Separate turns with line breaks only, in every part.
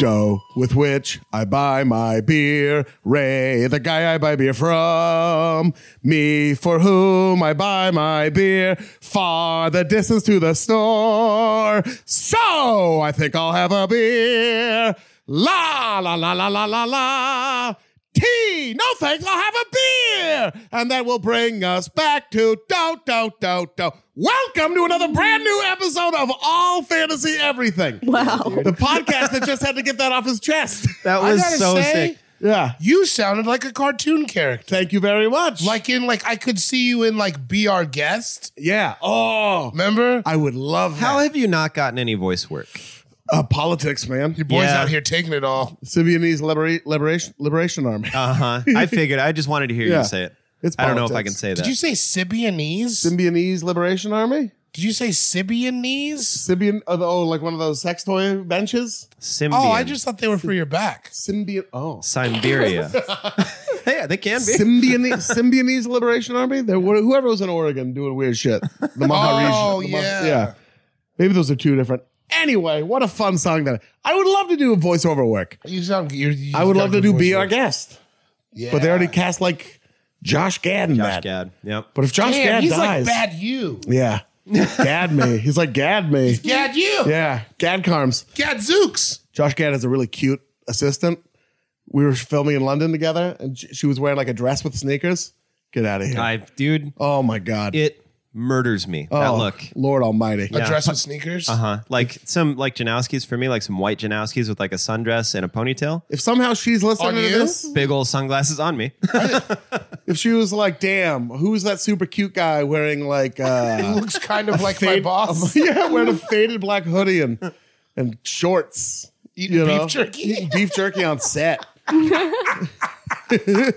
dough with which I buy my beer. Ray, the guy I buy beer from. Me, for whom I buy my beer. Far the distance to the store. So I think I'll have a beer. La, la, la, la, la, la, la. Tea, no thanks, I'll have a beer. And that will bring us back to do, do, do, do. Welcome to another brand new episode of All Fantasy Everything.
Wow.
The podcast that just had to get that off his chest.
That
I
was
gotta
so
say-
sick.
Yeah.
You sounded like a cartoon character.
Thank you very much.
Like in like I could see you in like Be Our Guest.
yeah. Oh,
Remember?
I would love
How
that.
have you not gotten any voice work?
uh, politics, man.
Your boy's
Yeah.
out here taking it all.
Symbionese Libera- Liberation Liberation Army.
Uh huh. I figured. I just wanted to hear
Yeah.
you say it.
It's
I don't know if I
politics.
can say that.
Did you say Sibianese?
Symbionese Liberation Army.
Did you say Sibianese?
Symbion. Oh, the- oh, like one of those sex toy benches.
Symbian.
Oh, I just thought they were for your back.
Symbion. Oh.
Siberia. yeah, they can be.
Symbionese, Symbionese Liberation Army. There were, whoever was in Oregon doing weird shit. The Maharishi.
Oh,
the Mah-
yeah.
yeah. Maybe those are two different. Anyway, what a fun song that I would love to do a voiceover work.
You sound you you
I would
got
love to
good
do
voice
Be Our
work.
Guest.
Yeah.
But they already cast like Josh Gad in
Josh
that.
Gad. Yep.
But if Josh
Damn,
Gad
he's
dies,
like bad you.
yeah, Gad me. He's like Gad me.
Gad you.
Yeah, Gad Carms.
Gad Zooks.
Josh Gad has a really cute assistant. We were filming in London together, and sh- she was wearing like a dress with sneakers. Get out of here!
I, dude,
oh my god!
it murders me.
oh,
That look.
Lord Almighty!
A dress with sneakers.
Uh-huh.
Uh huh. Like some like Janowski's for me, like some white Janowski's with like a sundress and a ponytail.
If somehow she's listening
On
to
you?
this,
Big old sunglasses on me.
if she was like, "Damn, who's that super cute guy wearing like uh,
Looks kind of like my
fade-
boss.
yeah, wearing a faded black hoodie and and shorts,
Eating beef jerky.
eating beef jerky on set."
it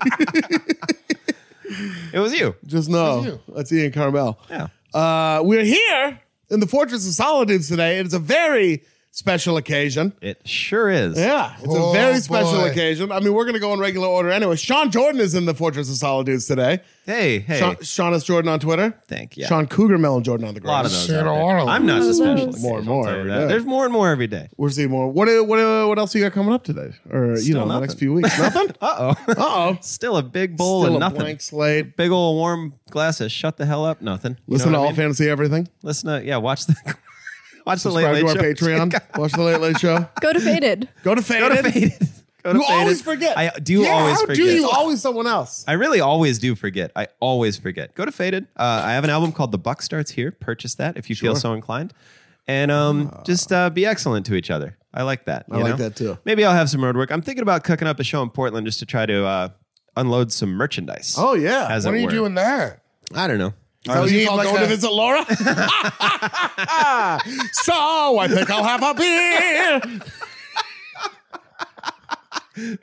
was you.
Just no.
you.
That's Ian Carmel.
Yeah.
Uh, we're here in the Fortress of Solitude today. It's a very special occasion.
It sure is.
Yeah, it's a
Oh,
very special
boy.
occasion. I mean, we're going to go in regular order anyway. Sean Jordan is in the Fortress of Solitudes today.
Hey, hey.
Sean, Sean S. Jordan on Twitter.
Thank you.
Sean Cougar Melon Jordan on the
a lot
ground.
of those.
Shit,
out there.
all of them.
I'm not a specialist.
More and more every day.
There's more and more every day.
We're seeing more. What, uh, what, uh, what else you got coming up today? Or, you
Still
know, the
nothing.
next few weeks? Nothing?
Uh oh.
Uh-oh.
Still a big bowl
Still
and
a
nothing.
blank slate.
Big old warm glasses. Shut the hell up. Nothing. You
Listen to
know what
All
I mean?
Fantasy Everything.
Listen to yeah. Watch the watch the late
Subscribe
late
to our
show.
Patreon. Watch the Late Late Show.
Go to Faded.
Go to Faded.
Go to Faded. Go to
You always
Faded.
forget.
I do
Yeah,
always
how
forget.
do you always someone else?
I really always do forget. I always forget. Go to Faded. Uh, I have an album called The Buck Starts Here. Purchase that if you feel so inclined, and um, just uh, be excellent to each other. I like that.
Ah. I
you
like
know?
that too.
Maybe I'll have some road work. I'm thinking about cooking up a show in Portland just to try to uh, unload some merchandise.
Oh yeah.
as
When
it
are you
were.
doing that?
I don't know.
So
Is
you
he
call
like
going to
a-
visit Laura? so I think I'll have a beer.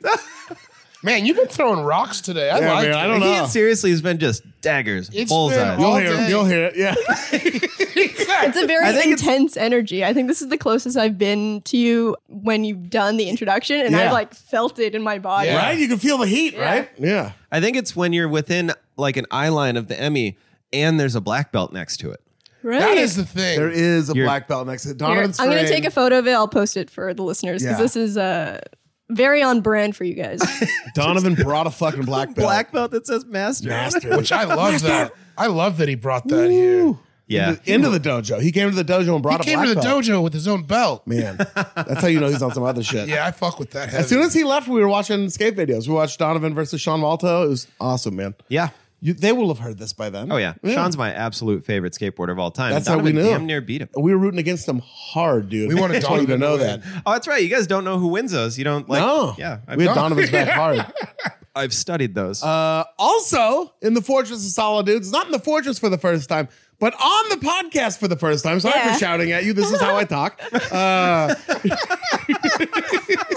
Man, you've been throwing rocks today. I
Yeah,
like
man,
it.
I don't
He
know.
seriously has been just daggers,
It's
bullseyes.
been all-
You'll hear.
day.
It. You'll hear it. Yeah.
It's a very
I think it's-
intense energy. I think this is the closest I've been to you when you've done the introduction, and
Yeah.
I've like felt it in my body.
Yeah.
Right. You can feel the heat. Right. Yeah.
I think it's when you're within like an eye line of the Emmy and there's a black belt next to it.
Right.
That is the thing.
There is a
You're-
black belt next to
Here,
Donovan.
I'm going to
Strain.
take a photo of it. I'll post it for the listeners because
Yeah.
this is uh, very on brand for you guys.
Donovan brought a fucking black belt.
Black belt that says master. on it.
master.
Which I love that. I love that he brought that here.
Yeah.
Into the dojo. He came to the dojo and
He
brought a
came
black
to the
belt.
dojo with his own belt.
Man, that's how you know he's on some other shit.
Yeah, I fuck with that. Heavy.
As soon as he left, we were watching skate videos. We watched Donovan versus Sean Malto. It was awesome, man.
Yeah.
You, they will have heard this by then.
Oh yeah. Sean's my absolute favorite skateboarder of all time.
That's how
Donovan
we knew.
damn near beat him.
We were rooting against him hard, dude.
We wanted
I just want you to
Donovan
know
to
that.
win.
Oh, that's right. You guys don't know who wins those. You don't like
no.
Yeah. I've,
we had Donovan's back hard.
I've studied those.
Uh, also, in the Fortress of Solitudes, not in the Fortress for the first time, but on the podcast for the first time. Sorry
Yeah.
for shouting at you. This is how I talk. Uh,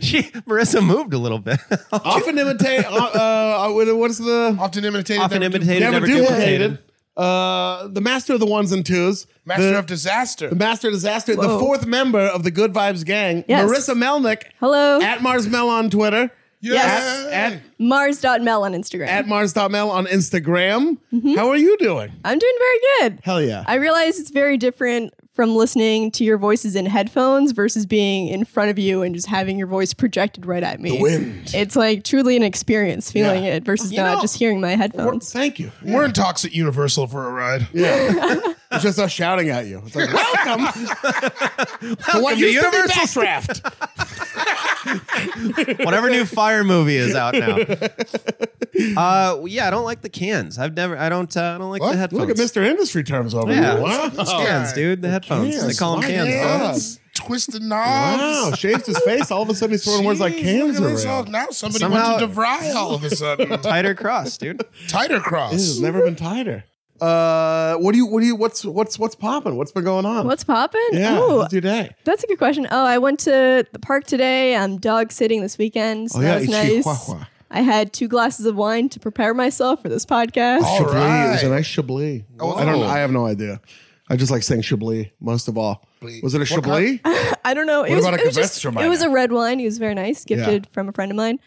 she Marissa moved a little bit.
often imitate. Uh, uh, what- what's the
often imitated,
Often
never du-
imitated,
never
never
duplicated?
duplicated.
Uh, the master of the ones and twos.
master
the,
of disaster.
the master of disaster. The
Whoa.
fourth member of the Good Vibes gang,
Yes.
Marissa Melnick.
Hello.
At Mars Mel on Twitter.
Yes.
At, at
Mars.mel on Instagram.
at Mars.mel on Instagram. How are you doing?
I'm doing very good.
Hell yeah.
Mm-hmm. I realize it's very different from listening to your voices in headphones versus being in front of you and just having your voice projected right at me.
wind.
It's like truly an experience feeling
Yeah.
it versus
You
not
know-
just hearing my headphones.
Thank you.
We're in talks at Universal for a ride.
Yeah. it's just us shouting at you. It's like, welcome. to what
to
used to be
Universal
Backdraft.
Whatever new fire movie is out now. Uh yeah, I don't like the cans. I've never I don't uh, I don't like
What?
the headphones.
Look at Mr. Industry terms over
Yeah.
here.
It's
Wow.
Cans, dude. The headphones. They
cans.
call
Oh,
them
My
cans.
God.
bro.
Yes. Twisted knobs.
Wow. Shaves his face. All of a sudden he's throwing words like
Jeez,
cans
look at this. Oh,
around.
Now somebody
Somehow-
went to DeVry all of a sudden.
Tighter cross, dude.
Tighter
This has
cross.
never been tighter. Uh, what do you, what do you, what's, what's, what's popping? What's been going on?
What's poppin'?
yeah,
Ooh,
how's your day?
that's a good question. Oh, I went to the park today. I'm dog sitting this weekend. So
Oh, yeah,
that was
it's
nice.
Chihuahua.
I had two glasses of wine to prepare myself for this podcast.
Oh. All
Chablis. It was a
right.
nice Chablis.
Oh,
I don't.
wow.
I have no idea. I just like saying Chablis most of all.
Chablis.
Was it a
What
Chablis?
I don't know. It
What
was,
about a
it was
Gewürztraminer?
just, it was a red wine. It was very nice, gifted from a friend of mine.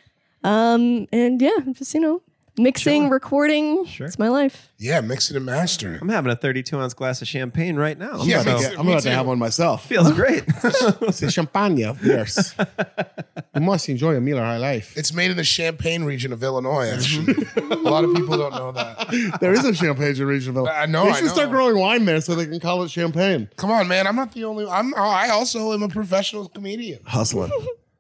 Um, and yeah, I'm just you know, mixing, recording. It's my life.
Yeah, mixing and mastering.
I'm having a 32 ounce glass of champagne right now.
Yeah,
so,
mix
Yeah,
it.
I'm
Me
about to
too.
have one myself.
feels great.
It's a champagne, of course. you must enjoy a meal of high life.
It's made in the Champagne region of Illinois, actually. a
Mm-hmm.
lot of people don't know that.
There is a champagne in Regionville.
I know,
They
I
should
know.
start growing wine there so they can call it champagne.
Come on, man. I'm not the only I'm I also am a professional comedian.
Hustling,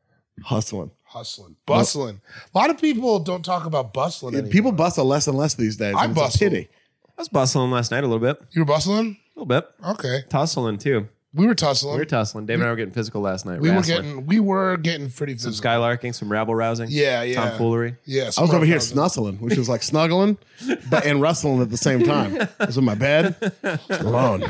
hustling.
Hustling. Bustling. A lot of people don't talk about bustling. anymore.
People bustle less and less these days.
I
and it's a
bustle.
Pity.
I was bustling last night a little bit. A
You were bustling?
little bit.
Okay.
Tussling too.
We
We
were
were
tussling.
tussling. Dave and I were getting physical last night.
We were
wrestling.
getting we were getting pretty
some
physical.
skylarking, some rabble rousing.
Yeah, yeah.
Tomfoolery.
Yes.
I was over here snuzzling, which was like snuggling, but and wrestling at the same time. I was in my bed, alone,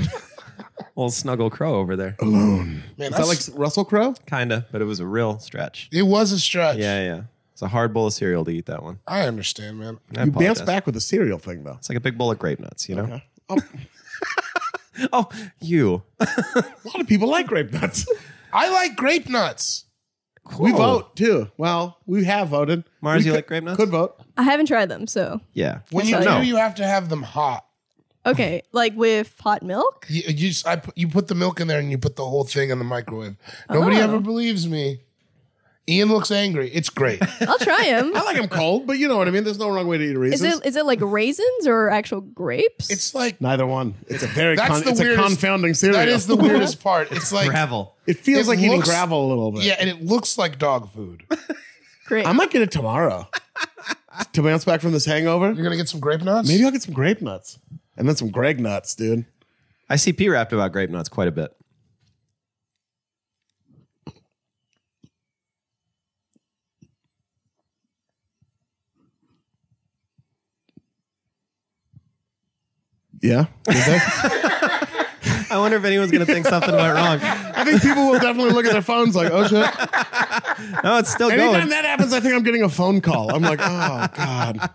Old snuggle crow over there.
Oh.
alone.
Man,
Is that
I-
like Russell Crowe?
Kinda, but it was a real stretch.
It was a stretch.
Yeah, yeah. It's a hard bowl of cereal to eat that one.
I understand, man.
I
You bounce
apologize.
back with the cereal thing though.
It's like a big bowl of grape nuts, you know?
Oh,
Oh, you.
a lot of people like grape nuts.
I like grape nuts.
We
Cool.
vote too. Well, we have voted.
Mars,
we
you
could-
like grape nuts?
Could vote.
I haven't tried them, so
Yeah.
When you
That's
right.
do, you have to have them hot.
okay. like with hot milk.
You, you, s- I put- you put the milk in there and you put the whole thing in the microwave. Nobody
Oh.
ever believes me. Ian looks angry. It's great.
I'll try them.
I like them cold, but you know what I mean. There's no wrong way to eat Reese's.
Is it is it like raisins or actual grapes?
It's like
Neither one. It's a very
That's
con-
the
it's a
weirdest-
confounding cereal.
that is the weirdest part. It's like
Gravel.
it feels
it
like eating
looks-
gravel a little bit.
yeah, and it looks like dog food.
grape.
I might get it tomorrow to bounce back from this hangover.
You're gonna get some grape nuts.
Maybe I'll get some grape nuts and then some Greg nuts, dude.
I see P rapped about grape nuts quite a bit.
Yeah, You think?
I wonder if anyone's gonna think something went wrong.
I think people will definitely look at their phones like, oh shit.
No, it's still
Anytime
going.
that happens, I think I'm getting a phone call. I'm like, oh god,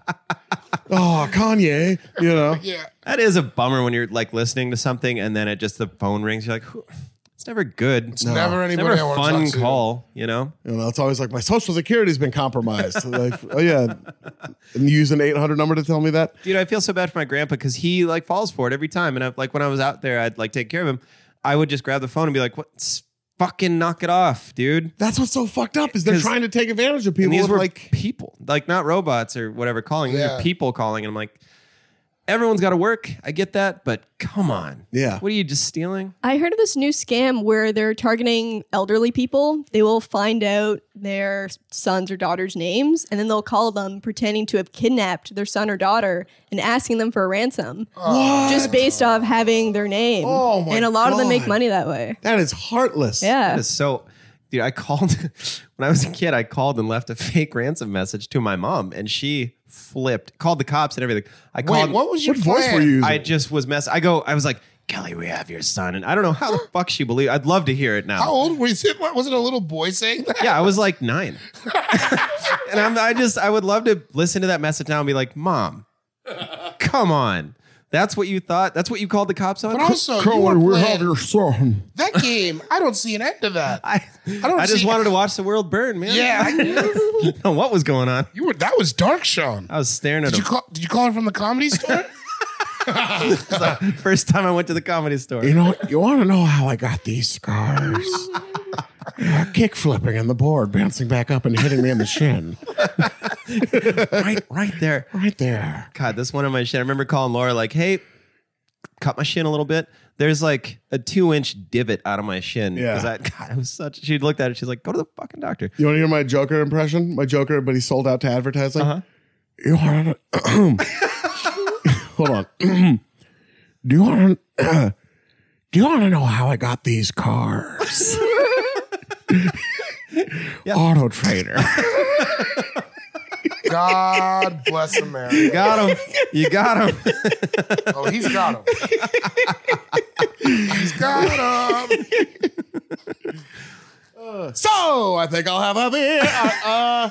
oh Kanye, you know.
yeah.
that is a bummer when you're like listening to something and then it just the phone rings. You're like, "Who- it's never good. It's
Never anybody
never a
I want
fun
to talk
call, you know?
You know, it's always like my social security's been compromised. like, oh yeah, and you use an 800 number to tell me that.
Dude, I feel so bad for my grandpa because he like falls for it every time. And I, like when I was out there, I'd like take care of him. I would just grab the phone and be like, "What? s- Fucking knock it off, dude."
That's what's so fucked up is they're
'Cause-
trying to take advantage of people.
And these
with,
were
like
people, like not robots or whatever calling. These
Yeah.
are people calling, and I'm like, everyone's got to work. I get that, but come on.
Yeah.
What are you just stealing?
I heard of this new scam where they're targeting elderly people. They will find out their sons or daughters' names, and then they'll call them pretending to have kidnapped their son or daughter and asking them for a ransom, just based off having their name.
Oh, my
and a lot of them make
God.
money that way.
That is heartless.
Yeah,
That is so. Dude, I called when I was a kid. I called and left a fake ransom message to my mom, and she flipped. Called the cops and everything. I
Wait,
called.
what was your
What voice
plan?
were you using?
I just was mess. I go. I was like, Kelly, we have your son, and I don't know how the fuck she believed. I'd love to hear it now.
How old was it? What, was it a little boy saying that?
Yeah, I was like nine, and I'm, I just I would love to listen to that message now and be like, Mom, come on, that's what you thought. That's what you called the cops on.
But also, you were playing-
son.
that game. I don't see an end to that.
I, I,
don't
just
see-
wanted to watch the world burn, man.
yeah,
I
I-
didn't know what was going on.
you were. That was dark, Sean.
I was staring at
Did you
him.
call? Did you call it from the comedy store?
First time I went to the comedy store.
You know, you want to know how I got these scars? Yeah, kick flipping in the board, bouncing back up and hitting me in the shin.
right, right there.
Right there.
God, that's one of my shit. I remember calling Laura like, "Hey, cut my shin a little bit." There's like a two inch divot out of my shin.
Yeah.
'Cause I, God, I was such. She looked at it. She's like, "Go to the fucking doctor."
You want to hear my Joker impression? My Joker, but he sold out to advertising.
Uh-huh.
You want to? Hold on. do you want to? do you want to know how I got these cars? Auto Trader.
God bless America.
Got him. You got him.
Oh, he's got him. he's got him.
so I think I'll have a beer. Uh, uh,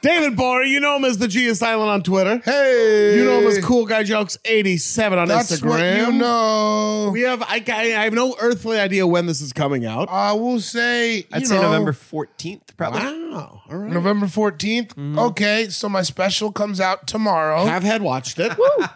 David Bory, you know him as the G is silent on Twitter.
Hey,
You know him as Cool Guy Jokes eighty seven on
That's
Instagram.
what you know.
We have I, I have no earthly idea when this is coming out.
I will say, you
I'd say
know,
November 14th, probably.
Wow. Oh, All right.
November 14th.
Mm-hmm.
Okay, so my special comes out tomorrow.
Have had watched it.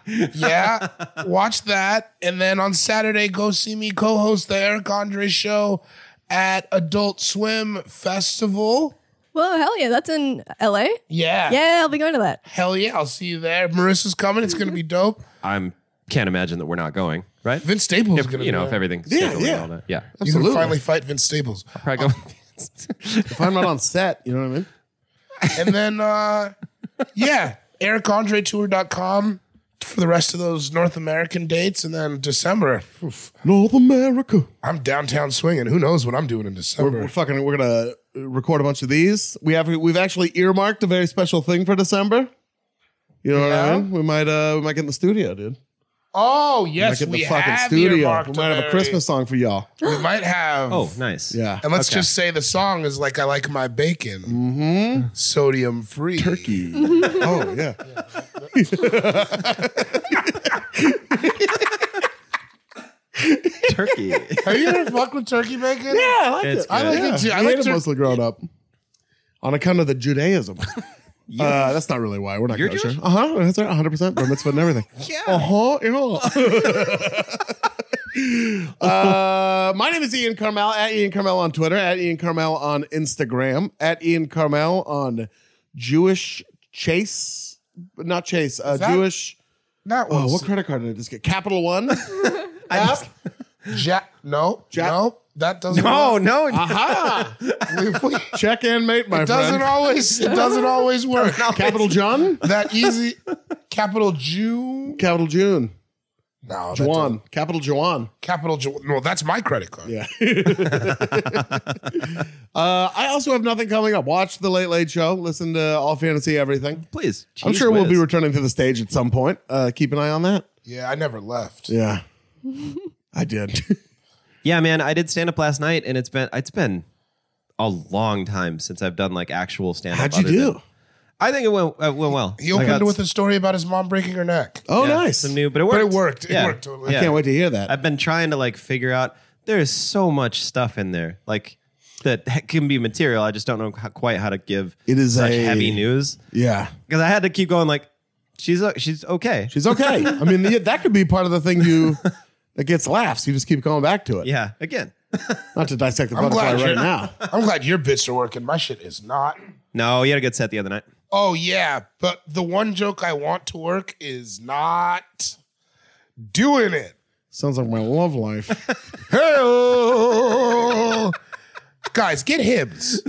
yeah, watch that. And then on Saturday, go see me co host the Eric Andre show at Adult Swim Festival.
well, hell yeah, that's in L.A.
Yeah.
Yeah, I'll be going to that.
Hell yeah, I'll see you there. Marissa's coming. It's going to be dope.
I'm can't imagine that we're not going, right?
Vince Staples is
If,
going to
you know, if everything's
Yeah,
scheduled
yeah.
and all that. Yeah.
You're going to finally fight Vince Staples.
Probably go.
If I'm not on set, you know what I mean?
And then, uh, yeah, ericandretour.com for the rest of those North American dates. And then December, oof,
North America.
I'm downtown swinging. Who knows what I'm doing in December?
We're fucking we're gonna record a bunch of these. We have we've actually earmarked a very special thing for December. You know what I
Yeah.
mean? We might uh we might get in the studio, dude.
Oh yes,
might get in
we
the fucking
have
studio.
earmarked
We might have a
very-
Christmas song for y'all.
We might have.
Oh, nice.
Yeah.
and let's just say the song is like I like my bacon, sodium free
Mm-hmm. Turkey. oh yeah.
Turkey.
Have you ever fucked with turkey bacon?
Yeah, I like
It's
it. I like
good.
it too.
Yeah,
I
we
like
ate it
it mostly
mostly
grown up. On account of the Judaism. Uh, that's not really why. We're not
You're
kosher.
Jewish?
Uh huh. That's right. 100% bar mitzvah and everything. yeah. Uh-huh. yeah. uh, my name is Ian Carmel at Ian Carmel on Twitter, at Ian Carmel on Instagram, at Ian Carmel on Jewish Chase, not Chase, uh,
that-
Jewish.
Not
Oh,
one.
what credit card did I just get? Capital One. app.
Jack? No,
Jack-
no, that doesn't.
No, Oh, no, no.
Ah. Aha. Check in, mate, my
it doesn't
friend.
always. It doesn't always work.
Capital John.
That easy. Capital Jew.
Capital June.
No, that doesn't-
Juan. Capital Juan.
Capital Jew. No, that's my credit card.
Yeah. uh, I also have nothing coming up. Watch the Late Late Show. Listen to All Fantasy Everything.
Please.
I'm
Jeez
sure we'll
whiz.
be returning to the stage at some point. Uh, keep an eye on that.
Yeah, I never left.
Yeah. I did.
Yeah, man, I did stand up last night, and it's been it's been a long time since I've done like actual stand up.
How'd you do?
I think it went uh, went well.
He
I got
opened with a story about his mom breaking her neck.
Oh,
yeah,
nice.
Some new, but it worked.
But it worked. It
Yeah.
worked totally.
Yeah.
Can't wait to hear that.
I've been trying to like figure out. There is so much stuff in there, like that ha- can be material. I just don't know how, quite how to give
It is
such
a-
heavy news
yeah.
because I had to keep going. Like she's o- she's okay.
She's okay. I mean, yeah, that could be part of the thing you that gets laughs. You just keep going back to it.
yeah, again.
Not to dissect the
I'm
butterfly
glad
right
you're-
now.
I'm glad your bits are working. My shit is not.
No, you had a good set the other night.
Oh yeah, but the one joke I want to work is not doing it.
Sounds like my love life.
Hey, guys, get Hibbs.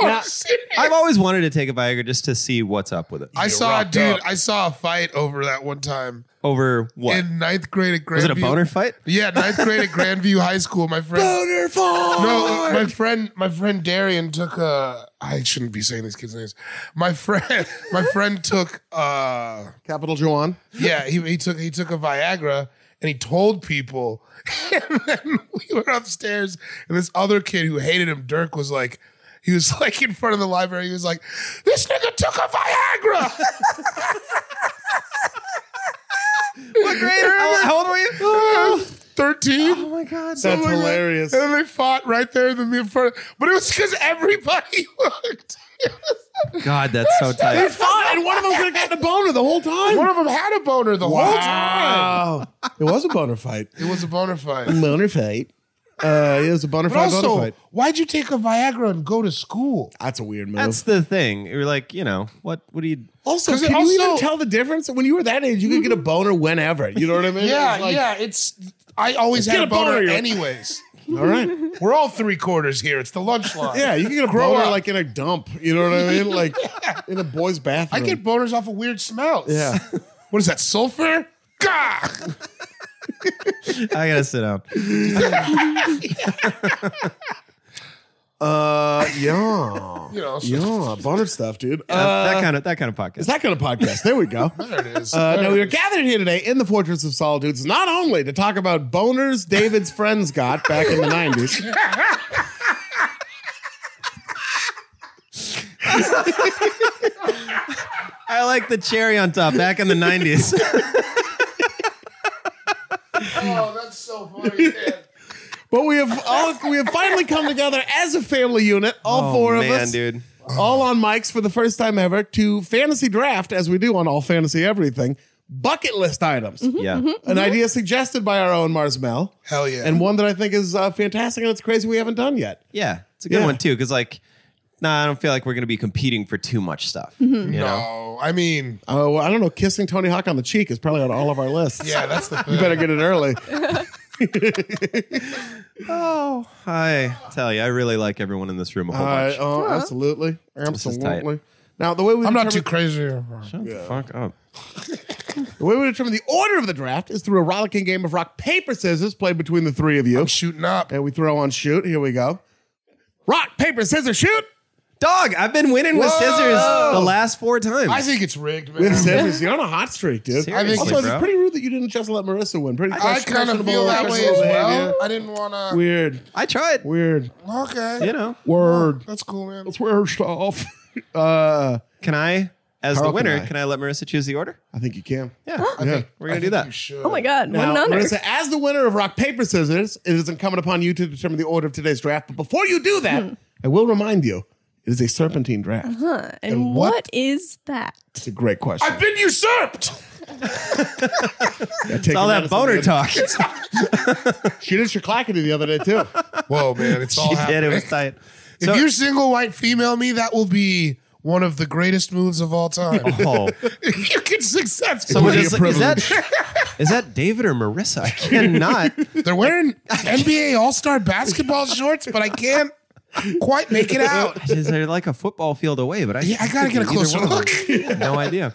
Oh,
Now-
serious.
I've always wanted to take a Viagra just to see what's up with it.
I saw a
rocked
dude.
up.
I saw a fight over that one time
Over what?
in ninth grade at Grandview.
Was it a boner fight?
Yeah, ninth grade at Grandview High School. My friend. Boner fight. No, uh, my friend. My friend Darian took a. I shouldn't be saying these kids' names. My friend. My friend took. uh
Capital Juan.
Yeah, he, he took he took a Viagra and he told people. And then we were upstairs, and this other kid who hated him, Dirk, was like, he was like in front of the library. He was like, "This nigga took a Viagra."
What grade? How, how old were you?
Thirteen.
Oh my god.
That's
Something like that.
hilarious.
And then they fought right there in the in front. Of, but it was because everybody looked.
God, that's so tight.
Fine, and one of them could have gotten a boner the whole time.
One of them had a boner the whole time.
Wow. it was a boner fight.
It was a boner fight.
Boner fight. Uh, it was a boner
But
fight. boner
also,
fight.
why'd you take a Viagra and go to school?
That's a weird move.
That's the thing. You're like, you know, what? What do you?
also,
'Cause
can you even
also-
tell the difference? When you were that age, you could get a boner whenever. You know what I mean?
Yeah,
It's like,
yeah. It's I always
Get
had a
a boner,
boner,
you-
anyways.
All right.
We're all three quarters here. It's the lunch line.
Yeah, you can get a
Grow
boner
up.
like in a dump. You know what I mean? Like in a boy's
I
bathroom.
get boners off of weird smells.
Yeah.
What is that? Sulfur? Gah!
I gotta sit down.
Uh, yeah.
You know, so
Yeah, boner stuff, dude.
Uh,
Uh,
that kind of that kind of podcast.
it's that kind of podcast. There we go.
there it is.
Uh, now we are gathered here today in the Fortress of Solitudes, not only to talk about boners David's friends got back in the nineties.
I like the cherry on top. Back in the '90s,
oh, that's so funny. man.
But we have all we have finally come together as a family unit, all
Oh,
four of
man,
us,
dude.
all on mics for the first time ever to fantasy draft as we do on all fantasy everything bucket list items.
Yeah.
An idea suggested by our own Mars Mel,
Mm-hmm. Hell yeah.
and one that I think is uh, fantastic and it's crazy we haven't done yet.
Yeah, it's a good
Yeah.
one too. Because like, nah, I don't feel like we're gonna be competing for too much stuff. You know,
Mm-hmm. no, I mean,
Oh, I don't know. Kissing Tony Hawk on the cheek is probably on all of our lists.
yeah, that's the
You better get it early.
Oh, I tell you, I really like everyone in this room a whole
Uh,
bunch.
oh, absolutely,
is tight.
absolutely. Now the way we
I'm not too
determine-
crazy.
Shut the fuck up.
the way we determine the order of the draft is through a rollicking game of rock paper scissors played between the three of you,
Shooting up.
and we throw on shoot. Here we go. Rock paper scissors shoot
Dog, I've been winning with
Whoa!
scissors the last four times.
I think it's rigged, man.
with scissors. You're on a hot streak, dude.
Seriously, I think-
also, it's
bro.
pretty rude that you didn't just let Marissa win. Pretty
I kind of feel that way as
questionable
well.
behavior.
I didn't want to.
Weird,
I tried.
weird
Okay.
You know,
word.
That's cool, man.
That's weird stuff. Uh,
can I, as
How
the
can
winner,
I?
can I let Marissa choose the order?
I think you can.
Yeah,
Yeah.
we're gonna do
I think
that.
You should.
Oh my God, what an
Now,
honor.
Marissa, as the winner of rock paper scissors, it is incumbent upon you to determine the order of today's draft. But before you do that,
Hmm.
I will remind you, it is a serpentine draft.
Huh, and,
what-
what is that?
It's a great question.
I've been usurped.
It's
All that boner talk. she
She did Shaklakity the other day too.
Whoa, man. It's all
did. It
happening.
was tight.
If
So-
you're single, white, female me, that will be one of the greatest moves of all time.
Oh.
you can successfully.
Someone
would be
just-
a
is that is that David or Marissa? I cannot.
They're wearing NBA All Star basketball shorts, but I can't quite make it out.
Is there like a football field away? But I
Yeah, I gotta get a
either
closer
one of
look.
them. no idea.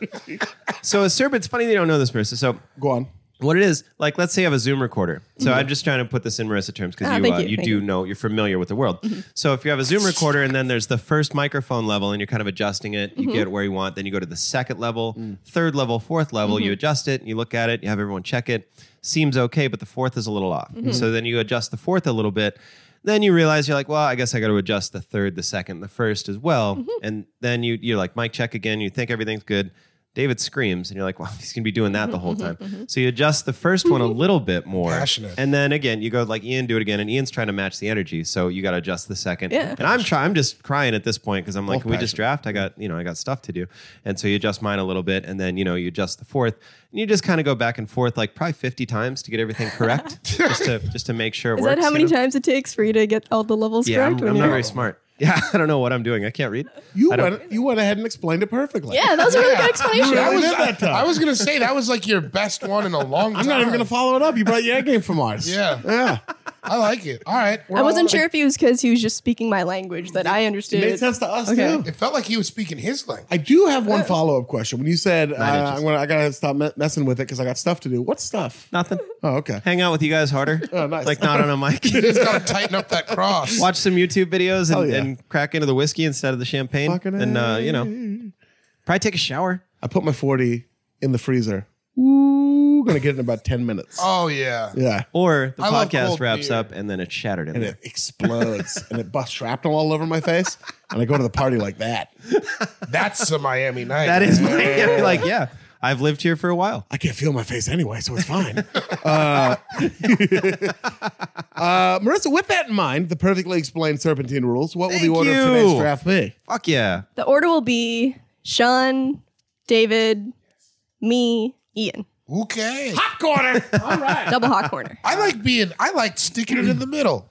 So a serp. It's funny they don't know this, Marissa. So
Go on.
what it is like? Let's say I have a Zoom recorder. So I'm just trying to put this in Marissa terms because
Ah,
you
thank
uh,
you,
you
thank
do
you.
know you're familiar with the world. So if you have a Zoom recorder and then there's the first microphone level and you're kind of adjusting it, you get where you want. Then you go to the second level, third level, fourth level. You adjust it, you look at it, you have everyone check it. Seems okay, but the fourth is a little off. So then you adjust the fourth a little bit. Then you realize you're like, well, I guess I got to adjust the third, the second, the first as well. And then you you're like, mic check again. You think everything's good. David screams, and you're like, well, he's going to be doing that the whole time. So you adjust the first one a little bit more.
Passionate.
And then again, you go like, Ian, do it again. And Ian's trying to match the energy. So you got to adjust the second.
Yeah.
And I'm trying, I'm just crying at this point because I'm like,
Both
can we just
passionate.
draft? I got, you know, I got stuff to do. And so you adjust mine a little bit. And then, you know, you adjust the fourth. And you just kind of go back and forth like probably 50 times to get everything correct, just to just to make sure it
Is
works.
that how
you
many
know?
times it takes for you to get all the levels
Yeah,
correct?
I'm,
when
I'm
you're-
not very smart. Yeah, I don't know what I'm doing. I can't read.
You
I don't-
went, you went ahead and explained it perfectly.
yeah, that was a really good explanation.
That was,
did
I,
that time.
I was gonna say that was like your best one in a long time.
I'm not even gonna follow it up. You brought your A game from ours.
Yeah.
yeah.
I like it. All right,
Oh.
we're
I wasn't
all-
sure if he was because he was just speaking my language that I
It
understood.
made sense to us
Okay. Uh.
too.
It felt like he was speaking his language.
I do have one follow up question. When you said uh,
Nine inches.
I'm gonna, I gotta stop me- messing with it because I got stuff to do. What stuff?
Nothing.
Oh, okay.
Hang out with you guys harder.
Oh, nice.
Like not on a mic.
He's got to tighten up that cross.
Watch some YouTube videos
Hell
and,
yeah.
and crack into the whiskey instead of the champagne.
Fucking
and uh, you
A.
know, probably take a shower.
I put my 40 in the freezer. Ooh, gonna get it in about 10 minutes.
Oh yeah.
Yeah.
Or the
I love
podcast
cold
wraps
beer.
up and then it's shattered in
And
there.
it explodes and it busts shrapnel all over my face. And I go to the party like that.
That's a Miami night.
That is Miami. like yeah, I've lived here for a while.
I can't feel my face anyway, so it's fine. uh, uh, Marissa, with that in mind, the perfectly explained serpentine rules, what
Thank
will the order
you.
of today's draft be?
Fuck yeah.
the order will be Sean, David, me, Ian.
okay.
Corner. all right.
Double hot corner.
I like being. I like sticking it in the middle.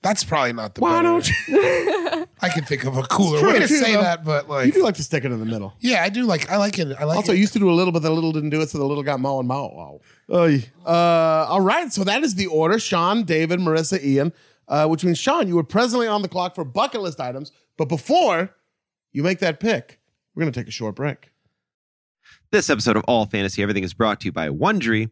That's probably not the.
Why
better-
don't you?
I can think of a cooler
true,
way to
too,
say
though.
that, but
You
like,
do like to stick it in the middle.
yeah, I do like. I like it. I like.
Also,
it.
I used to do a little, but the little didn't do it, so the little got Mo and Mo. Wow. Uh, all right, so that is the order: Sean, David, Marissa, Ian. Uh, which means Sean, you were presently on the clock for bucket list items, but before you make that pick, we're going to take a short break.
This episode of All Fantasy Everything is brought to you by Wondery.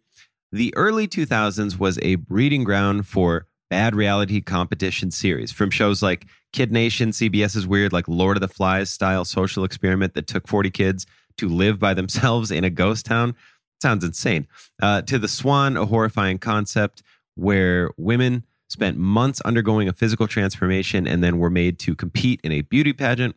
The early 2000s was a breeding ground for bad reality competition series from shows like Kid Nation, CBS's weird, like Lord of the Flies style social experiment that took 40 kids to live by themselves in a ghost town. Sounds insane. Uh, to The Swan, a horrifying concept where women spent months undergoing a physical transformation and then were made to compete in a beauty pageant.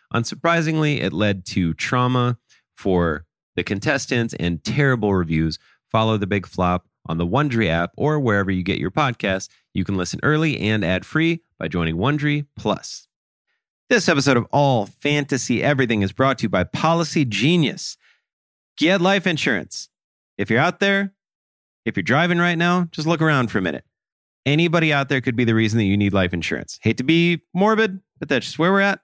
Unsurprisingly, it led to trauma for the contestants and terrible reviews. Follow the big flop on the Wondry app or wherever you get your podcasts. You can listen early and ad free by joining Wondry Plus. This episode of All Fantasy Everything is brought to you by Policy Genius. Get life insurance. If you're out there, if you're driving right now, just look around for a minute anybody out there could be the reason that you need life insurance. Hate to be morbid, but that's just where we're at.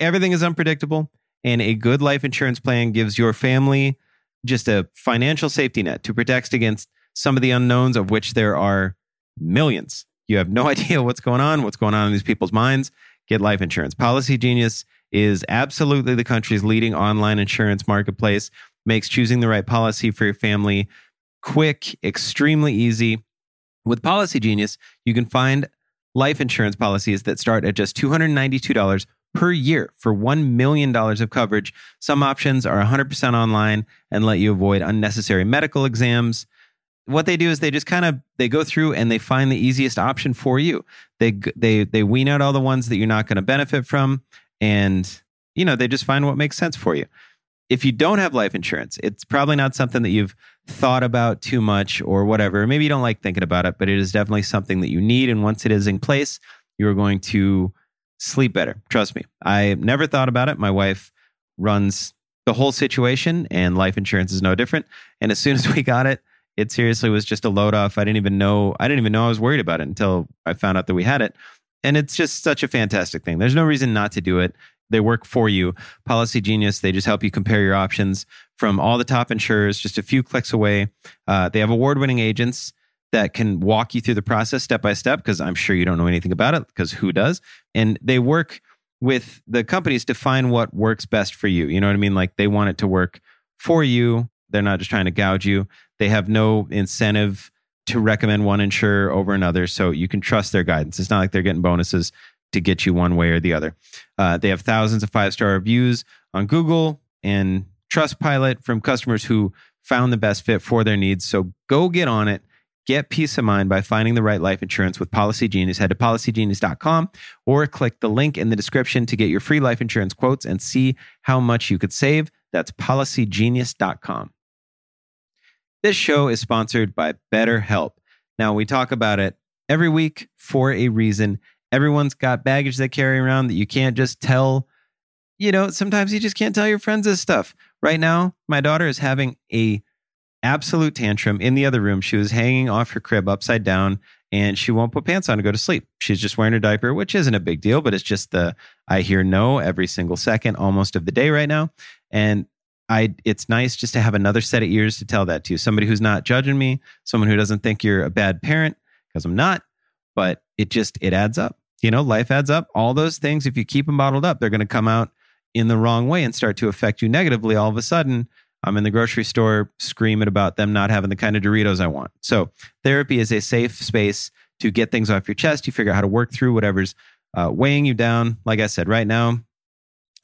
Everything is unpredictable, and a good life insurance plan gives your family just a financial safety net to protect against some of the unknowns of which there are millions. You have no idea what's going on, what's going on in these people's minds. Get life insurance. Policy Genius is absolutely the country's leading online insurance marketplace. Makes choosing the right policy for your family quick, extremely easy. With Policy Genius, you can find life insurance policies that start at just $292 per year for $1 million of coverage. Some options are 100% online and let you avoid unnecessary medical exams. What they do is they just kind of they go through and they find the easiest option for you. They g- they they wean out all the ones that you're not going to benefit from and you know, they just find what makes sense for you. If you don't have life insurance, it's probably not something that you've thought about too much or whatever. Maybe you don't like thinking about it, but it is definitely something that you need. And once it is in place, you're going to sleep better. Trust me. I never thought about it. My wife runs the whole situation, and life insurance is no different. And as soon as we got it, it seriously was just a load off. I didn't even know I didn't even know I was worried about it until I found out that we had it. And it's just such a fantastic thing. There's no reason not to do it. They work for you. Policy Genius, they just help you compare your options from all the top insurers just a few clicks away. Uh, they have award winning agents that can walk you through the process step by step because I'm sure you don't know anything about it because who does? And they work with the companies to find what works best for you. You know what I mean? Like they want it to work for you. They're not just trying to gouge you. They have no incentive to recommend one insurer over another. So you can trust their guidance. It's not like they're getting bonuses to get you one way or the other. Uh, they have thousands of five star reviews on Google and Trustpilot from customers who found the best fit for their needs. So go get on it. Get peace of mind by finding the right life insurance with Policy Genius. Head to policygenius.com or click the link in the description to get your free life insurance quotes and see how much you could save. That's policygenius.com. This show is sponsored by BetterHelp. Now, we talk about it every week for a reason. Everyone's got baggage they carry around that you can't just tell. You know, sometimes you just can't tell your friends this stuff. Right now, my daughter is having a absolute tantrum in the other room. She was hanging off her crib upside down and she won't put pants on to go to sleep. She's just wearing her diaper, which isn't a big deal, but it's just the I hear no every single second almost of the day right now. And I it's nice just to have another set of ears to tell that to. Somebody who's not judging me, someone who doesn't think you're a bad parent because I'm not, but it just it adds up. You know, life adds up. All those things if you keep them bottled up, they're going to come out in the wrong way and start to affect you negatively all of a sudden. I'm in the grocery store screaming about them not having the kind of Doritos I want. So, therapy is a safe space to get things off your chest. You figure out how to work through whatever's uh, weighing you down. Like I said, right now,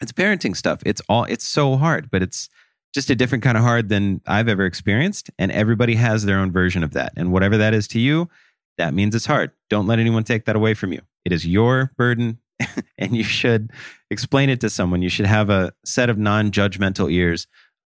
it's parenting stuff. It's all, it's so hard, but it's just a different kind of hard than I've ever experienced. And everybody has their own version of that. And whatever that is to you, that means it's hard. Don't let anyone take that away from you. It is your burden and you should explain it to someone. You should have a set of non judgmental ears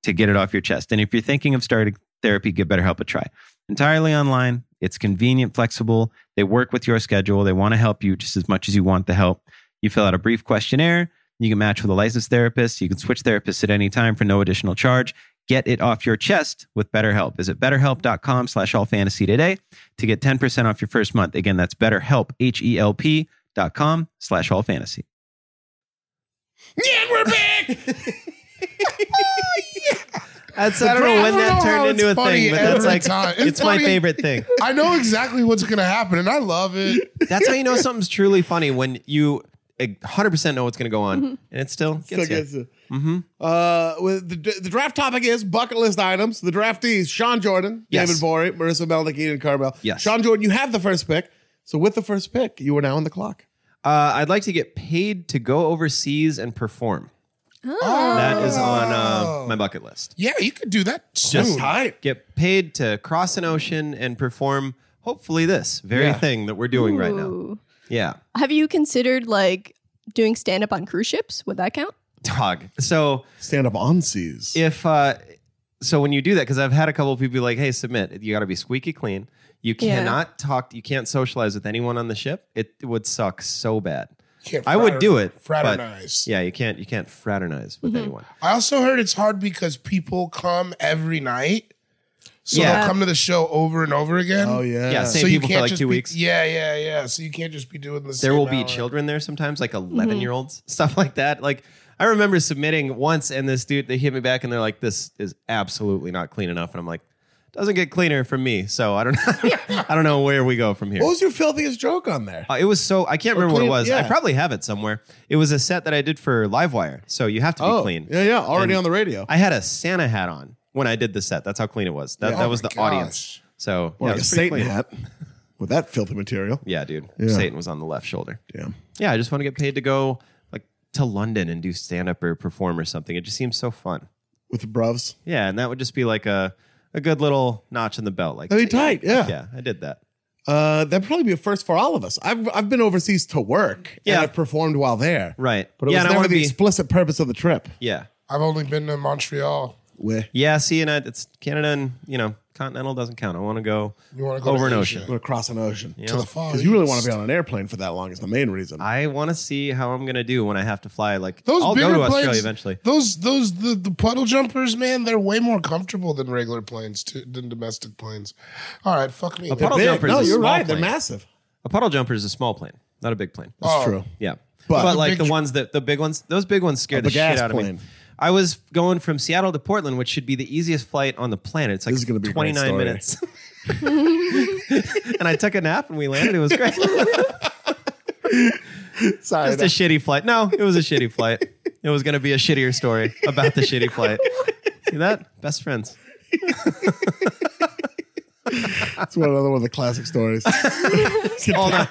to get it off your chest. And if you're thinking of starting therapy, give BetterHelp a try. Entirely online, it's convenient, flexible. They work with your schedule. They want to help you just as much as you want the help. You fill out a brief questionnaire. You can match with a licensed therapist. You can switch therapists at any time for no additional charge. Get it off your chest with BetterHelp. Visit betterhelp.com slash all fantasy today to get 10% off your first month. Again, that's betterhelp, H-E-L-P dot com slash all fantasy.
Yeah, we're back.
That's, I don't know when that turned into a thing, but that's like, it's my favorite thing.
I know exactly what's going to happen, and I love it.
That's how you know something's truly funny when you 100% know what's going to go on and it Mm-hmm. still gets
So
you.
guess, uh, uh, with the, the draft topic is bucket list items. The draftees: Sean Jordan,
Yes.
David Bory, Marissa Melnick, Eden Carmel.
Yes.
Sean Jordan, you have the first pick. So with the first pick, you are now on the clock.
Uh, I'd like to get paid to go overseas and perform.
Oh.
That is on uh, my bucket list.
Yeah, you could do that soon.
Just Get paid to cross an ocean and perform, hopefully, this very
Yeah.
thing that we're doing right now.
Ooh.
Yeah.
Have you considered like doing stand up on cruise ships? Would that count?
Dog. So
Stand up on seas.
if uh so when you do that because i've had a couple of people be like hey submit you got to be squeaky clean you
Yeah.
cannot talk you can't socialize with anyone on the ship it, would suck so bad
Can't
i would
frater-
do it but-
fraternize.
yeah you can't you can't fraternize with
Mm-hmm.
anyone
I also heard it's hard because people come every night, so
Yeah.
they'll come to the show over and over again.
Oh yeah.
yeah same
so you
people
can't
for like
just
two
be-
weeks
Yeah, yeah, yeah. So you can't just be doing this.
there will be children there sometimes like 11 year olds stuff like that like i remember submitting once and this dude they hit me back and they're like this is absolutely not clean enough and i'm like doesn't get cleaner from me so i don't i don't know where we go from here
What was your filthiest joke on there?
Uh, it was so I can't remember what it
clean-
was. I
yeah.
probably have it somewhere. It was a set that I did for Livewire, so you have to be clean.
Oh, yeah, yeah. Already
And
on the radio.
I had a Santa hat on when I did the set. That's how clean it was. That,
Yeah.
that
Oh
was the
my gosh.
audience. So yeah,
Well,
it
like a
was pretty
Satan
clean.
hat with that filthy material.
Yeah, dude.
Yeah.
Satan was on the left shoulder.
Damn.
Yeah, I just want to get paid to go like to London and do stand up or perform or something. It just seems so fun.
With the bruvs.
Yeah, and that would just be like a a good little notch in the belt. Like
That'd be tight. Yeah.
yeah, I did that.
Uh, that'd probably be a first for all of us. I've I've been overseas to work.
Yeah.
And I've performed while there.
Right.
But it
yeah,
was
and I
never
want
the
to be.
explicit purpose of the trip.
yeah.
I've only been to Montreal.
Where
Yeah, see, and I, it's Canada and you know continental doesn't count. I want to go,
You want to go
over an
to
ocean.
going across an ocean.
you
to
know?
the far.
Because you really want
east.
to be on an airplane for that long is the main reason.
I want to see how I'm gonna do when I have to fly. Like
Those
I'll go
bigger
to
planes,
Australia eventually.
Those those the, the puddle jumpers, man, they're way more comfortable than regular planes to, than domestic planes. All right, fuck me.
puddle
Big.
jumper is
no,
a
you're
small
right.
plane.
They're massive.
A puddle jumper is a small plane, not a big plane.
That's
Oh.
true.
Yeah, but,
But-
like
big
the
tr-
ones that the big ones, those big ones scare
A
the
big
shit
ass
out of
plane.
me. I was going from Seattle to Portland, which should be the easiest flight on the planet. It's like
This is gonna be a great
29
story.
minutes. and I took a nap and we landed. It was great.
Sorry.
Just a shitty flight. No, it was a shitty flight. It was going to be a shittier story about the shitty flight. See that? Best friends.
That's one another one of the classic stories.
Hold on.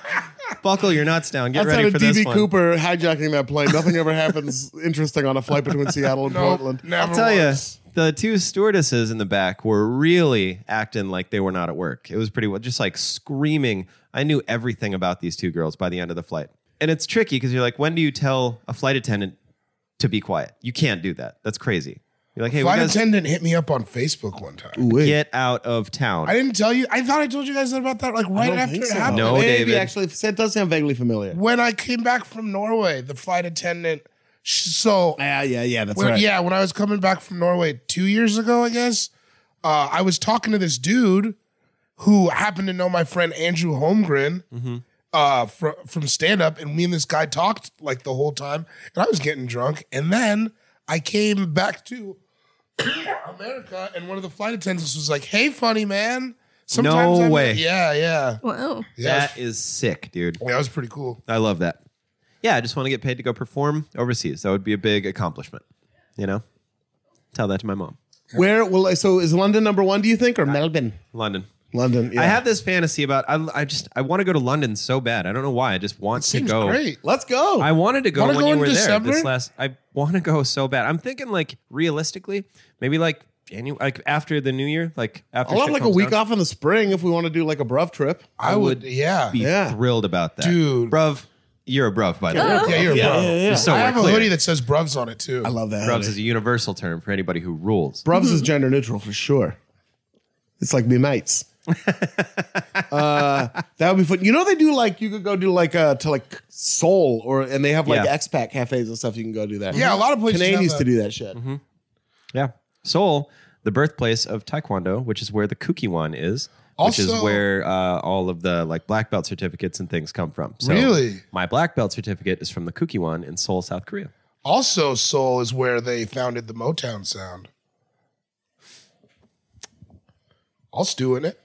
Buckle your nuts down. Get
Outside
ready
of
for this
DB
one.
Cooper hijacking that plane, nothing ever happens interesting on a flight between Seattle and
Nope,
Portland.
never
I'll tell you,
once.
the two stewardesses in the back were really acting like they were not at work. It was pretty well, just like screaming. I knew everything about these two girls by the end of the flight. And it's tricky because you're like, when do you tell a flight attendant to be quiet? You can't do that. That's crazy. You're like, hey,
Flight
we gotta
attendant hit me up on Facebook one time.
get out of town.
I didn't tell you. I thought I told you guys about that like right after it happened.
No,
Maybe
David.
actually, it does sound vaguely familiar.
When I came back from Norway, the flight attendant. sh- So
Yeah, yeah, yeah. That's
When-
right.
Yeah, when I was coming back from Norway two years ago, I guess, uh, I was talking to this dude who happened to know my friend Andrew Holmgren
Mm-hmm.
uh, fr- from stand up. And me and this guy talked like the whole time. And I was getting drunk. And then I came back to America, and one of the flight attendants was like, Hey, funny man.
No
I'm-
way.
Yeah, yeah.
Wow.
Yeah,
that is sick, dude.
that was pretty cool.
I love that. Yeah, I just want to get paid to go perform overseas. That would be a big accomplishment. You know? Tell that to my mom.
Where will so is London number one? Do you think or Melbourne?
London.
London. yeah.
I have this fantasy about I, I just I want to go to London so bad. I don't know why. I just want to
Seems
go.
great.
Let's go.
I wanted to go
Wanna
when
go
you
in
were
December?
there this last. I want to go so bad. I'm thinking like realistically, maybe like January, like after the New Year, like after.
I'll have
shit
like a
calms
week
down.
off in the spring if we want to do like a bruv trip.
I would, yeah.
Be
Yeah.
thrilled about that,
Dude.
Bruv, you're a bruv by the way.
yeah, you're a bruv.
Just so
I
we're
have a
clear.
hoodie that says Bruvs on it too.
I love that.
Bruvs is a universal term for anybody who rules.
Bruvs is gender neutral for sure. It's like me mates. uh, that would be fun. You know they do like you could go do like uh to like Seoul or and they have like
Yeah.
expat cafes and stuff you can go do that.
Yeah, a lot of places
Canadians
have
to
that.
do that
Mm-hmm.
shit.
Yeah, Seoul, the birthplace of Taekwondo, which is where the Kukiwan is. Which is
Also-
where uh, all of the like black belt certificates and things come from. So
Really?
my black belt certificate is from the Kukiwan in Seoul, South Korea.
Also, Seoul is where they founded the Motown sound. I'll stew in it.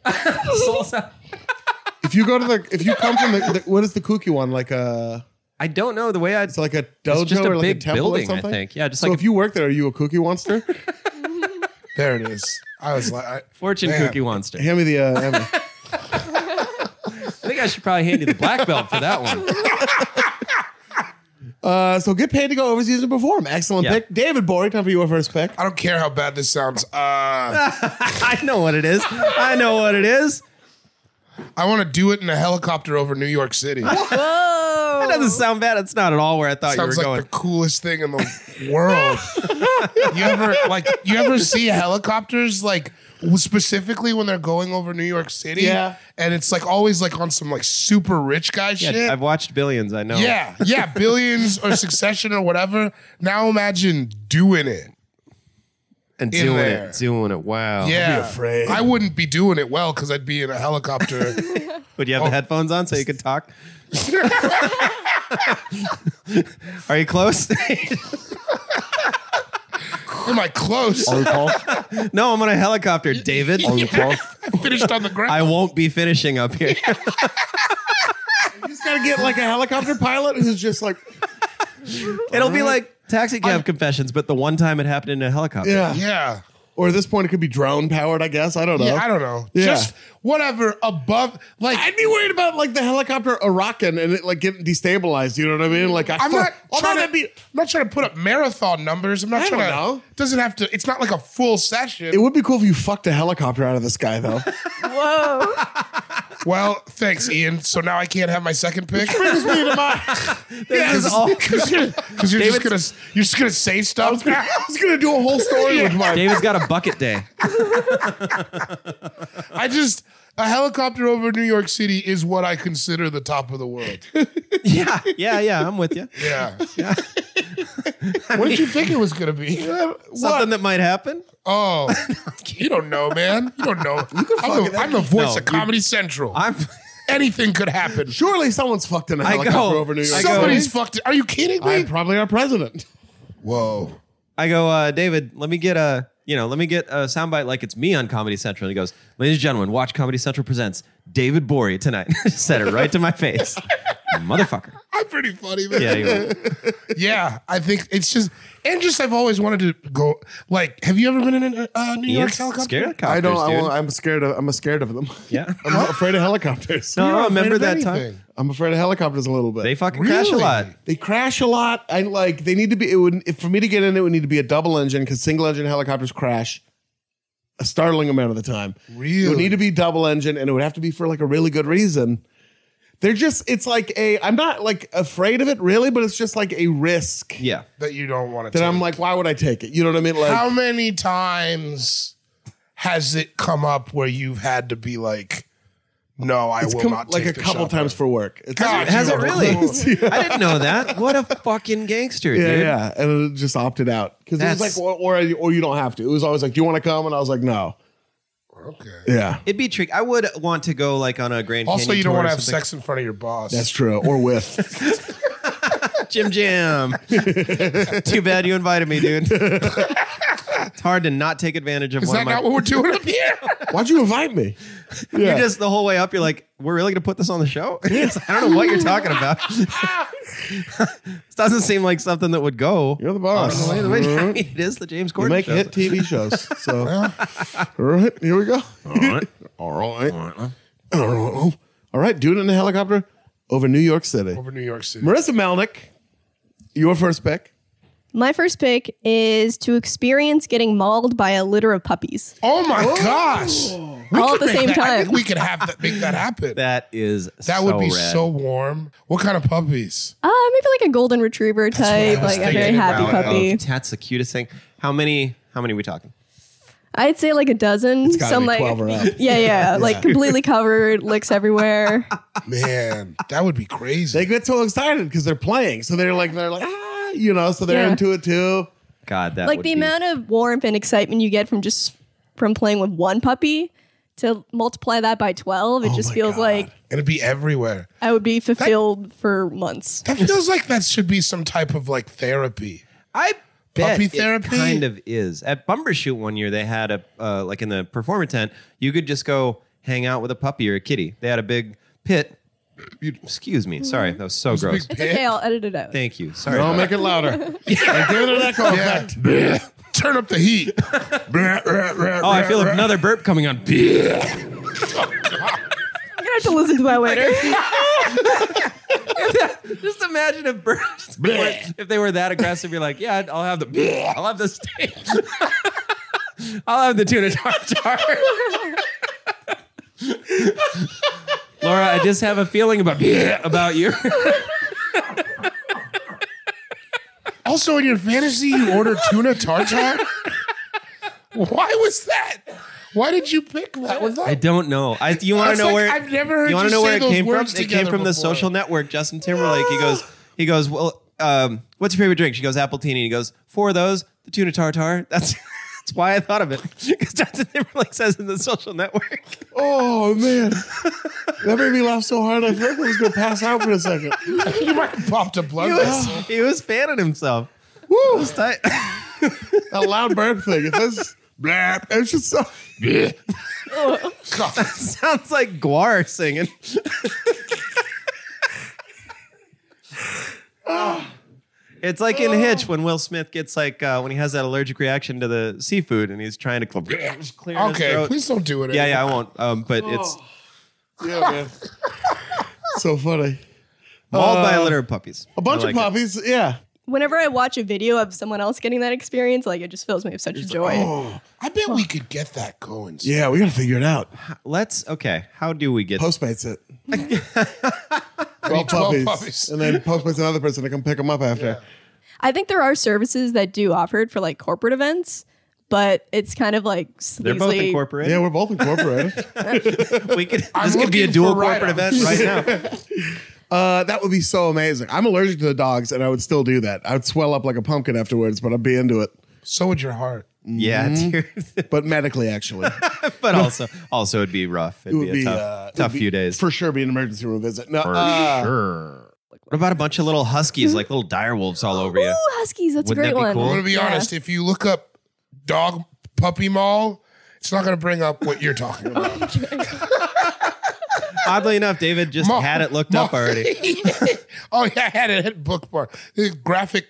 If you go to the if you come from the, the what is the kooky one like a
I don't know the way I.
it's like a dojo
just a
or like
big
a temple
building, I
or something.
think. Yeah, just
so
like a-
if you work there, are you a kooky monster?
There it is. I was like, I,
Fortune
Man.
Cookie Monster.
Hand me the uh, hand me.
I think I should probably hand you the black belt for that one.
Uh, so get paid to go overseas and perform. Excellent
Yeah.
pick, David Bory. Time for your first pick.
I don't care how bad this sounds. Uh,
I know what it is. I know what it is.
I want to do it in a helicopter over New York City.
That doesn't sound bad. It's not at all where I thought
Oh. Sounds
you
like
were
the coolest thing in the world. you ever like you ever see helicopters like specifically when they're going over New York City?
Yeah.
and it's like always like on some like super rich guy
going.
shit.
Yeah, I've watched Billions. I
Oh.
know.
Yeah, yeah, billions or succession or whatever. Now imagine doing it.
and
in
doing
there.
it, doing it. Wow.
Yeah,
afraid.
I wouldn't be doing it well because I'd be in a helicopter.
Would you
Oh.
have the headphones on so you could talk? Are you close?
Am I close?
no, I'm on a helicopter, David.
I finished on the
I
ground.
won't be finishing up here.
You just gotta get like a helicopter pilot who's just like,
It'll be like taxi cab confessions, but the one time it happened in a helicopter.
yeah.
yeah.
Or at this point, it could be drone powered. I guess I don't know.
Yeah, I don't know.
Yeah.
Just whatever above, like
I'd be worried about like the helicopter a rocking and it like getting destabilized. You know what I mean? Like I
I'm
fu-
not.
although
Trying to,
that'd be
I'm not trying to put up marathon numbers. I'm not
I
trying
don't
to.
know.
Doesn't have to. It's not like a full session.
it would be cool if you fucked a helicopter out of the sky though.
well, thanks, Ian. So now I can't have my second pick.
This is all-
because you're, 'cause you're just gonna you're just gonna say stuff.
I was gonna do a whole story with my
David's got a bucket day.
I just a helicopter over New York City is what I consider the top of the world.
yeah, yeah, yeah. I'm with you.
Yeah. what did you think it was gonna be?
Something that might happen.
Oh, you don't know, man. You don't know. I'm, the, I'm the voice
No,
of Comedy Central.
I'm.
Uh,
Anything could happen.
Surely someone's fucked in a
I
helicopter
go-
over New York.
I go-
Somebody's fucked. it. Are you kidding me?
I'm probably our president.
Whoa.
I go, uh, David. Let me get a. You know, let me get a soundbite like it's me on Comedy Central. And he goes, "Ladies and gentlemen, watch Comedy Central presents David Bory tonight." Said it right to my face, motherfucker.
I'm pretty funny, man.
Yeah, you were.
Yeah, I think it's just and just I've always wanted to go. Like, have you ever been in a uh, New York
Ian's
helicopter?
scared of
I don't.
helicopters,
I
dude.
won't, I'm scared of. I'm scared of them.
yeah.
I'm afraid of helicopters.
No, I
Afraid
remember
of
that time.
anything.
I'm afraid of helicopters a little bit.
They fucking crash a
Really?
lot.
They crash a lot. I like. They need to be. It would if, for me to get in. It would need to be a double engine because single engine helicopters crash a startling amount of the time. It would
Really?
need to be double engine, and it would have to be for like a really good reason. They're just. It's like a. I'm not like afraid of it really, but it's just like a risk
Yeah.
That you don't want to.
that
take.
I'm like, why would I take it? You know what I mean? Like,
How many times has it come up where you've had to be like, "No, I
it's
will
come-
not."
like a
take the
couple
shot.
times for work. It's
God,
Has it
You're a
really?
Yeah.
I didn't know that. What a fucking gangster,
Yeah,
dude.
yeah, and it just opted out because it was
That's-
like, or, or or you don't have to. It was always like, do you want to come? And I was like, no.
Okay.
Yeah,
It'd be tricky. I would want to go like on a Grand
Also,
Canyon
you don't
tour
want
or
to have
something.
sex in front of your boss.
that's true. Or with.
Jim Jam. Too bad you invited me, dude. it's hard to not take advantage of
Is
one
that
of my.
not what we're doing up here?
Why'd you invite me? Yeah.
you just the whole way up, you're like, we're really gonna put this on the show? It's like, I don't know what you're talking about. this doesn't seem like something that would go.
You're the boss.
on the way. The way- I mean, it is the James
you
Corden
make
show.
hit TV shows. So, all right, here we go. All
right.
all right, all right, all right. Doing it in a helicopter over New York City.
Over New York City.
Marissa Melnick, your first pick.
My first pick is to experience getting mauled by a litter of puppies.
Oh my gosh! We
All
could
at the
make
same
that- I
time.
think we could have that. Make that happen. that
That is so
would be
rad.
so warm. What kind of puppies?
Uh, maybe like a golden retriever type, like a very
thinking
happy
uh,
about.
puppy.
Oh, that's the cutest thing. How many? How many are we talking?
I'd say like a dozen.
Gotta
Some
be
like
12 or up.
yeah, yeah, like completely covered, licks everywhere.
Man, that would be crazy.
They get so excited because they're playing. So they're like, they're like, ah, you know. So they're
Yeah.
into it too.
God, that
like
would
the
be-
amount of warmth and excitement you get from just from playing with one puppy to multiply that by 12 it just
my
feels
God.
like
It'd be everywhere.
i would be fulfilled for months
That feels like that should be some type of like therapy.
I bet
Puppy
it
therapy?
kind of is. At Bumbershoot one year, they had a uh, like in the performer tent, you could just go hang out with a puppy or a kitty. They had a big pit. You- excuse me, sorry, that was so gross.
it's okay i'll edit it out
Thank you. Sorry.
Don't
about
make it louder. and give it an echo effect.
Yeah. Turn up the heat. oh,
Oh, I feel another burp coming on.
i'm gonna have to listen to that later
Just imagine if burps, were- if they were that aggressive, you're like, yeah, I'll have the, I'll have the steak, I'll have the tuna tartar. Laura, I just have a feeling about about you.
Also, in your fantasy, you ordered tuna tartare. Why was that? Why did you pick that? Was that?
I don't know. I, you want
That's
to know
like-
where
I've never heard
you wanna
you
know
say
where it
those
came from?
words
It came
together
from the
before.
social network. Justin Timberlake. He goes. He goes. Well, um, what's your favorite drink? She goes apple tini. He goes four of those. The tuna tartar. That's that's why I thought of it because Justin Timberlake says in the social network.
Oh man, that made me laugh so hard. I felt like I was gonna pass out for a second.
you might have popped a blood
He
vessel.
was he was fanning himself. Woo!
That loud burp thing. It says, blah, it's just so.
God.
sounds like Guar singing. It's like in Hitch when Will Smith gets like uh, when he has that allergic reaction to the seafood and he's trying to cl- clear his
Okay,
throat.
please don't do it.
Yeah, yeah, I won't. Um, but it's
Yeah, man. so funny.
mauled by a litter of puppies.
Uh, A bunch
I like
of
it.
puppies. Yeah.
whenever i watch a video of someone else getting that experience like it just fills me with such joy
I bet we could get that going.
Yeah, we gotta figure it out.
Let's okay. How do we get?
Postmates it.
Well,
12 puppies.
puppies.
And then Postmates another person to come pick them up after.
i think there are services that do offer it for like corporate events but it's kind of like sleazily,
They're both
Yeah,
incorporated.
we're both incorporated.
we could. This could be a
looking
dual
for
corporate
write-offs.
event right now.
uh, that would be so amazing. I'm allergic to the dogs and I would still do that. I would swell up like a pumpkin afterwards, but I'd be into it.
So would your heart.
yeah,
Mm-hmm.
dude.
But medically, actually.
but also also it'd be rough. It'd
It would
be a
be,
tough,
uh, it
tough
would be-
few days.
For sure, be an emergency room visit. No, uh,
sure. What about a bunch of little huskies, like little dire wolves all over you?
Ooh, huskies that's
Wouldn't
a great
that be
one
cool?
I'm going to be
Yeah.
honest. If you look up dog puppy mall, it's not going to bring up what you're talking about.
Oddly enough, David just
Mall-
had it looked up
mall-
already.
oh, Oh yeah, I had it at book bar. This is graphic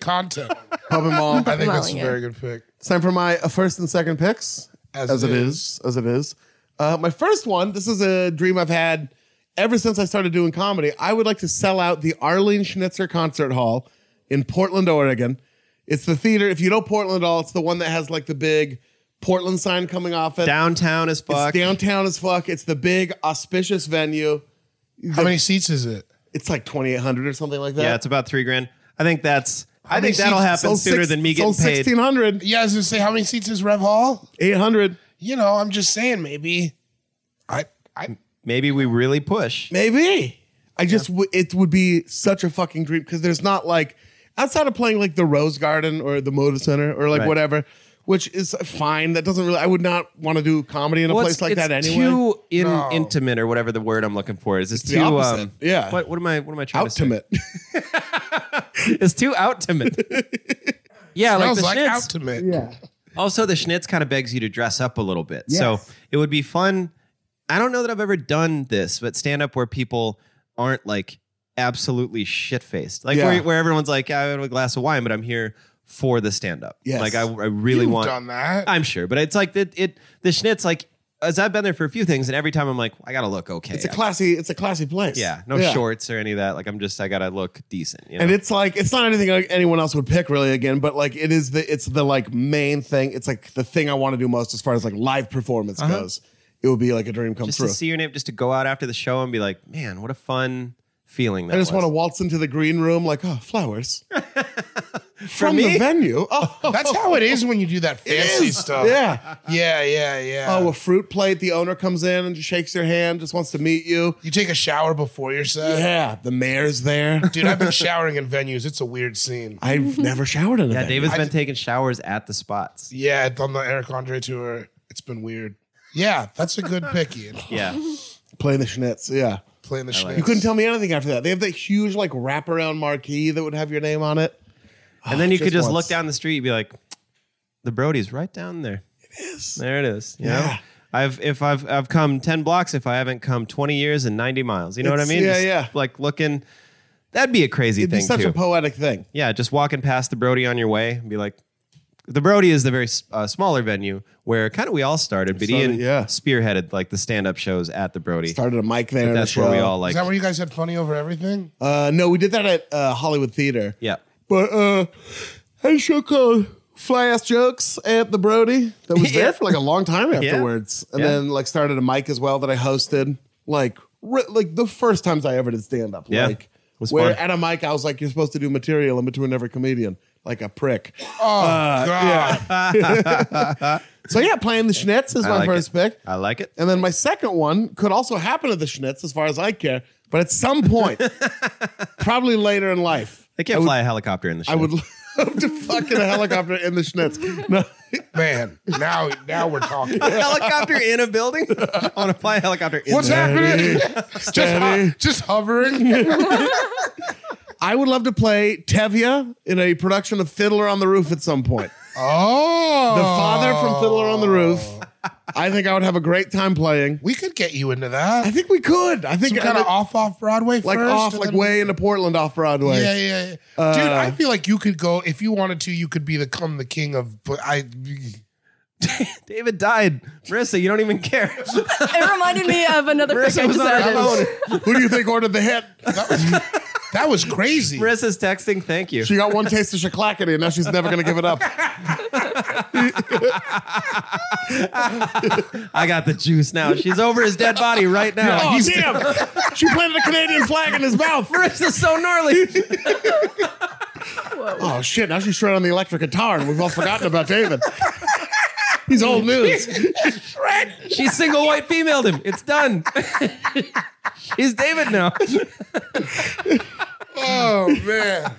content.
Pub and Mall.
I think that's a
Molly, yeah.
very good pick.
It's time for my uh, first and second picks. As, it is. As it is. Uh, my first one, this is a dream I've had ever since I started doing comedy. I would like to sell out the Arlene Schnitzer Concert Hall in Portland, Oregon. It's the theater. If you know Portland at all, it's the one that has like the big Portland sign coming off it.
Downtown as fuck.
It's downtown as fuck. It's the big auspicious venue.
How many seats is it?
It's like 2,800 or something like that.
yeah, it's about three grand. I think that's. I
many
think that'll
seats-
happen
Sold
sooner
six-
than me getting
sold
paid.
1,600,
Yeah, I was gonna say how many seats is Rev Hall?
800.
You know, I'm just saying maybe. I I
Maybe we really push.
Maybe. I just w- it would be such a fucking dream because there's not like outside of playing like the Rose Garden or the Moda Center or like
Right.
whatever, which is fine. That doesn't really. I would not want to do comedy in a
Well,
place
it's-
like
it's
that anyway.
Too in,
No.
intimate or whatever the word I'm looking for is. It's,
the
too
opposite.
um,
Yeah.
What, what am I? What am I trying
Ultimate.
to say? It's too outtimate. yeah, like
smells
the
like
Schnitz.
Ultimate.
also, the Schnitz kind of begs you to dress up a little bit. So
Yes.
it would be fun. I don't know that I've ever done this, but stand up where people aren't like absolutely shit faced, like
Yeah.
where, where everyone's like, I have a glass of wine, but I'm here for the stand up.
Yes.
Like I, I really
You've
want
done that.
I'm sure, but it's like it, it the Schnitz like as I've been there for a few things, and every time I'm like, I gotta look okay.
It's a classy. It's a classy place.
yeah, no shorts or any of that. Like I'm just I gotta look decent. You know?
And it's like it's not anything like anyone else would pick really again, but like it is the it's the like main thing. It's like the thing I want to do most as far as like live performance goes. It would be like a dream come
Uh-huh. just
true.
to see your name, just to go out after the show and be like, man, what a fun feeling. That
I just
was.
want to waltz into the green room like oh flowers from
me?
the venue. Oh,
That's how it is when you do that fancy stuff.
Yeah.
Yeah, yeah, yeah.
Oh, a fruit plate. The owner comes in and just shakes your hand, just wants to meet you.
you take a shower before your set.
Yeah. The mayor's there.
Dude, I've been showering in venues. It's a weird scene.
I've never showered in a
Yeah,
venue.
David's been taking showers at the spots.
Yeah, it's on the Eric Andre tour. It's been weird. Yeah, that's a good pick, Ian.
Yeah,
Playing the schnitz. Yeah.
Playing the
like
Schnitz.
You couldn't tell me anything after that. They have that huge, like, wraparound marquee that would have your name on it.
and then you could
Just
just
once.
look down the street and be like, the Brody's right down there. It is. There it is. You know?
Yeah.
I've if I've I've come ten blocks if I haven't come twenty years and ninety miles. You know what I
It's-
mean?
yeah,
Just,
yeah.
Like looking, that'd be a crazy
It'd be
thing
such
too.
a poetic thing.
yeah, just walking past the Brody on your way and be like, the Brody is the very uh, smaller venue where kind of we all started, but
Started,
Ian
yeah.
spearheaded like the stand up shows at the Brody.
Started a mic there. and a
That's where we
show.
all
Is
like,
that where you guys had funny over everything?
Uh, no, we did that at uh, Hollywood Theater.
yeah.
But uh, had a show called Fly Ass Jokes at the Brody that was there for like a long time afterwards, and
Yeah.
then like started a mic as well that I hosted. Like re- like the first times I ever did stand up.
Yeah.
Like
It was
where
fun.
at a mic I was like, you're supposed to do material in between every comedian, like a prick.
Oh,
Uh,
God.
So yeah, playing the Schnitz is
I
my
like
first
it.
pick.
I like it.
And then my second one could also happen at the Schnitz, as far as I care. But at some point, probably later in life,
They can't fly a helicopter in the show.
I would love to fuck in a helicopter in the Schnitz. No.
Man, now now we're talking.
helicopter in a building? I want to fly a helicopter in
What's
there.
happening? just, ho- just hovering.
I would love to play Tevye in a production of Fiddler on the Roof at some point.
Oh.
The father from Fiddler on the Roof. I think I would have a great time playing.
We could get you into
I
that.
think we could. I think
Some kind of
like,
off off Broadway
like
first,
off,
and
like
then-
way uh, into Portland off Broadway.
Yeah, yeah, yeah. Dude, I feel like you could go if you wanted to. You could be the come the king of. But I,
David died. Marissa, you don't even care.
It reminded me of another pick
Marissa
I
was on
just
her
added.
phone.
Who do you think ordered the hit?
that was that was crazy.
Marissa's texting. Thank you.
She got one taste of shaklackity and now she's never going to give it up.
I got the juice now. She's over his dead body right now.
Oh,
He's-
damn. she planted a Canadian flag in his mouth.
Marissa's so gnarly.
Oh, shit. Now she's shredding on the electric guitar and we've all forgotten about David. He's old news.
She single white femaled him. It's done. He's David now.
Oh man,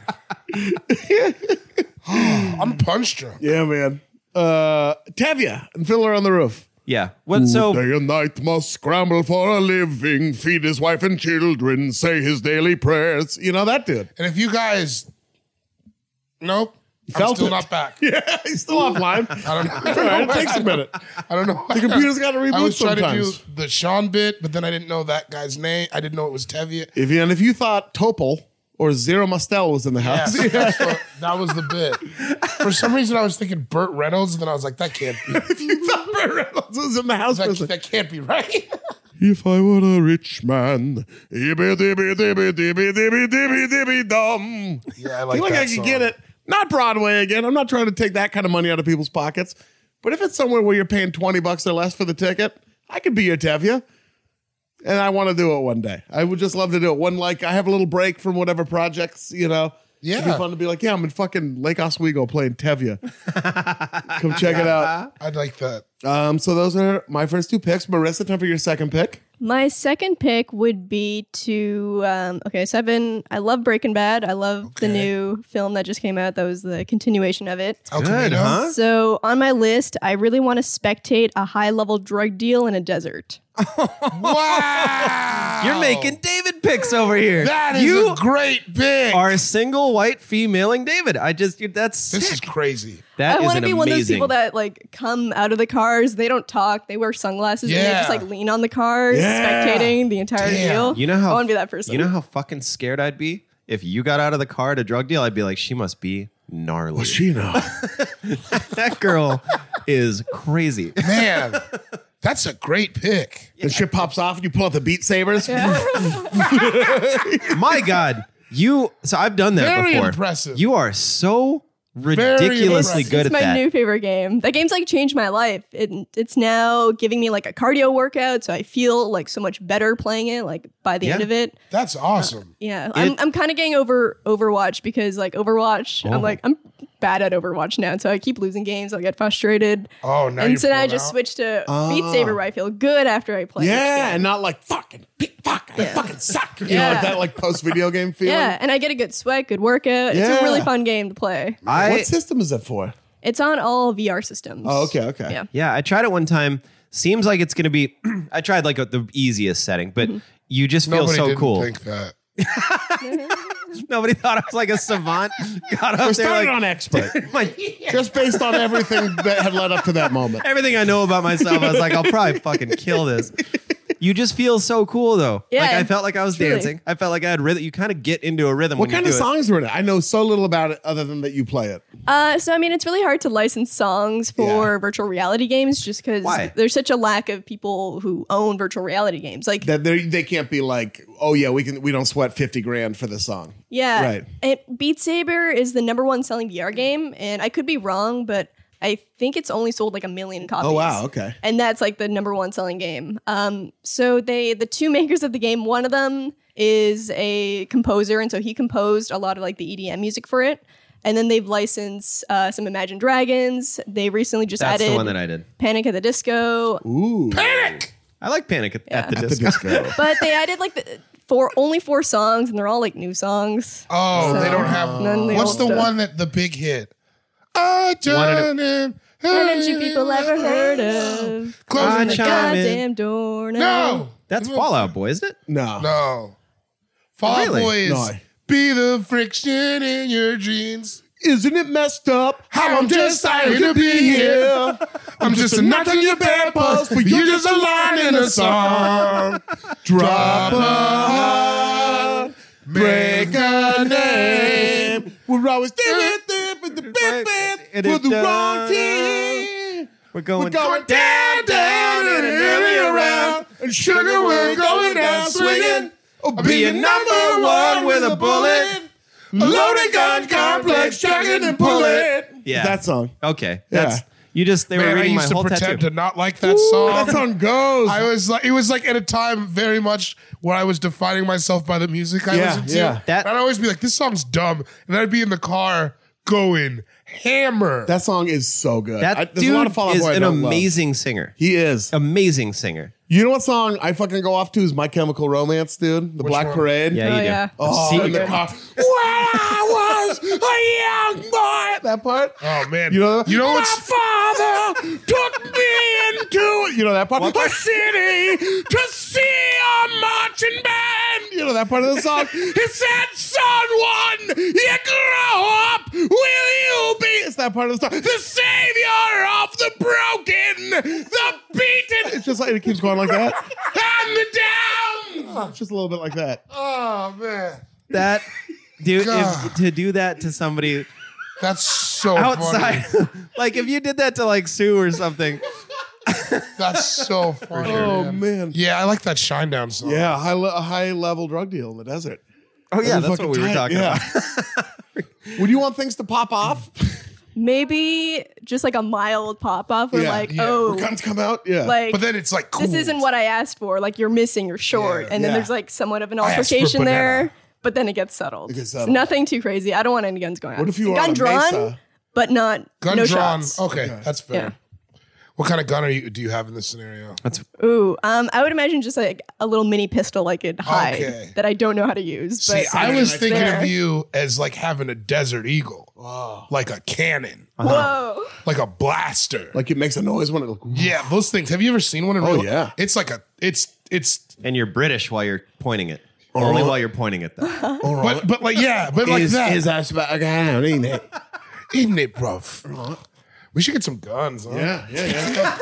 I'm punch drunk.
Yeah, man. Uh, Tevye and Fiddler on the Roof.
Yeah. What? So
Day and night must scramble for a living, feed his wife and children, say his daily prayers. You know that dude.
And if you guys, nope, I'm
Felt
still
it.
not back.
Yeah, he's still offline.
I don't know.
All right, it takes a minute.
I don't know.
The computer's gotta
I
reboot
was trying
sometimes.
to do the Sean bit, but then I didn't know that guy's name. I didn't know it was Tevye.
If you, and if you thought Topol or Zero Mostel was in the
Yeah,
house.
that's what- that was the bit. For some reason, I was thinking Burt Reynolds, and then I was like, that can't be.
if you thought Burt Reynolds was in the house, for a
That,
second.
that can't be right.
If I were a rich man, dibby dibby dibby dibby dibby dibby dibby dum.
Yeah, I
I
like
feel like
that
I could
song.
get it. Not Broadway again. I'm not trying to take that kind of money out of people's pockets. But if it's somewhere where you're paying 20 bucks or less for the ticket, I could be your Tevya. And I want to do it one day. I would just love to do it. One, like, I have a little break from whatever projects, you know. It'd be
Yeah.
fun to be like, yeah, I'm in fucking Lake Oswego playing Tevya. Come check it out.
I'd like that.
Um, so those are my first two picks. Marissa, time for your second pick.
My second pick would be to um, okay, so I've been I love Breaking Bad. I love the new film that just came out. That was the continuation of it.
El
Good,
Camino.
huh?
So on my list, I really want to spectate a high level drug deal in a desert.
Wow.
You're making David picks over here.
That is
you
a great big.
are a single white femaling David. I just that's
This is crazy.
that
I
is
want to
an
be one of those
amazing-
people that like come out of the cars. They don't talk. They wear sunglasses and they
Yeah.
just like lean on the cars,
Yeah.
spectating the entire
Damn.
deal.
You know how
I want to be that person.
You know how fucking scared I'd be if you got out of the car at a drug deal. I'd be like, she must be gnarly.
Gina.
that girl is crazy.
Man, that's a great pick.
And shit pops off and you pull out the beat sabers.
My God, you. So I've done that
Very
before.
impressive.
you are so ridiculously
impressive.
good
it's
at
my
that.
new favorite game. That game's like changed my life. It, it's now giving me like a cardio workout, so I feel like so much better playing it. Like by the
Yeah.
end of it,
That's awesome.
yeah, I'm I'm kind of getting over Overwatch because like Overwatch,
Oh.
I'm like I'm bad at Overwatch now, so I keep losing games. I'll get frustrated,
Oh, now
and
you're
so then I
pulling
just
out?
switch to Beat Saber where I feel good after I play.
Yeah,
it.
and not like fucking pe- fuck, I fucking suck. You know,
Yeah.
like that like post video game feeling.
yeah, and I get a good sweat, good workout. It's
Yeah.
a really fun game to play.
I
what system is that for?
It's on all VR systems.
Oh, okay, okay.
Yeah.
Yeah, I tried it one time. Seems like it's going to be. I tried like a, the easiest setting,
Mm-hmm.
but you just feel
Nobody
so
didn't
cool.
think that.
Nobody thought I was like a savant. Got up
We're
there
starting
like,
on expert.
my-
Just based on everything that had led up to that moment.
everything I know about myself. I was like, I'll probably fucking kill this. You just feel so cool though.
Yeah,
like I felt like I was
truly.
dancing. I felt like I had rhythm. You kind of get into a rhythm.
What
when
kind
you
of
do it.
songs were in it? I know so little about it other than that you play it.
Uh, so I mean, it's really hard to license songs for
Yeah.
virtual reality games just because
Why?
there's such a lack of people who own virtual reality games. Like,
That they they can't be like, oh yeah, we can we don't sweat fifty grand for this song.
yeah,
Right.
It, Beat Saber is the number one selling VR game, and I could be wrong, but I think it's only sold like a million copies.
Oh wow, okay.
and that's like the number one selling game. Um, so they the two makers of the game, one of them is a composer, and so he composed a lot of like the EDM music for it. And then they've licensed uh, some Imagine Dragons. They recently just
That's
added
the one that I did.
Panic at the Disco,
Ooh.
I like Panic at, at the
The
Disco.
disco.
but they added like the, four only four songs, and they're all like new songs.
Oh,
So
they don't have.
none of the
what's
old
the
stuff.
one that the big hit? I done it.
Why don't you people ever heard of?
I
Closing the
chime
door.
in.
Goddamn door. now.
No,
That's Fallout Boy, isn't it?
No.
no. Fall Out
Really?
Boy is
No.
be the friction in your jeans.
Isn't it messed up? How I'm just excited to be here.
I'm just a notch on your bad post, but you're just a line in a song.
Drop a heart, break a name. We're always there with the big man
It
for
is
the wrong
done.
team.
We're going,
We're going down, down, and really around. And sugar, we're going down swinging. Oh, be a number one with a bullet. Loaded gun complex, chugging and pulling.
Yeah.
That song.
Okay, that's you just they were
Man, I
reading my
used to
whole
pretend
tattoo.
to not like that song.
Oh. That song goes.
I was like, it was like at a time very much where I was defining myself by the music I
Yeah,
listened to.
yeah.
That-
I'd always be like, this song's dumb. And I'd be in the car going hammer.
That song is so good.
that
I- there's
dude
a lot of Fall Out
is
Boy I
an
don't love.
amazing Um, singer.
He is.
Amazing singer.
You know what song I fucking go off to is My Chemical Romance, dude. The Black
one?
Parade.
Yeah,
Oh,
you do.
yeah.
Oh,
See,
in the car. when I was a young boy. That part.
oh, man.
You know,
you know what's.
My father took me into, you know, that part. The city to see a marching band. You know, that part of the song. he said, son, one, you grow up, will you be? It's that part of the song. The savior of the broken, the beaten. It's just like, it keeps going like that. and the down. It's just a little bit like that.
Oh, man.
that Dude,
God.
if, to do that to somebody
That's so
outside,
funny.
like if you did that to like Sue or something,
That's so funny.
Oh man.
Yeah, I like that Shinedown song.
Yeah, high le- a high level drug deal in the desert.
oh yeah, that's
fucking
what we were
tight,
talking
yeah.
about.
Would you want things to pop off?
Maybe just like a mild pop off or
Yeah,
like,
yeah.
oh,
Guns come out. Yeah.
like
But then it's like cool.
this isn't what I asked for. Like you're missing, you're short.
Yeah.
and then
Yeah.
there's like somewhat of an
asked for
altercation
banana.
there. But then it gets settled.
gets
It's
settled.
Nothing too crazy. I don't want any guns going on.
what if you were
gun
on a
drawn,
mesa?
but not
gun
no
drawn. Oh,
shots.
Okay, that's fair.
Yeah.
What kind of gun are you do you have in this scenario?
Ooh, um, I would imagine just like a little mini pistol I could hide
Okay.
that I don't know how to use. But
See, I was
it's
thinking
there.
of you as like having a desert eagle.
Oh.
Like a cannon.
Whoa.
Like a blaster.
Uh. Like it makes a noise when it. Like,
yeah, those things. Have you ever seen one in
Oh,
real
yeah.
It's like a it's it's
And you're British while you're pointing it. Only while you're pointing it though.
but but like yeah, but like that.
is that about again? Ain't it?
Isn't it, bruv? We should get some guns, huh?
Yeah, yeah,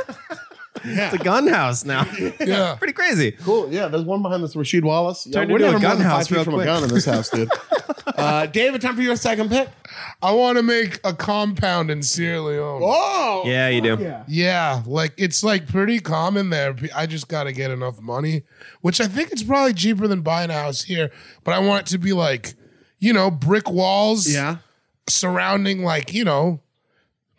yeah.
It's a gun house now.
Yeah.
Pretty crazy.
cool. Yeah, there's one behind this Rashid Wallace. Yeah,
Turned
we're
into a
never more
gun
than
house
five feet
real
from a
quick.
gun in this house, dude. uh, David, time for your second pick.
I want to make a compound in Sierra Leone.
Oh,
Yeah, you do.
Yeah, like it's like pretty common there. I just got to get enough money, which I think it's probably cheaper than buying a house here, but I want it to be like, you know, brick walls
yeah.
surrounding like, you know,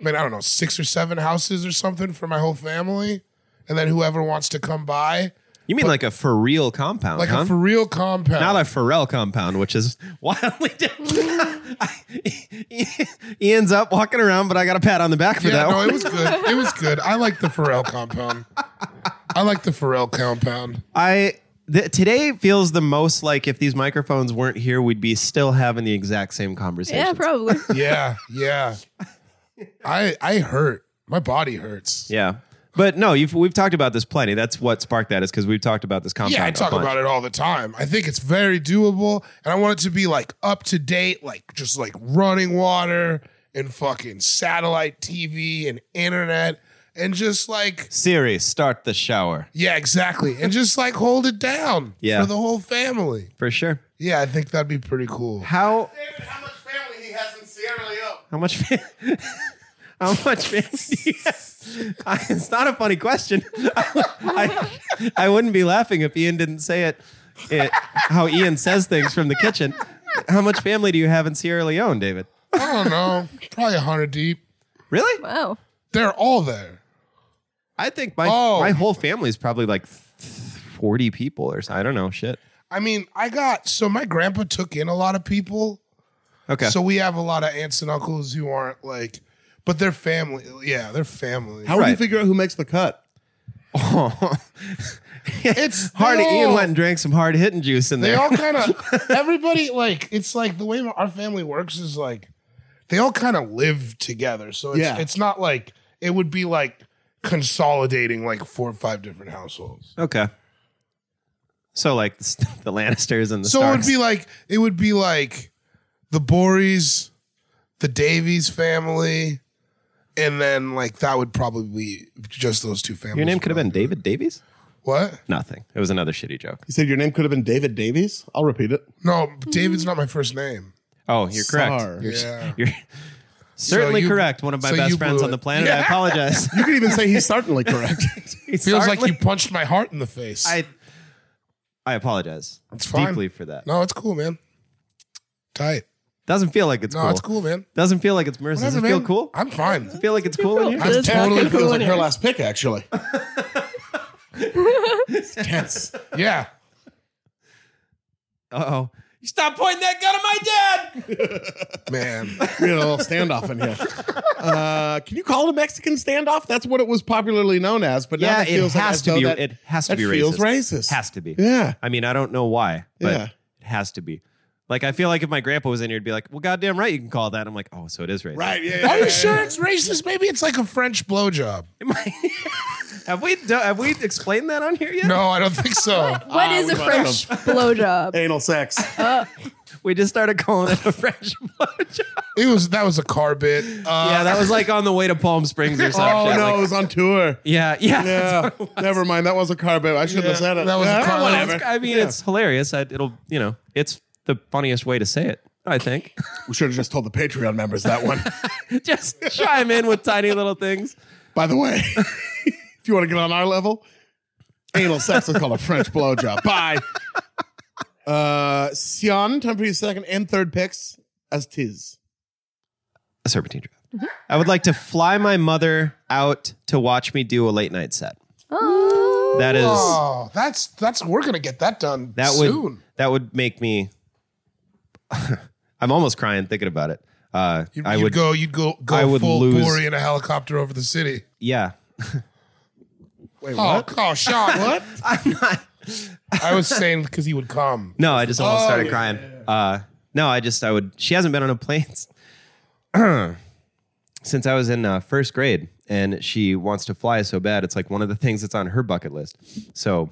I mean, I don't know, six or seven houses or something for my whole family. And then whoever wants to come by,
You mean like a for real compound,
like
huh?
a for real compound.
not a Pharrell compound, which is wildly different. Ian's up walking around, but I got a pat on the back for
yeah,
that
no,
one.
it was good. It was good. I like the Pharrell compound. I like the Pharrell compound.
I th- today feels the most like if these microphones weren't here, we'd be still having the exact same conversation.
Yeah, probably.
Yeah, yeah. I I hurt. My body hurts.
Yeah. But no, you've, we've talked about this plenty. That's what sparked that is because we've talked about this compound.
Yeah, I
a
talk
bunch.
about it all the time. I think it's very doable, and I want it to be like up to date, like just like running water and fucking satellite TV and internet, and just like
Siri, start the shower
yeah, exactly, and just like hold it down
Yeah.
for the whole family.
for sure.
Yeah, I think that'd be pretty cool.
How
How much family he has in Sierra Leone?
how much fan, how much fan do you have? I, it's not a funny question. I, I, I wouldn't be laughing if Ian didn't say it, it how Ian says things from the kitchen. How much family do you have in Sierra Leone, David?
I don't know, probably a hundred deep.
Really?
wow.
They're all there.
I think my
Oh.
my whole family is probably like forty people or so. I don't know. Shit.
I mean, I got so my grandpa took in a lot of people.
Okay.
So we have a lot of aunts and uncles who aren't like, but they're family. Yeah, they're family.
How would you
Right.
figure out who makes the cut?
It's
hard.
they
Ian
all-
went and drank some hard hitting juice in
They
there.
all kind of everybody like it's like the way our family works is like they all kind of live together. So it's
Yeah.
it's not like it would be like consolidating like four or five different households.
okay. So like the, st- the Lannisters and the
so
Starks.
it would be like it would be like the Bories, the Davies family, and then like that would probably be just those two families.
Your name could have been David Davies.
what?
Nothing. It was another shitty joke.
You said your name could have been David Davies. I'll repeat it.
No, David's not my first name.
Oh, you're correct.
Sar.
You're,
Yeah.
you're certainly
you-
correct. One of my
so
best
you
friends
blew
on the
it.
planet. I
Yeah.
apologize.
You could even say he's certainly correct.
Feels like you punched my heart in the face.
I. I apologize
fine.
deeply for that.
no, it's cool, man. Tight.
Doesn't feel like it's
No,
cool.
it's cool, man.
Doesn't feel like it's mercy. Does it
Whatever,
feel
man.
cool?
I'm fine.
feel like it's cool in here.
I'm
It's
totally
fucking cool
cool.
in
Her last pick, actually. tense.
Yeah.
Uh oh. You stop pointing that gun at my dad.
Man.
We had a little standoff in here. Uh, can you call it a Mexican standoff? That's what it was popularly known as. But now
Yeah,
that feels
it
like
has
as
to
though
be.
That,
it has to
that
be
feels
racist.
racist.
Has to be.
Yeah.
I mean, I don't know why, but
Yeah.
it has to be. Like, I feel like if my grandpa was in here, it'd be like, "Well, goddamn right, you can call it that." I'm like, "Oh, so it is racist."
Right. Yeah.
Are you sure it's racist? Maybe it's like a French blowjob.
have we do, have we explained that on here yet?
No, I don't think so.
What is
we
a
might
French blowjob?
Anal sex.
We just started calling it a French blowjob.
It was that was a car bit. Uh,
yeah, that was like on the way to Palm Springs or something.
oh no, it was on tour.
yeah, yeah.
Yeah. Never mind. That was a car bit. I shouldn't have said it.
Oh,
that was a
Yeah,
car bit.
whatever.
It's- I mean, it's hilarious. I, it'll you know, it's the funniest way to say it. I think.
We should have just told the Patreon members that one.
Just chime in with tiny little things.
By the way, if you want to get on our level, anal sex is called a French blowjob. Bye. Uh, Sion, time for your second and third picks as tis.
A serpentine draft.
Mm-hmm.
I would like to fly my mother out to watch me do a late night set. That is
Oh, that's that's we're gonna get that done
that
soon.
would that would make me. I'm almost crying thinking about it. Uh,
You'd,
I
you'd
would
go. You'd go. Go
I would
full
lose-
glory in a helicopter over the city.
Yeah,
Wait,
Oh,
what?
oh, Sean, what?
I'm not.
I was saying because he would come.
No, I just almost
Oh,
started
yeah,
crying. Uh, no, I just I would. She hasn't been on a plane s- since I was in uh, first grade, and she wants to fly so bad. It's like one of the things that's on her bucket list. So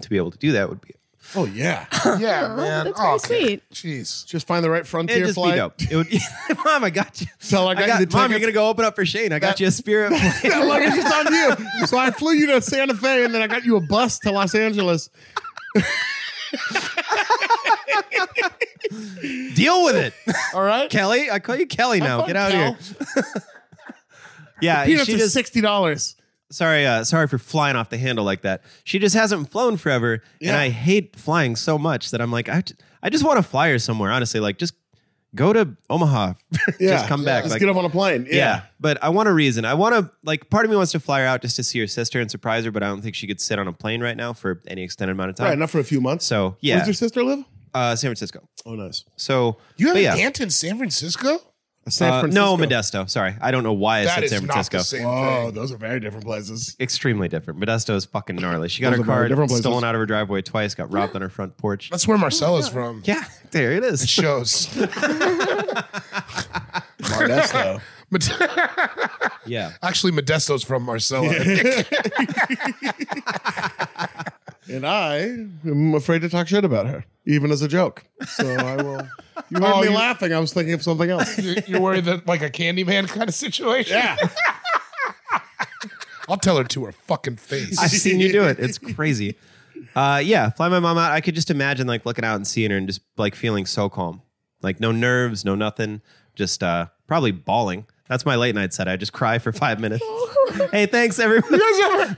to be able to do that would be
Oh, yeah.
Yeah, man.
that's
oh,
pretty
okay. Jeez.
Just find the right
it'd
frontier
just be
flight.
dope. It would. Mom, I got you.
Tell her I got you the
Mom, you're
tickets.
gonna go open up for Shane. I got you a Spirit. plane.
that luggage is on you. So I flew you to Santa Fe and then I got you a bus to Los Angeles.
Deal with it,
All right.
Kelly. I call you Kelly now.
fun,
Get out
Kel.
of here. yeah,
Peanuts
Uh, she
are
just
sixty dollars.
sorry, uh, sorry for flying off the handle like that. She just hasn't flown forever,
Yeah.
and I hate flying so much that I'm like, I, ju- I just want to fly her somewhere. Honestly, like just go to Omaha, just come back.
Just
like,
get up on a plane.
yeah. but I want a reason. I want to like. Part of me wants to fly her out just to see her sister and surprise her, but I don't think she could sit on a plane right now for any extended amount of time.
Right. Enough for a few months.
So
Where's
yeah,
your sister live?
uh, San Francisco.
Oh, nice.
So
You have
but
an
yeah.
aunt in San Francisco?
San
Uh,
Francisco.
No, Modesto. Sorry, I don't know why I
That
said
is
San Francisco.
not the same
Whoa,
thing.
those are very different places.
Extremely different. Modesto is fucking gnarly. She got
Those
her
are very
car
different places.
stolen out of her driveway twice. Got robbed on her front porch.
That's where Marcella's from.
Yeah, there it is.
Shows.
Modesto.
Mod-
Yeah.
Actually, Modesto's from Marcella.
and I am afraid to talk shit about her, even as a joke. So I will. You heard
Oh,
me
you-
laughing. I was thinking of something else.
You're, you're worried that like a Candyman kind of situation?
Yeah.
I'll tell her to her fucking face.
I've seen you do it. It's crazy. Uh, yeah, fly my mom out. I could just imagine like looking out and seeing her and just like feeling so calm, like no nerves, no nothing, just uh, probably bawling. That's my late night set. I just cry for five minutes. hey, thanks everyone.
You guys ever-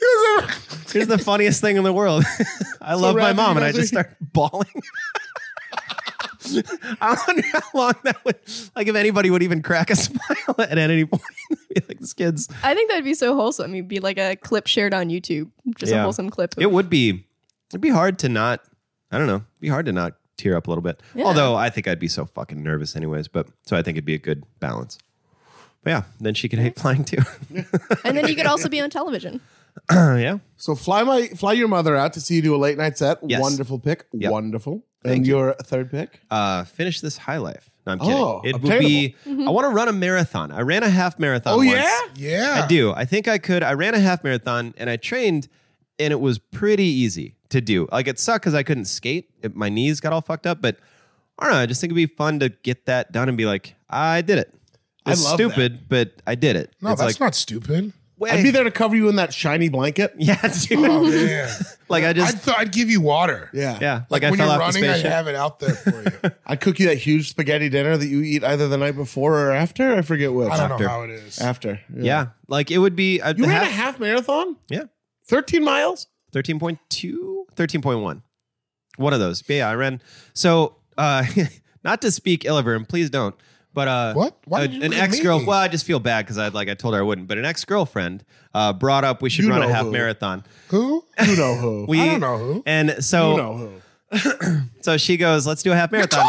you guys ever-
Here's the funniest thing in the world. I love my
Ravi,
mom,
you
and I
guys
just
are-
start bawling. I wonder how long that would like if anybody would even crack a smile at any point. Be like this kid's
I think that'd be so wholesome. It'd be like a clip shared on YouTube, just
Yeah.
a wholesome clip.
It would be. It'd be hard to not. I don't know. It'd be hard to not tear up a little bit. Although I think I'd be so fucking nervous anyways. But so I think it'd be a good balance. But yeah, then she could hate flying too.
and then you could also be on television.
yeah.
So fly my fly your mother out to see you do a late night set.
Yes.
Wonderful pick.
Yep.
Wonderful. and your third pick.
Uh, finish this high life. No, I'm kidding.
Oh,
it would be. I want to run a marathon. I ran a half marathon. once.
yeah.
I do. I think I could. I ran a half marathon and I trained, and it was pretty easy to do. Like it sucked because I couldn't skate. It, my knees got all fucked up, but I don't know. I just think it'd be fun to get that done and be like, I did it.
I
It's
love that.
stupid, but I did it.
No,
it's
that's
like,
not stupid.
way-
I'd be there to cover you in that shiny blanket.
Yeah, dude.
Man.
like I just,
I'd, th- I'd give you water.
Yeah.
yeah, like, I
when
fell
you're
off
running,
the
I
spaceship.
have it out there for you.
I'd cook you that huge spaghetti dinner that you eat either the night before or after. I forget which.
I don't
After.
know how it is.
After.
yeah, like it would be. I'd
You ran
have,
a half marathon?
Yeah,
13 miles?
13.2 13.1 one of those yeah i ran so uh not to speak ill of her and please don't but uh
What? Why
a-
did you
an
look at
ex-girl
me?
well i just feel bad because i like i told her i wouldn't but an ex-girlfriend uh brought up we should
You
run a
know
half
who.
marathon
Who?
You know who.
we
I don't know who.
and so
you know who.
so she goes, "Let's do a half marathon."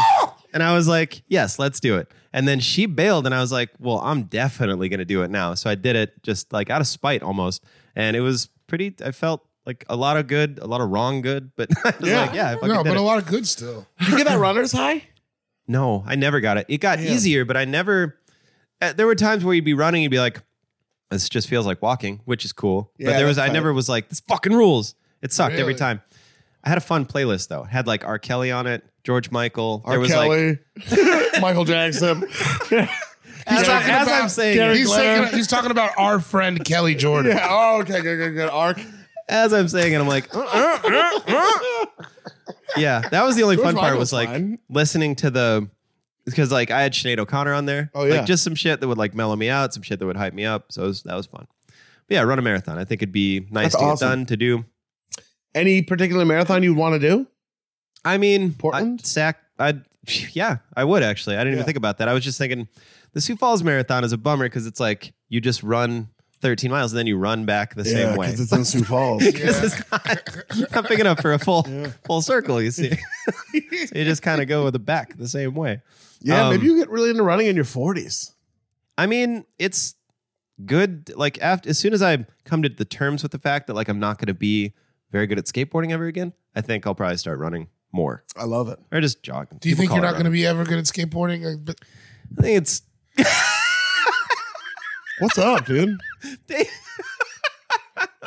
And I was like, "Yes, let's do it." And then she bailed, and I was like, "Well, I'm definitely going to do it now." So I did it, just like out of spite, almost. And it was pretty. I felt like a lot of good, a lot of wrong good, but I was
Yeah.
like, "Yeah, I fucking
No,
did
but
it."
a lot of good still.
Did you get that runner's high?
no, I never got it. It got
Yeah.
easier, but I never. uh, there were times where you'd be running, you'd be like, "This just feels like walking," which is cool.
Yeah,
but there was,
that's
I
tight.
never was like, "This fucking rules." It sucked every
Really?
time. I had a fun playlist though. It had like R. Kelly on it, George Michael.
R. Kelly, Michael Jackson.
as, I,
talking
as
about
I'm saying,
Gary-
it,
He's,
Glare.
thinking- he's talking about our friend Kelly Jordan.
yeah. Oh, okay, good, good, good. Arc.
as I'm saying, it, I'm like, uh, uh, uh, uh. yeah, that was the only
George
fun part
Michael's
was like
fine.
listening to the because like I had Sinead O'Connor on there.
Oh, yeah.
Like just some shit that would like mellow me out, some shit that would hype me up. So it was, that was fun. But yeah, run a marathon. I think it'd be nice
That's
to
awesome.
get done to do.
Any particular marathon you'd want to do?
I mean,
Portland?
I, sack. I yeah, I would actually. I didn't
Yeah.
even think about that. I was just thinking the Sioux Falls Marathon is a bummer because it's like you just run 13 miles and then you run back the same way.
because it's in Sioux Falls.
'Cause it's not, not big enough for a full full circle. You see, so you just kind of go with the back the same way.
Yeah,
Um,
maybe you get really into running in your 40s.
I mean, it's good. Like after, as soon as I come to the terms with the fact that like I'm not going to be very good at skateboarding ever again, I think I'll probably start running more
I love it.
or just jogging.
Do you
People
think
call
you're
it
not going to
running.
be ever good at skateboarding? Like, but
I think it's
What's up, dude? you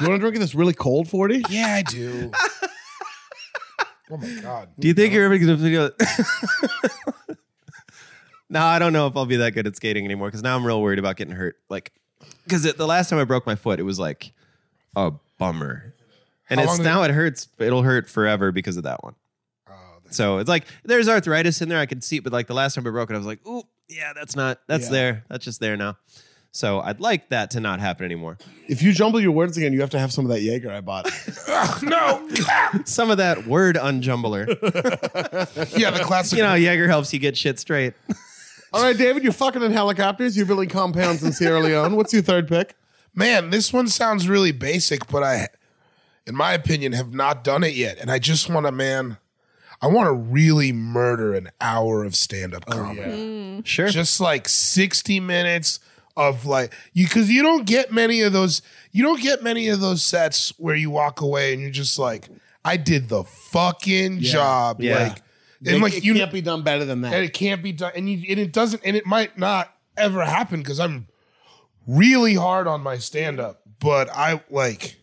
want to drink this really cold 40?
yeah, I do. oh my god.
Do you think you're ever going to No, I don't know if I'll be that good at skating anymore because now I'm real worried about getting hurt. Like, because the last time I broke my foot, it was like a bummer, and
How
it's
long Oh, did-
now it hurts. It'll hurt forever because of that one. so it's like there's arthritis in there. I can see it, but like the last time I broke it, I was like, "Ooh, yeah, that's not that's
Yeah.
there. That's just there now." So I'd like that to not happen anymore.
If you jumble your words again, you have to have some of that Jaeger I bought.
Ugh, no.
Some of that word unjumbler,
yeah, the classic.
you know, Jaeger helps you get shit straight.
All right, David, you're fucking in helicopters. You're building compounds in Sierra Leone. What's your third pick?
man, this one sounds really basic, but I, in my opinion, have not done it yet. And I just want to, man, I want to really murder an hour of stand up comedy.
Sure,
Just like 60 minutes of like, you, cause you don't get many of those, you don't get many of those sets where you walk away and you're just like, I did the fucking job.
Yeah.
Like, and like,
it
you
can't be done better than
and
that.
it can't be done and, you, and it doesn't and it might not ever happen because i'm really hard on my stand-up but i like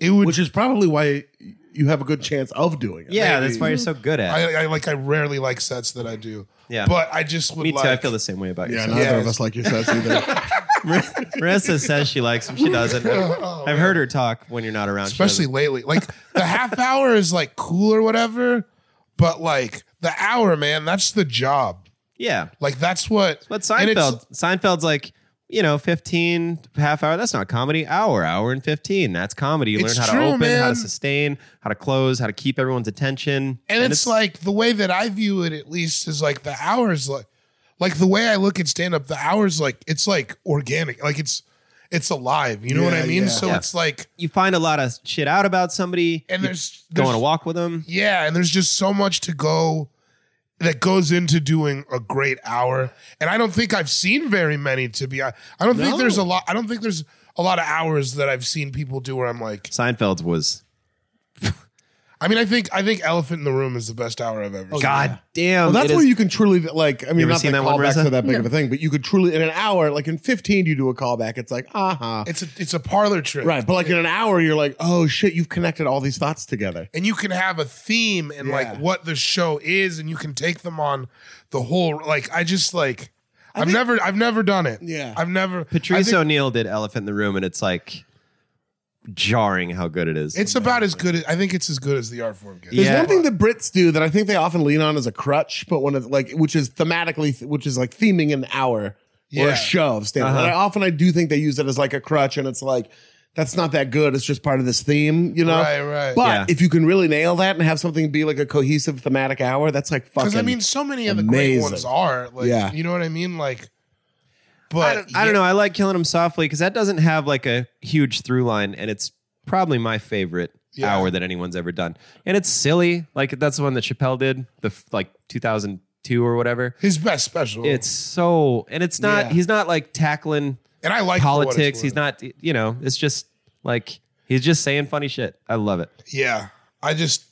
it would
Which is probably why you have a good chance of doing it.
yeah, that's why you're so good at. it.
I, I like i rarely like sets that i do
Yeah.
but i just would
Me too.
like
I feel the same way about
Yeah,
yourself.
neither
Yeah,
of us like your sets either.
Marissa says she likes him. She doesn't. I've, I've heard her talk when you're not around. She
Oh, especially lately like the half hour is like cool or whatever but like the hour man that's the job
doesn't. yeah.
like that's what
But
and it's-
Seinfeld, Seinfeld's like, you know, 15 half hour. That's not comedy. Hour, hour and 15. That's comedy. You learn
It's
how
true,
to open, how
man.
to sustain, how to close, how to keep everyone's attention.
and, it's, like the way that I view it, at least, is like the hours, like, like the way I look at stand up, the hours, like it's like organic, like it's, it's alive. You know what
Yeah,
I mean?
yeah.
So
Yeah.
it's like,
you find a lot of shit out about somebody.
and
you
there's,
go
there's
on a walk with them.
yeah, and there's just so much to go that goes into doing a great hour. And I don't think I've seen very many. To be, I, I don't think there's a lot. I don't think there's a lot of hours that I've seen people do where I'm like,
Seinfeld's was,
I mean, I think I think Elephant in the Room is the best hour I've ever. seen.
Oh, God damn.
Well, that's
it
where
is-
you can truly like. I mean,
ever
not
seen
that
that one,
callbacks
Marissa?
are that big of a thing, but you could truly in an hour, like in fifteen, you do a callback. It's like, uh huh,
It's a it's a parlor trick,
right. But like in an hour, you're like, oh shit, you've connected all these thoughts together.
and you can have a theme and
Yeah.
like what the show is and you can take them on the whole like i just like I have never i've never done it
Yeah.
i've never I
Patrice
think
O'Neill did Elephant in the Room, and it's like jarring how good it is.
it's about as good as i think it's as good as the art form gets
There's
Yeah.
one thing that Brits do that I think they often lean on as a crutch, but one of like which is thematically, which is like theming an hour or
Yeah.
a show of stand up.
Uh-huh.
And I, often I do think they use it as like a crutch, and it's like that's not that good. It's just part of this theme, you know.
Right, right.
But
Yeah.
if you can really nail that and have something be like a cohesive thematic hour, that's like fucking.
because i mean so many of the
amazing.
great ones are like
Yeah.
you know what i mean like but
I don't, I don't know. I like killing him softly because that doesn't have like a huge through line, and it's probably my favorite
Yeah.
hour that anyone's ever done. And it's silly. Like that's the one that Chappelle did, the f- like 2002 or whatever.
his best special
It's so, and it's not.
Yeah.
He's not like tackling
and i like for what it's
politics. He's not.
worth.
You know, it's just like he's just saying funny shit. I love it.
Yeah, I just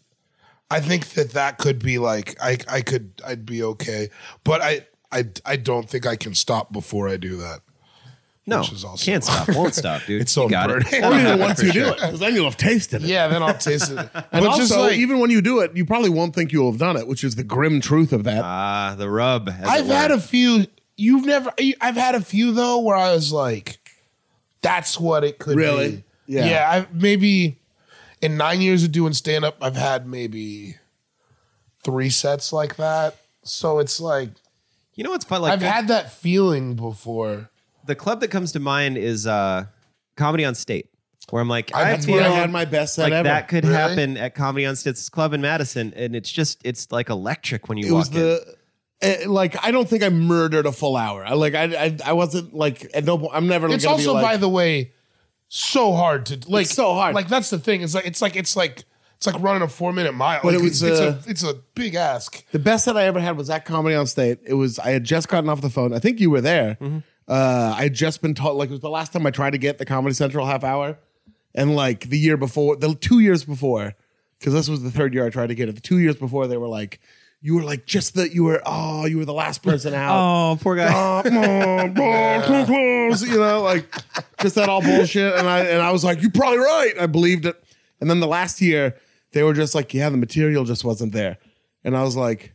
I think that that could be like I I could I'd be okay, but I I I don't think I can stop before I do that.
No,
Which is also-
can't stop, won't stop, dude.
It's so
You got it.
burning.
That'll
Or even
happen
once
for
you do
sure.
it, because then you'll have tasted it.
Yeah, then I'll taste it. But
Oh, And also,
just like
even when you do it, you probably won't think you'll have done it, which is the grim truth of that.
Ah, the rub. as
I've
it were.
had a few. You've never. I've had a few though where I was like, "That's what it could
Really?
be."
Yeah.
Yeah. I, maybe in nine years of doing stand up, I've had maybe three sets like that. So it's like
You know what's fun? Like
I've had that feeling before.
the club that comes to mind is uh, comedy on state, where I'm like,
I-
I,
that's
feel
where I
had my best set
like
ever.
that could
Really?
happen at comedy on state's club in Madison, and it's just it's like electric when you
it
walk
was the eh, like I don't think I murdered a full hour. I like I I, I wasn't like at no point I'm never
it's
gonna
also
be like,
by the way so hard to like
so hard.
like that's the thing it's like it's like it's like it's like running a four minute mile
But
like,
it was,
it's,
uh,
it's a it's a big ask
The best that I ever had was at Comedy on State. It was I had just gotten off the phone. I think you were there.
Mm-hmm.
Uh, I had just been taught like it was the last time I tried to get the Comedy Central half hour, and like the year before, the two years before, because this was the third year I tried to get it. The two years before, they were like, "You were like just the you were oh you were the last person out."
Oh, poor guy.
Uh, mm, mm, too close, you know, like just that all bullshit. And I and I was like, "You're probably right." I believed it. And then the last year, they were just like, "Yeah, the material just wasn't there," and I was like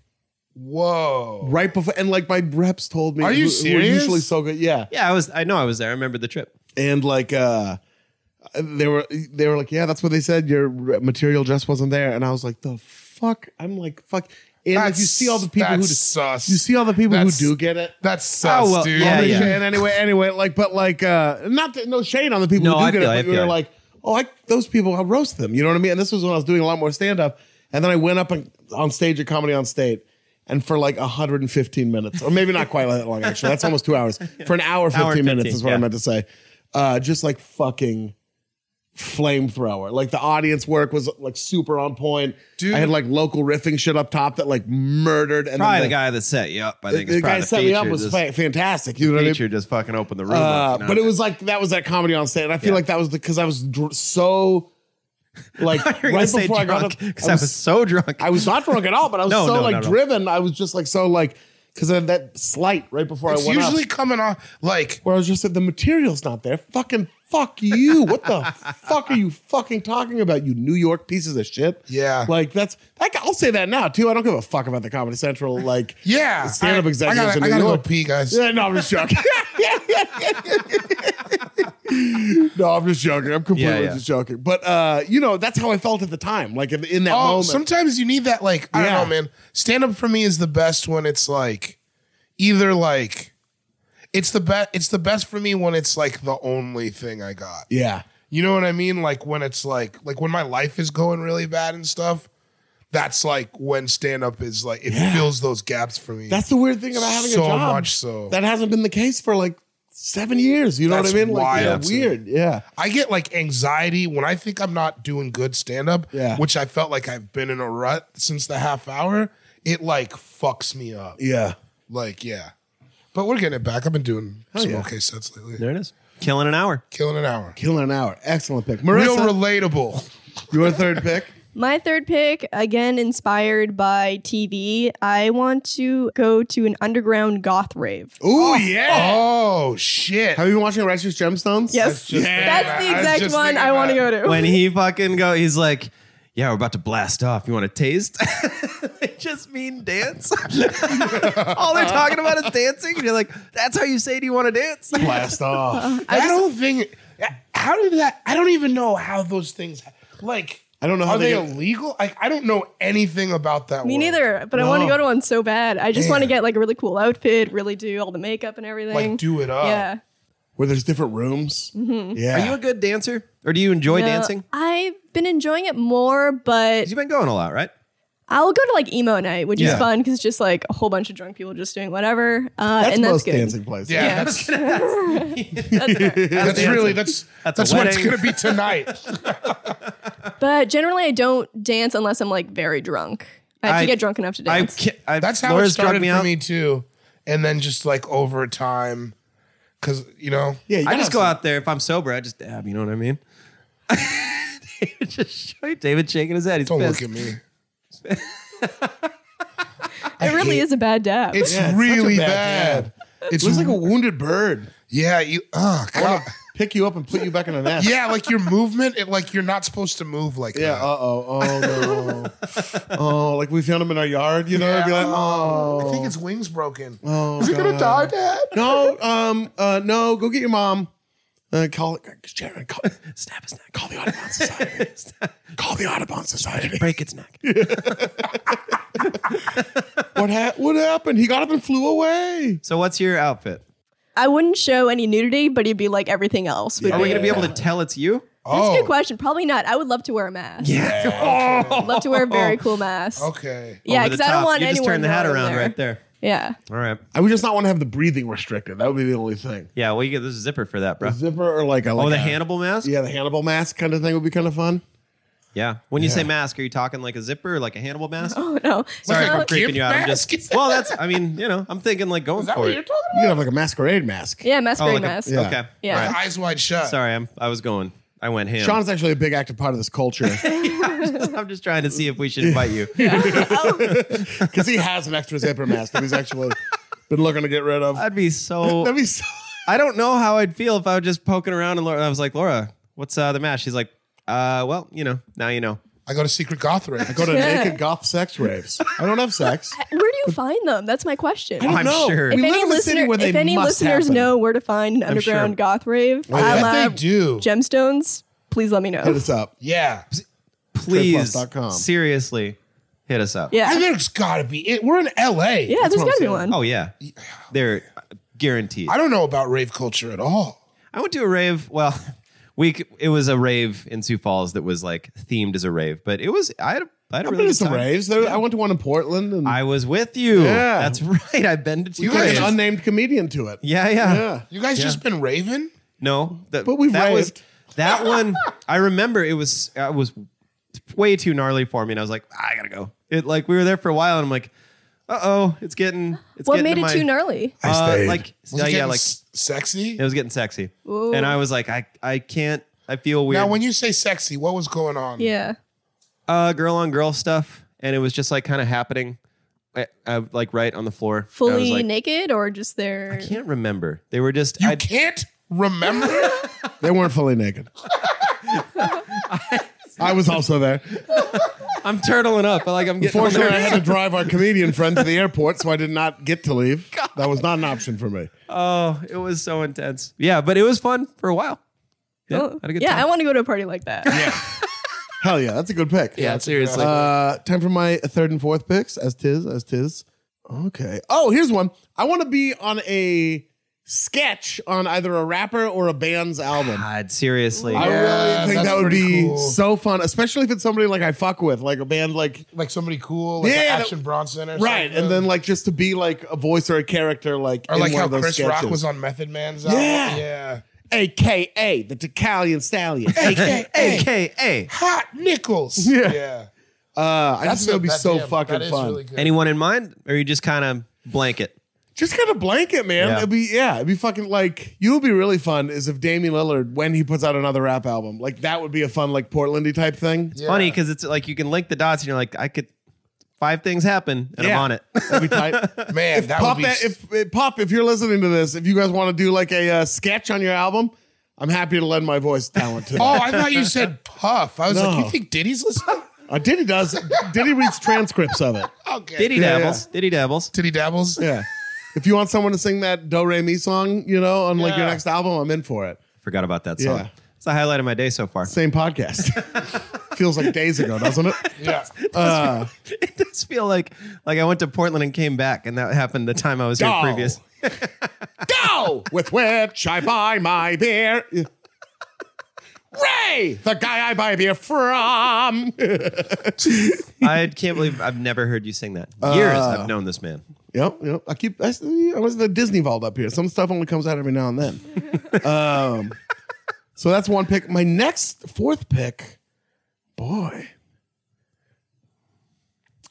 whoa
right before and like my reps told me
Are you
who- who
serious?
usually so good yeah
Yeah, I was. I know I was there. I remember the trip.
and like uh they were they were like yeah that's what they said your re- material just wasn't there and i was like the fuck i'm like fuck and like,
That's-
you see all the people who
that's
do,
sus.
you see all the people who
That's-
do get it
that's sus
Oh, well,
dude
yeah,
All the
yeah.
shit. and anyway anyway like but like uh not that, no shade on the people
No,
who do
I
get
feel- I
it but
feel
you're
it.
like oh like those people i'll roast them you know what i mean and this was when i was doing a lot more stand-up and then i went up and, on stage at comedy on state and for like 115 minutes or maybe not quite that long actually that's almost two hours for an hour 15
Hour and
minutes
15,
is what i
yeah.
meant to say uh just like fucking flamethrower like the audience work was like super on point
Dude.
i had like local riffing shit up top that like murdered and
Probably
then
the guy that set you up. I
the,
think is
the
probably
guy set me up
feature
was
just-
fa- fantastic you know what i mean
feature just fucking opened the room.
uh,
up, you know?
but it was like that was that comedy on stage, and I feel
Yeah.
like that was because I was dr- so like
You're gonna
right
say
before I got up,
drunk because I, was so drunk.
I was not drunk at all, but I was
No,
so
no,
like
no, no.
driven. I was just like so like because I had that slight right before
it's
I went
usually
up,
coming on like
where I was just like the material's not there. Fucking fuck you! What the fuck are you fucking talking about? You New York pieces of shit.
Yeah.
like that's I, I'll say that now too. I don't give a fuck about the Comedy Central. Like
yeah
stand up
I-
executives
I gotta,
in New
I gotta
York.
go pee guys
Yeah, no, I'm just joking. no, I'm just joking. I'm completely
Yeah, yeah.
just joking. But uh, you know, that's how I felt at the time. Like in, in that
oh
moment.
sometimes you need that like i
Yeah.
don't know man stand up for me is the best when it's like either like it's the best it's the best for me when it's like the only thing i got
yeah.
You know what I mean? Like when it's like like when my life is going really bad and stuff. That's like when stand up is like it fills those gaps for me.
That's the weird thing about having
So
a job.
much so.
That hasn't been the case for like seven years. You know
That's
what I mean? Like
wild
yeah,
to me.
weird. Yeah.
I get like anxiety when I think I'm not doing good stand up,
Yeah.
which I felt like I've been in a rut since the half hour. It like fucks me up.
Yeah.
Like yeah. But we're getting it back. I've been doing some
yeah.
okay sets lately.
there it is. Killing an hour.
Killing an hour.
Killing an hour. Excellent pick.
Real
Marissa,
relatable.
your third pick.
My third pick, again inspired by TV, I want to go to an underground goth rave.
Ooh, yeah.
Oh shit.
Have you been watching Righteous Gemstones?
yes,
just thinking
that's the
about- I was
exact
just
one
thinking
I want to go
about
to.
when he fucking go, he's like, "Yeah, we're about to blast off. You want a taste?" they just mean dance. All they're talking about is dancing, and you're like, "That's how you say, do you want to dance?"
Blast off.
I don't think. How did that? I don't even know how those things. Like,
I don't know how
Are
they
they,
get-
illegal? I, I don't know anything about that.
Me
world.
neither, but I want to
No.
go to one so bad. I just want to
Damn.
get like a really cool outfit, really do all the makeup and everything.
Like, do it up.
Yeah.
Where there's different rooms.
Mm-hmm.
Yeah.
Are you a good dancer, or do you enjoy
No,
dancing?
Uh, I've been enjoying it more, but
'Cause You've been going a lot, right?
I'll go to like emo night, which is
Yeah.
fun because it's just like a whole bunch of drunk people just doing whatever. Uh,
that's
and that's
most
good.
dancing places.
Yeah, that's, that's,
dancing.
really that's
That's
that's,
a
what it's
wedding.
gonna be tonight.
But generally, I don't dance unless I'm like very drunk. I have
I-
to get drunk enough to
I,
dance.
can't- I
That's how
Laura's
it started
drugged me
for
out.
me too, and then just like over time, because you know,
Yeah, you
I just
gotta-
go out there if I'm sober. I just dab. You know what I mean? David just David shaking his head. He's
don't
pissed.
look at me.
it really
hate-
is a bad dab.
It's
Yeah, it's such a
really
bad
bad. It's
Looks like a wounded bird.
yeah, you. Oh god,
Pick you up and put you back in the nest.
yeah, like your movement. It like you're not supposed to move like
Yeah.
that.
Uh oh. Oh no. oh, like we found him in our yard. You know,
Yeah,
be like,
oh,
oh,
I think its wings broken.
oh,
Is it gonna die,
God.
Dad?
No. Um. Uh. No. Go get your mom. Uh, call Sharon. Call,
Snap his neck.
call the Audubon Society.
Snap-
Call the Audubon Society.
Break its neck.
What ha- what happened? He got up and flew away.
So what's your outfit?
I wouldn't show any nudity, but it'd be like everything else. would
Are we
be-
going to be able to tell it's you?
That's a
Oh,
good question. Probably not. I would love to wear a mask.
Yeah.
I'd love to wear a very cool mask.
okay.
Yeah,
Over the
because I don't
top.
want
you
anyone
just turn the hat
knowing
around
I'm
right there.
Yeah.
All right.
I would just not want to have the breathing restricted. That would be the only thing.
Yeah. Well, you get this zipper for that, bro.
A zipper or like a like
oh, the
a-
Hannibal mask.
Yeah, the Hannibal mask kind of thing would be kind of fun.
Yeah. When you say
Yeah.
mask, are you talking like a zipper or like a Hannibal mask?
Oh no.
Sorry
Like
for
a
creeping
gift
you out. I'm
mask? Is
just
that-
well, that's. I mean, you know, I'm thinking like going for it.
You could have like a masquerade mask.
Yeah, masquerade
Oh, like a-
mask.
yeah.
Okay.
Yeah.
All right.
Eyes wide shut.
Sorry, I'm. I was going. I went ham.
Sean's actually a big active part of this culture
I'm just trying to see if we should invite you.
Oh,
because he has an extra zipper mask that he's actually been looking to get rid of.
I'd be so.
That'd be so.
I don't know how I'd feel if I was just poking around and Laura, I was like, Laura, what's uh, the match? She's like, uh, well, you know, now you know.
I go to secret goth raves. I
Go to naked goth sex raves. I don't have sex.
Where do you find them? That's my question.
I don't
I'm
know.
sure.
We
if
live
any,
in a city
listener,
where they
if any
must
listeners
happen.
know where to find underground
sure.
goth rave,
bet
a la
they do.
gemstones, please let me know.
hit us up.
yeah.
Please,
Tripplus.com.
seriously, hit us up.
Yeah,
And there's got to be. It. We're in LA.
yeah.
what
There's
I'm
gotta be
saying.
one.
Oh yeah, they're guaranteed.
I don't know about rave culture at all.
I went to a rave. Well, we c- it was a rave in Sioux Falls that was like themed as a rave, but it was I had a, I had a
I've been
really
to
good
some
time.
raves. There- I went to one in Portland and
I was with you.
Yeah.
That's right. I've been to two
you got
raves.
an unnamed comedian to it.
yeah, yeah,
Yeah.
You guys just been raving?
No, that,
But we've
that was
raved.
that one. I remember it was I was way too gnarly for me, and I was like, I gotta go. It like we were there for a while, and I'm like, uh oh, it's getting it's
what
getting
made
to
it
my-
too gnarly?
I
Uh,
stayed.
like
Was
yeah,
it
yeah,
getting
like
s- sexy.
it was getting sexy,
Ooh.
and I was like, I I can't. I feel weird.
Now, when you say sexy, what was going on?
Yeah.
uh, girl on girl stuff, and it was just like kind of happening, I, I, like right on the floor. And I was
Fully
like,
naked or just their
I can't remember. They were just.
You
I,
can't remember.
They weren't fully naked. I was also there.
I'm turtling up, but like I'm getting. on
Fortunately, I
there.
had to drive our comedian friend to the airport, so I did not get to leave. That was not an option for me.
Oh, it was so intense. Yeah, but it was fun for a while. Yeah,
Oh,
had a good
yeah,
time.
I want to go to a party like that.
Hell yeah, that's a good pick.
yeah, seriously.
Uh, time for my third and fourth picks, as tis, as tis. Okay. Oh, here's one. I want to be on a sketch on either a rapper or a band's album.
God, seriously.
I
Yeah,
really think
Ah, that's
that would
pretty
be
cool.
so fun, especially if it's somebody like I fuck with, like a band like
like somebody cool, like
Yeah,
an
that-
Action Bronson, or
right,
something.
and then like just to be like a voice or a character, like
or
in
like
one
how
of those
Chris
sketches.
Rock was on Method Man's.
Yeah.
album. yeah.
AKA the Decalian Stallion.
AKA
AKA.
Hot Nichols.
Yeah.
yeah.
Uh, I just think it would be
that-
so
damn, that
fucking
is
fun.
really good.
Anyone in mind? Or you just kind of blanket?
Just kind of blanket, man.
Yeah.
It'd be yeah, it'd be fucking like you would be really fun is if Damian Lillard when he puts out another rap album, like that would be a fun like Portlandy type thing.
It's funny because it's like you can link the dots and you're like, I could, five things happen and
Yeah.
I'm on it.
That'd be tight.
man, that
Pop,
would be
that, if eh, Pop, if you're listening to this, if you guys want to do like a uh, sketch on your album, I'm happy to lend my voice talent to
Oh,
that.
I thought you said Puff. I was
No.
like, you think Diddy's listening?
Uh, Diddy does. Diddy reads transcripts of it.
Okay.
Diddy
Yeah,
dabbles. Diddy dabbles.
Diddy dabbles.
Yeah. If you want someone to sing that Do Re Mi song, you know, on like your
Yeah.
next album, I'm in for it.
Forgot about that song.
Yeah.
It's the highlight of my day so far.
Same podcast. Feels like days ago, doesn't it?
Yeah.
Uh,
it does feel like like I went to Portland and came back, and that happened the time I was here
Go.
previous.
go with which I buy my beer. Ray, the guy I buy beer from.
I can't believe I've never heard you sing that. Years I've known this man.
Yep, yep. I keep. I, I was in the Disney vault up here. Some stuff only comes out every now and then. um, so that's one pick. My next fourth pick, boy,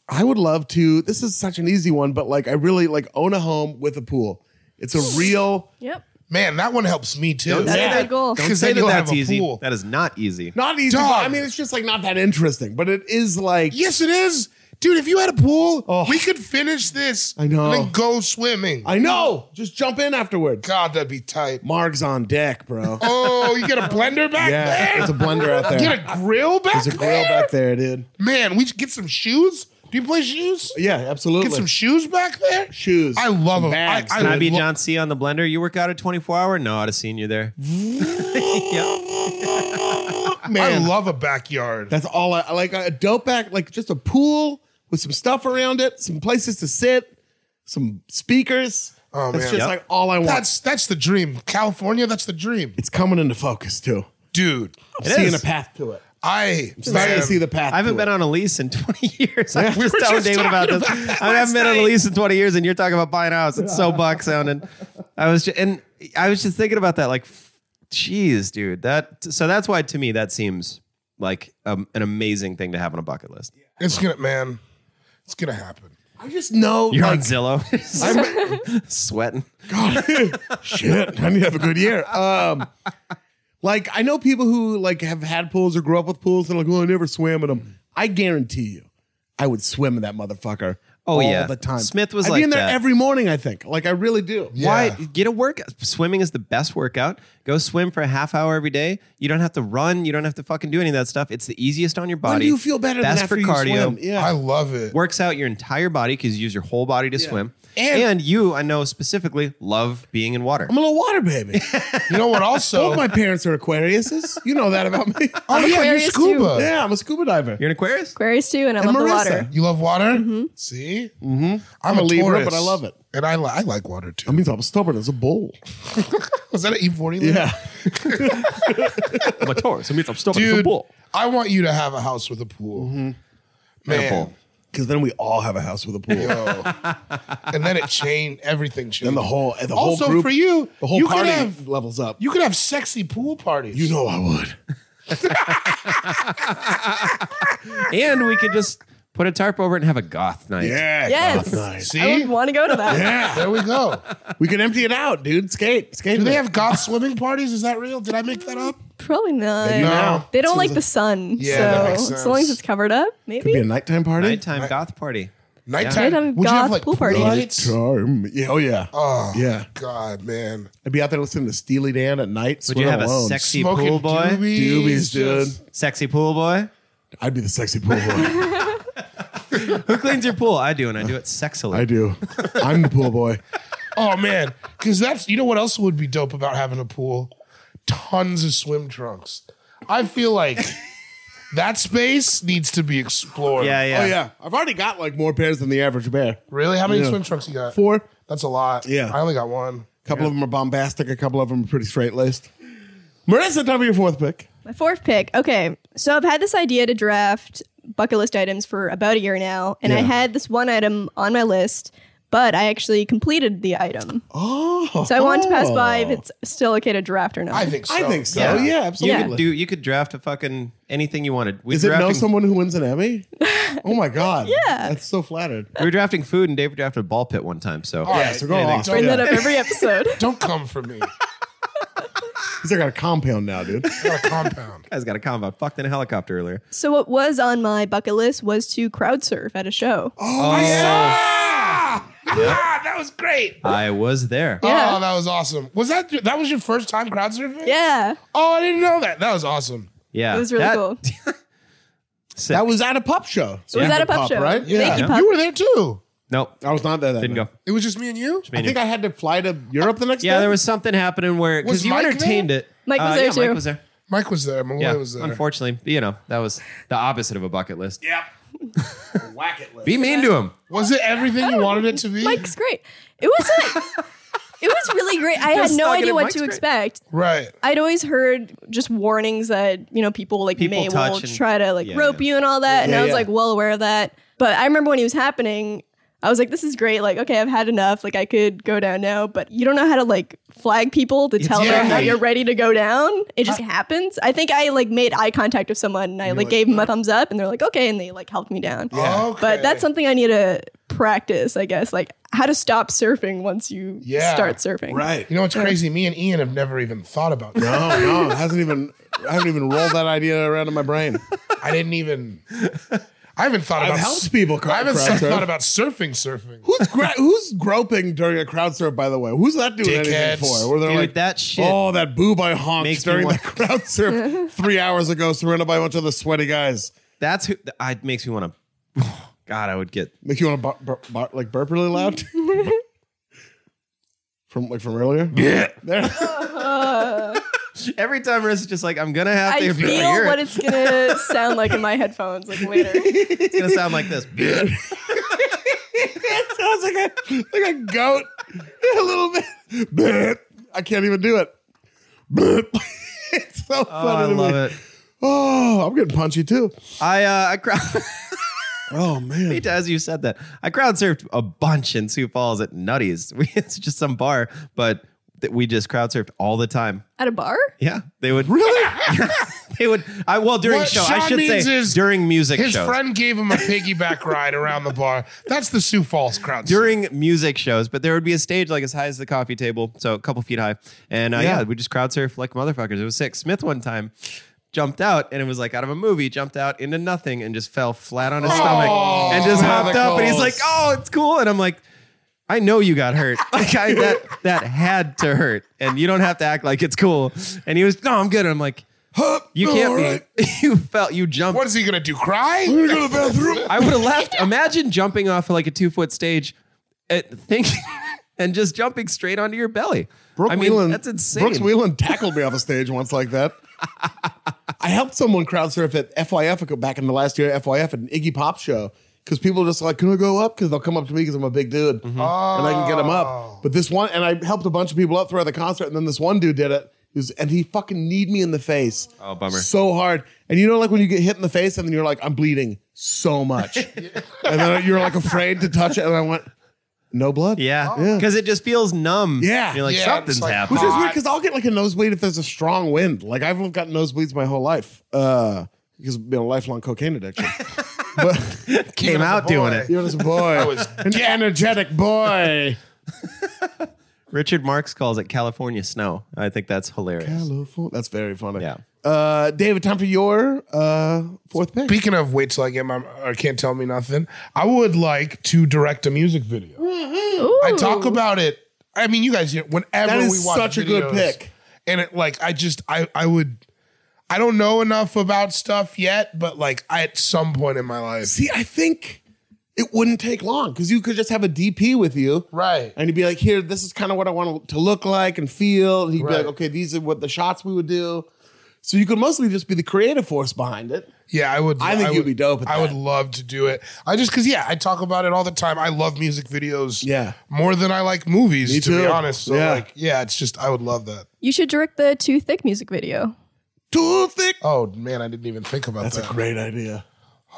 I would love to. This is such an easy one, but like I really like own a home with a pool. It's a real.
Yep.
Man, that one helps me too.
Don't
That's
say
a
that.
good goal.
Don't
'Cause
say
then
that
you'll
that's
have a
easy.
pool.
That is not easy.
Not easy,
Dog.
but I mean, it's just like not that interesting, but it is like.
Yes, it is. Dude, if you had a pool, we could finish this.
Oh. I know.
And then go swimming.
I know. Just jump in afterwards.
God, that'd be tight.
Marg's on deck, bro.
Oh, you got a blender back
yeah,
there?
it's a blender out there.
You got a grill back
There's a grill
there?
back there, dude.
Man, we should get some shoes. Do you play shoes?
Yeah, absolutely.
Get some shoes back there.
shoes.
I love
Some
them.
bags,
I, I
Can I be
lo-
John C on the blender? You work out at 24 hour? No, I'd have seen you there.
man.
I love a backyard.
That's all I I like. A dope back, like just a pool with some stuff around it, some places to sit, some speakers.
Oh,
That's
man.
just
Yep.
like all I want.
That's that's the dream. California, that's the dream.
it's coming into focus too.
Dude,
I'm seeing
is.
a path to it.
I
I'm starting
man,
to see the path.
I haven't
to
been
it.
on a lease in 20 years. I was
We
just
were
telling
just
David about
talking
this.
about that
I haven't been on a
last
lease in 20 years, and you're talking about buying a house. It's so buck sounding. I was just, and I was just thinking about that. Like, geez, dude, that. So that's why to me that seems like um, an amazing thing to have on a bucket list.
it's gonna man, it's gonna happen.
I just know.
You're on
like,
Zillow,
I'm,
sweating.
God, shit. I need to have a good year. Um, like I know people who like have had pools or grew up with pools and like, well, I never swam in them. I guarantee you, I would swim in that motherfucker.
Oh,
all
yeah.
the time.
Smith was
I'd
like
be in there
that.
every morning. I think, like, I really do.
Why
Yeah.
get a workout? Swimming is the best workout. Go swim for a half hour every day. You don't have to run. You don't have to fucking do any of that stuff. It's the easiest on your body.
When do you feel better
Best
than
for
after you
cardio.
swim? Yeah,
I love it.
works out your entire body because you use your whole body to swim.
And-
And, you, I know specifically, love being in water.
I'm a little water baby.
You know what also
Both Oh my parents are Aquariuses. You know that about me.
Oh yeah, you're
Aquarius too.
scuba.
yeah, I'm a scuba diver.
You're an Aquarius?
Aquarius too, and I love the water.
You love water? See? Mm-hmm. I'm,
a
a,
Libra,
Taurus,
but I love it.
And I, li- I like water too.
That means I'm stubborn as a bull.
Was that an E40? Libra?
Yeah.
I'm a Taurus. It means I'm still
Dude, I want you to have a house with a pool.
Mm-hmm.
Man.
pool.
Because then we all have a house with a pool.
and then it changed. Everything changed.
And the whole, and the whole
also
group-
for you,
the whole
you
party
could have
levels up.
you could have sexy pool parties.
You know I would.
And we could just put a tarp over it and have a goth night.
Yeah.
Yes.
goth night.
see,
I would want to go to that.
there we go.
We can empty it out, dude. Skate. Skate.
Do
it.
they have goth swimming parties? Is that real? Did I make that up?
Probably not.
Maybe now.
They don't like the sun,
Yeah,
so
that makes sense.
so long as it's covered up,
Could be a
maybe.
nighttime party.
Nighttime goth party.
Nighttime.
Nighttime
Would you have
goth
like
pool party.
lights?
Nighttime. Yeah. Oh yeah.
Oh
Yeah.
God, man.
I'd be out there listening to Steely Dan at night.
Would you
swimming
have a
alone.
sexy
Smoking
pool boy?
doobies,
Doobies, dude.
just-
Sexy pool boy?
I'd be the sexy pool boy.
Who cleans your pool? I do, and I do it sexily.
I do. I'm the pool boy.
Oh man, because that's you know what else would be dope about having a pool? Tons of swim trunks. I feel like that space needs to be explored.
Yeah, yeah.
Oh yeah. I've already got like more pairs than the average bear.
Really? How many
Yeah.
swim trunks you got?
Four.
That's a lot.
Yeah.
I only got one.
A couple of them are bombastic. A couple of them are pretty straight laced. Marissa, time for your fourth pick.
My fourth pick. Okay, so I've had this idea to draft bucket list items for about a year now, and I
Yeah.
had this one item on my list, but I actually completed the item,
Oh.
so I wanted to pass by if it's still okay to draft or not.
I think so.
I think so. Yeah,
Yeah.
absolutely.
You could do. You could draft a fucking anything you wanted. We
Is it know
drafting-
someone who wins an Emmy? Oh my god! yeah, that's so flattered.
We were drafting food, and David drafted a ball pit one time. So
All
Yeah,
right,
so go
anything.
off.
Don't,
Bring that up every episode.
don't come for me.
He's like got a compound now, dude.
I got a compound.
guys got a combo. I Fucked in a helicopter earlier.
so what was on my bucket list was to crowd surf at a show.
Oh,
Oh.
Ah! Ah, that was great.
I was there.
Yeah.
Oh, that was awesome. Was that that was your first time crowd surfing?
Yeah,
Oh, I didn't know that. That was awesome.
Yeah,
it was really
That-
cool. It
Sick.
That was at a pup show. It
was at a pop show.
right?
Yeah.
Thank you, pup.
You were there too.
nope.
I was not there. That
Didn't
night.
go.
It was just me and you.
me.
I think I had to fly to Europe the next day.
Yeah, there was something happening where
Was
because you
Mike
entertained
there?
it.
Mike was
Uh,
there
yeah,
too.
Mike was there.
Mike was there. Malloy
Yeah,
was there.
unfortunately, you know that was the opposite of a bucket list.
Yep. Whack it.
Be mean to him.
Was it everything you wanted it to be?
Oh, Mike's great. It was like, it was really great. I had
Just
no
talking
idea
to
what
Mike's
to
great.
expect.
Right.
I'd always heard just warnings that you know people like
People
may
touch
will
and-
try to like
yeah,
rope
yeah.
you and all that, and
Yeah,
I was
yeah.
like well aware of that. But I remember when it was happening, I was like, "This is great! Like, okay, I've had enough. Like, I could go down now." But you don't know how to like flag people to tell them that
Exactly.
you're ready to go down. It just happens. I think I like made eye contact with someone, and I like, gave them a thumbs up, and they're like, "Okay," and they like helped me down.
Okay.
But that's something I need to practice, I guess. Like how to stop surfing once you
Yeah.
start surfing.
Right.
You know what's crazy? Me and Ian have never even thought about that.
No, Oh, no, it hasn't even. I haven't even rolled that idea around in my brain.
I didn't even. I haven't thought
I've
about.
helped people cro-
I haven't
crowd surf.
thought about surfing. Surfing.
Who's gro- who's groping during a crowd surf? By the way, who's that doing anything
Dickheads.
for? Where they're
Dude,
like
that shit-
Oh, that boob I honked
Makes me
during the
want-
crowd surf three hours ago, surrounded by a bunch of the sweaty guys.
That's who. th- I it makes me want to. God, I would get.
Make you want to bur- bur- bur- like burp really loud? from like from earlier? Yeah. There.
Every time Marissa's just like, I'm gonna have to
I
hear
feel
it.
what it's gonna sound like in my headphones like later.
It's gonna sound like this.
it sounds like a like a goat a little bit. Burp. I can't even do it. Burp. it's so
Oh, I
funny to
love
me.
it.
Oh, I'm getting punchy too.
I uh, I crowd
Oh man.
as you said that I crowd surfed a bunch in Sioux Falls at Nutty's. We, it's just some bar, but th- we just crowd surfed all the time.
At a bar?
Yeah, they would really. they would. I well during
What
show. I
Sean
should
means
say
is
during music
His
shows.
friend gave him a piggyback ride around the bar. That's the Sioux Falls crowd.
during music shows, but there would be a stage like as high as the coffee table, so a couple feet high. And uh, yeah.
Yeah.
we just crowd surf like motherfuckers. It was sick. Smith one time jumped out and it was like out of a movie, jumped out into nothing and just fell flat on his stomach and just hopped up and he's like, "Oh, it's cool." And I'm like, I know you got hurt. Like I, that that had to hurt, and you don't have to act like it's cool. And he was, no, I'm good. I'm like, you can't be. You felt you jumped.
What is he gonna do? Cry?
We're gonna go to the bathroom.
I would have left. Imagine jumping off like a two foot stage, at, thinking, and just jumping straight onto your belly.
Brooke
I mean,
Whelan.
that's insane.
Brooks Whelan tackled me off a stage once like that. I helped someone crowd surf at FYF a cou- back in the last year, FYF at an Iggy Pop show. Because people are just like, can I go up? Because they'll come up to me because I'm a big dude and
Mm-hmm.
I can get them
Oh.
up. But this one, and I helped a bunch of people up throughout the concert, and then this one dude did it. He was- and he fucking kneed me in the face.
Oh, bummer.
So hard. And you know, like when you get hit in the face and then you're like, I'm bleeding so much. and then you're like afraid to touch it. And I went, no blood?
Yeah,
Yeah.
because it just feels numb.
Yeah.
you're like
Yeah, it's
something's
like-
happened.
Which is weird
Hot.
because I'll get like a nosebleed if there's a strong wind. Like I've gotten nosebleeds my whole life uh, because I've been a lifelong cocaine addiction. but
Came out doing
boy.
it.
you're just a boy, I
was
an energetic boy.
Richard Marks calls it California snow. I think that's hilarious.
Hello, fool. That's very funny.
Yeah.
Uh, David, time for your uh, fourth pick.
Speaking of wait till I get my or can't tell me nothing, I would like to direct a music video. I talk about it. I mean, you guys hear whenever
That is
we watch
such a good
videos,
pick.
and it like I just I I would I don't know enough about stuff yet, but like I, at some point in my life,
See, I think it wouldn't take long because you could just have a DP with you.
right?
And he'd be like, here, this is kind of what I want to look like and feel. And he'd be
Right.
like, okay, these are what the shots we would do. So you could mostly just be the creative force behind it.
Yeah, I would.
I think you'd
would-
be dope at
I would
that.
love to do it. I just because yeah, I talk about it all the time. I love music videos.
Yeah.
more than I like movies.
Me
to be
too.
honest. So
Yeah.
like, yeah, it's just I would love that.
You should direct the Too Thick music video.
Too thick.
Oh man, I didn't even think about
That's
that.
a great idea.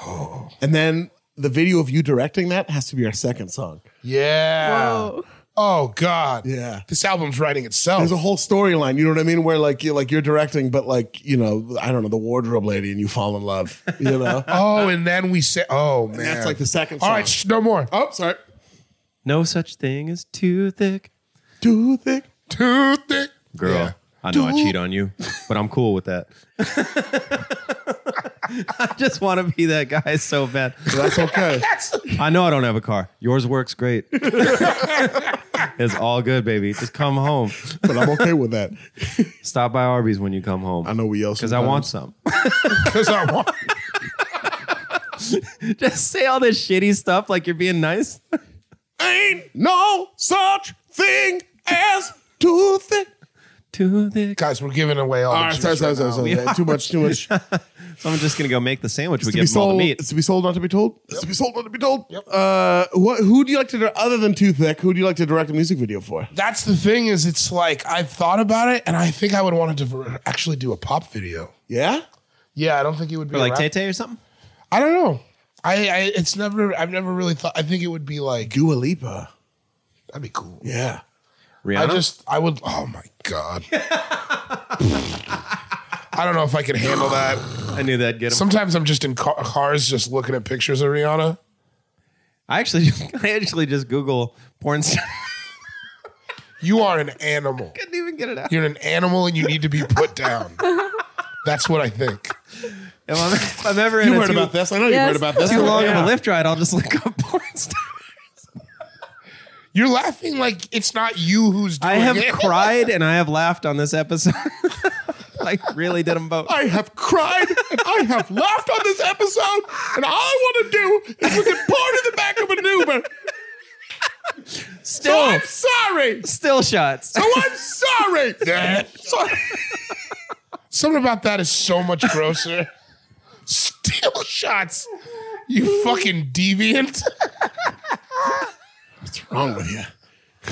Oh.
And then the video of you directing that has to be our second song.
yeah.
Whoa.
Oh God.
Yeah.
This album's writing itself.
There's a whole storyline, you know what I mean? Where like you like you're directing, but like, you know, I don't know, the wardrobe lady and you fall in love. You know?
oh, and then we say, oh man,
that's like the second
All
song.
right, sh- no more.
oh, sorry.
No such thing as too thick,
Too thick.
Too thick.
girl.
Yeah.
I know I cheat on you, but I'm cool with that. I just want to be that guy so bad.
That's okay.
I know I don't have a car. Yours works great. it's all good, baby. Just come home.
but I'm okay with that.
Stop by Arby's when you come home.
I know we else
because I want some.
Because I want.
Just say all this shitty stuff like you're being nice.
ain't no such thing as too thick.
Too thick.
Guys, we're giving away all.
All
the
right,
juice
sorry, sorry,
right
sorry,
now.
sorry. Too much, too much.
So I'm just gonna go make the sandwich. we
to be
get all the
sold.
meat.
It's to be sold, not to be told. It's to be sold, not to be told. Uh, what? Who do you like to direct other than Too Thick? Who do you like to direct a music video for?
That's the thing is, it's like I've thought about it, and I think I would want to diver- actually do a pop video.
Yeah,
Yeah, I don't think it would be
Or like
a
Tay
rap-
Tay or something.
I don't know. I, I it's never. I've never really thought. I think it would be like
Dua Lipa.
that'd be cool.
Yeah,
Rihanna.
I just I would. Oh my god. I don't know if I can handle that.
I knew that'd get him.
Sometimes I'm just in ca- cars, just looking at pictures of Rihanna.
I actually, I actually just Google porn star.
You are an animal.
Couldn't even get it out.
You're an animal, and you need to be put down. That's what I think.
If I'm, if I'm ever in
you
a
heard
too,
about this. I know
Yes.
you heard about this.
too long
Yeah.
of a lift ride, I'll just look up porn star.
You're laughing like it's not you who's
Oh,
doing
I have
it.
cried and I have laughed on this episode. I really did them both.
I have cried and I have laughed on this episode, and all I want to do is look at part in the back of an Uber.
still
I'm sorry.
still shots.
So I'm sorry. sorry.
Something about that is so much grosser. Steel shots. You fucking deviant.
What's wrong with you?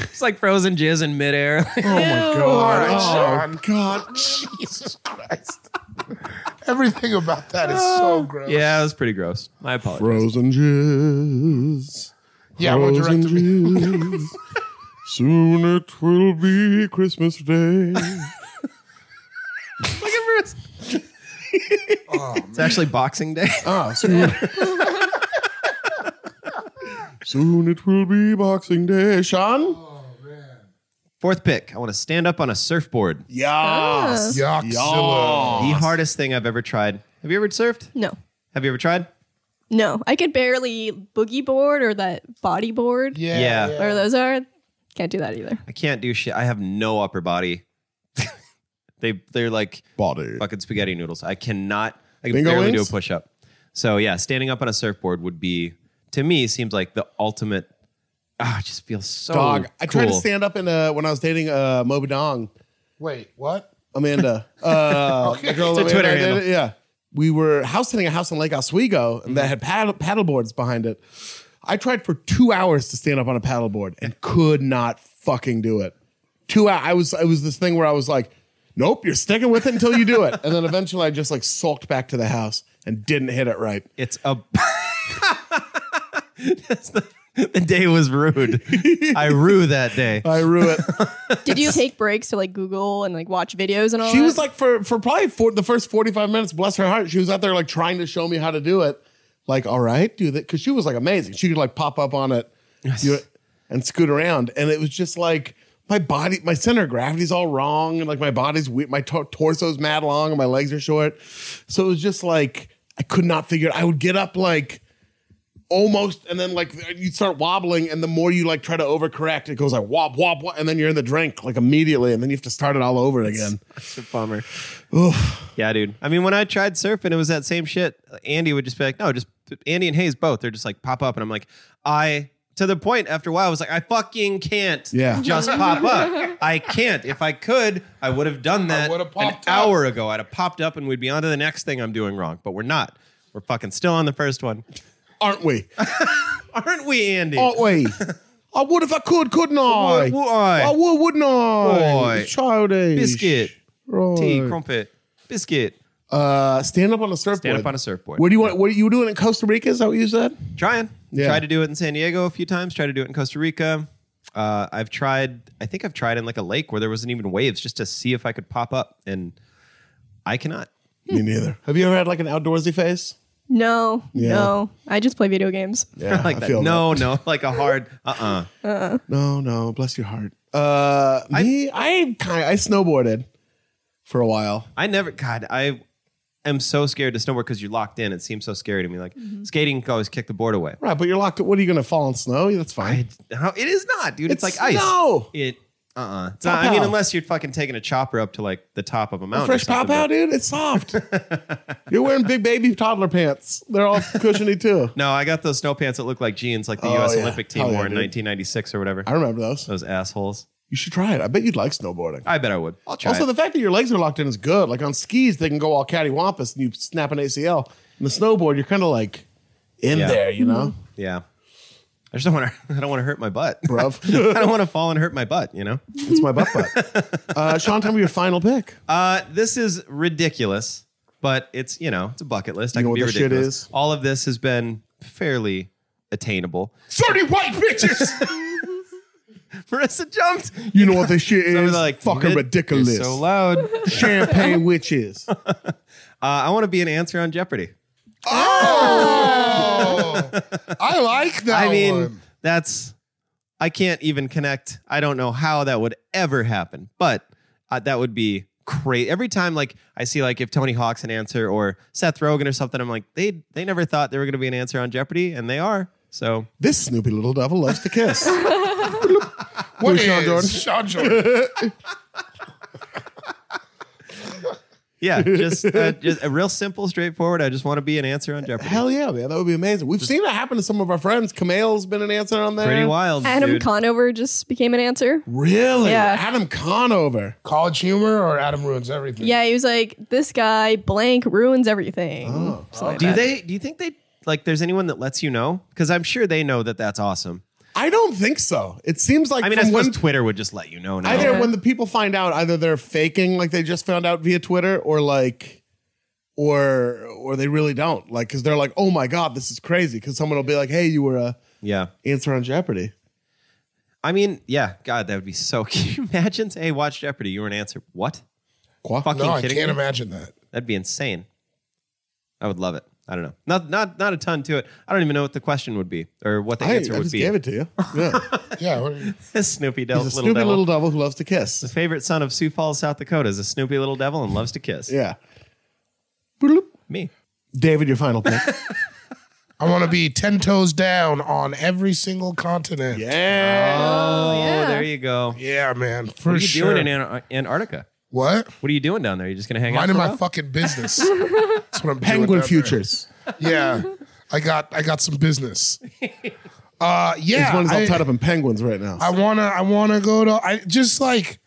It's like frozen jizz in midair.
Oh my god.
right,
Oh
Sean.
god.
Jesus Christ. Ah. Everything about that is so gross.
yeah, it was pretty gross. I apologize.
Frozen jizz.
Yeah, I'm gonna direct
Frozen
the video.
jizz. Soon it will be Christmas Day.
Look at Bruce. it's actually Boxing Day.
ah, soon. soon it will be Boxing Day. Sean?
Fourth pick. I want to stand up on a surfboard.
Yes.
Ah.
Yuckzilla.
The hardest thing I've ever tried. Have you ever surfed?
No.
Have you ever tried?
No. I could barely boogie board or that body board.
Yeah.
Yeah.
yeah.
Whatever those are. Can't do that either.
I can't do shit. I have no upper body. they they're like
Body.
fucking spaghetti noodles. I cannot. I can
Bingo
barely
wings?
do a push up. So yeah, standing up on a surfboard would be to me seems like the ultimate. Ah, it just feels so
Dog. I tried to
cool.
stand up in uh when I was dating uh Moby Dong.
Wait, what?
Amanda. Uh, the girl
It's a
Amanda
Twitter
I dated,
handle.
Yeah. We were house sitting a house in Lake Oswego
Mm-hmm.
that had paddle, paddle boards behind it. I tried for two hours to stand up on a paddle board and could not fucking do it. Two hours. I was, it was this thing where I was like, nope, you're sticking with it until you do it. And then eventually I just like sulked back to the house and didn't hit it right.
It's a. That's the, the day was rude. I rue that day.
I rue it.
Did you take breaks to like Google and like watch videos and all
she
that?
was like for for probably for the first 45 minutes bless her heart she was out there like trying to show me how to do it like all right do that because she was like amazing she could like pop up on it do it, and scoot around and it was just like my body my center of gravity's all wrong and like my body's weak my tor- torso's mad long and my legs are short so it was just like i could not figure it i would get up like almost and then like you start wobbling and the more you like try to overcorrect it goes like wop wop wop and then you're in the drink like immediately and then you have to start it all over again
It's a bummer. Yeah, dude. I mean, when I tried surfing, it was that same shit. Andy would just be like, no, just Andy and Hayes both. They're just like pop up. And I'm like, I, to the point after a while, I was like, I fucking can't
Yeah.
just pop up. I can't. If I could, I would have done that
would've
an
popped up.
hour ago. I'd have popped up and we'd be on to the next thing I'm doing wrong. But we're not. We're fucking still on the first one.
aren't we?
Aren't we, Andy?
Aren't we? I would if I could, couldn't I?
Would- would I?
I would, wouldn't I?
Oi.
It's Childish.
Biscuit,
Right.
tea, crumpet, biscuit.
Uh, stand up on a surfboard.
Stand up on a surfboard.
What do you want? What are you doing in Costa Rica? Is that what you said?
Trying.
Yeah.
Tried to do it in San Diego a few times. Tried to do it in Costa Rica. Uh, I've tried. I think I've tried in like a lake where there wasn't even waves, just to see if I could pop up, and I cannot.
Me neither. Have you ever had like an outdoorsy face?
No,
Yeah.
no. I just play video games.
Yeah,
like that. No, no, like a hard. Uh, uh
no, no. Bless your heart. Uh, me, I kind I snowboarded for a while.
I never. God, I am so scared to snowboard because you're locked in. It seems so scary to me. Like skating, you can always kick the board away.
Right, but you're locked. What are you going to fall in snow? That's fine.
How, it is not, dude. It's,
It's
like ice.
snow.
It. Uh. uh It's not,
Pow-pow.
I mean, unless you're fucking taking a chopper up to like the top of a mountain. or
Fresh
something,
pop out,
but-
dude. It's soft. you're wearing big baby toddler pants. They're all cushiony too.
No, I got those snow pants that look like jeans, like the
Oh,
U.S.
yeah.
Olympic team
Hell yeah,
wore in
dude.
1996 or whatever.
I remember those.
Those assholes.
You should try it. I bet you'd like snowboarding.
I bet I would. I'll try.
also,
it.
the fact that your legs are locked in is good. Like on skis, they can go all cattywampus and you snap an ACL. On the snowboard, you're kind of like in
Yeah.
there, you know,
yeah. I just don't want to. I don't want to hurt my butt.
bruv.
I don't want to fall and hurt my butt. You know.
it's my butt butt. Uh, Sean, tell me your final pick.
Uh, this is ridiculous, but it's you know it's a bucket list. I
You
can
know
be
what that shit
ridiculous.
is?
All of this has been fairly attainable.
30 white bitches.
Marissa jumped.
You know what this shit
I
is?
was like
Fucking
"You're
ridiculous.
So loud. Uh,
Champagne witches.
I want to be an answer on Jeopardy.
oh. I like
I
that
mean,
one.
that's I can't even connect. I don't know how that would ever happen, but uh, that would be crazy. Every time, like I see, like if Tony Hawk's an answer or Seth Rogen or something, I'm like, they they never thought they were going to be an answer on Jeopardy, and they are. So
This Snoopy little devil loves to kiss.
What
Who's Sean
is
Jordan?
Sean Jordan?
yeah, just, uh, just a real simple, straightforward. I just want to be an answer on Jeopardy.
Hell yeah, man. That would be amazing. We've seen that happen to some of our friends. Kamel's been an answer on there.
Pretty wild,
Adam
dude.
Conover just became an answer.
Really?
Yeah.
Adam Conover.
College humor or Adam ruins everything.
Yeah, he was like, this guy blank ruins everything. Something like
do
that.
they? Do you think they like? There's anyone that lets you know? Because I'm sure they know that that's awesome.
I don't think so. It seems like
I mean, I
from
suppose
when,
Twitter would just let you know now.
either when the people find out, either they're faking, like they just found out via Twitter, or like, or or they really don't, like, because they're like, oh my god, this is crazy. Because someone will be like, hey, you were a
yeah.
answer on Jeopardy.
I mean, yeah. God, that would be so. Can you imagine? Hey, watch Jeopardy. You were an answer. What?
Qua-
Fucking
no, I
kidding
can't
me?
imagine that.
That'd be insane. I would love it. I don't know. Not not not a ton to it. I don't even know what the question would be or what the
I, I
answer would
just
be.
gave it to you. Yeah.
Yeah, what are you-
Snoopy Del
He's a
Little
stupid
Devil.
little devil who loves to kiss.
Favorite son of Sioux Falls, South Dakota is a Snoopy little devil and loves to kiss.
Yeah. Bloop.
Me.
David, your final pick.
I want to be ten toes down on every single continent.
yeah.
Oh,
yeah.
there you go. What
Yeah, man, for
are you
sure.
doing in Antar- Antarctica?
what?
What are you doing down there? You just gonna hang out?
Minding
for a
my
while?
fucking business. That's what I'm doing down
Penguin
there.
Futures.
Yeah, I got I got some business. Uh, yeah,
This one's all
I-
tied up in penguins right now.
I wanna I wanna go to I just like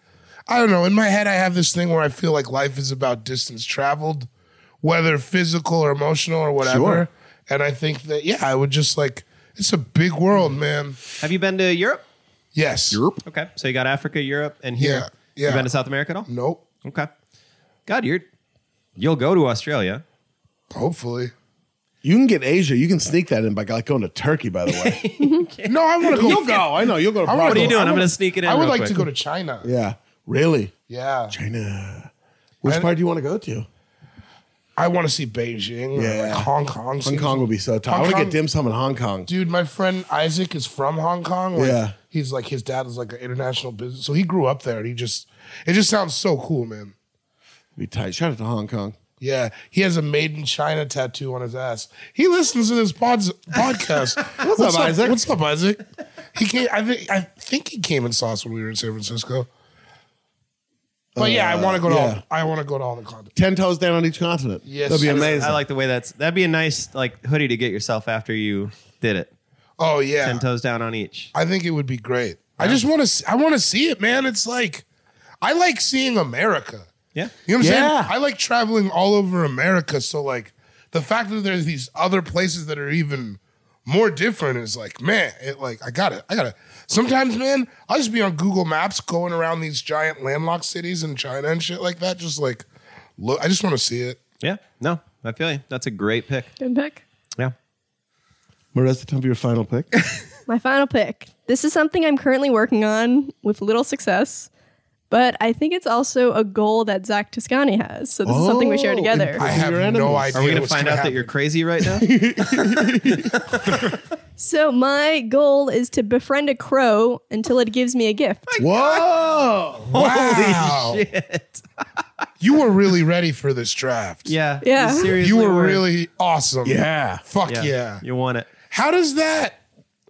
I don't know, in my head I have this thing where I feel like life is about distance traveled, whether physical or emotional or whatever.
Sure.
And I think that yeah, I would just like it's a big world, man.
Have you been to Europe?
Yes.
Okay, so you got Africa, Europe, and here.
Yeah, yeah.
You been to South America at all?
Nope.
Okay. God, you're you'll go to Australia.
Hopefully.
you can get Asia. You can sneak that in by like going to Turkey. By the way,
No, I wanna go.
you'll go. I know you'll go to.
wanna
Prague.
What are you doing?
I
I'm
would-
gonna sneak it in.
I would
real
like to
quick.
go to China.
Yeah, really.
Yeah.
China. Which
And-
part do you want to go to?
I wanna see Beijing
Yeah.
or like Hong Kong.
Hong Kong would be so tough. I
Hong
want to
Kong-
get dim sum in Hong Kong.
dude, my friend Isaac is from Hong Kong. Like,
Yeah.
He's like his dad was like an international business. So he grew up there and he just it just sounds so cool, man.
Be tight. Shout out to Hong Kong.
Yeah. He has a made in China tattoo on his ass. He listens to this pod's podcast. what's,
up, Isaac?
What's up, Isaac? He came I think I think he came and saw us when we were in San Francisco. But yeah, I want to go to
Uh, yeah.
all, I want to go to all the content.
Ten toes down on each continent.
Yes.
that'd be
I just-
amazing.
I like the way that's that'd be a nice like hoodie to get yourself after you did it.
Oh yeah.
Ten toes down on each.
I think it would be great. I just want to I want to see it, man. It's like I like seeing America.
Yeah.
You know what I'm
Yeah.
saying? I like traveling all over America. So like the fact that there's these other places that are even more different is like, man, it like I gotta, I gotta sometimes, man, I'll just be on Google Maps going around these giant landlocked cities in China and shit like that. Just like look I just wanna see it.
Yeah. No, I feel you. That's a great pick.
Good pick.
Yeah.
Marissa, tell me your final pick.
My final pick. This is something I'm currently working on with little success, but I think it's also a goal that Zach Toscani has. So this is something we share
Oh,
together.
I have
your
no
enemies.
idea.
Are we gonna
what's
find out that
happen.
you're crazy right now?
So my goal is to befriend a crow until it gives me a gift.
Whoa!
Wow.
Shit.
You were really ready for this draft.
Yeah.
Yeah.
You, seriously
You were really awesome.
Yeah.
Fuck
Yeah.
yeah.
You want it.
How does that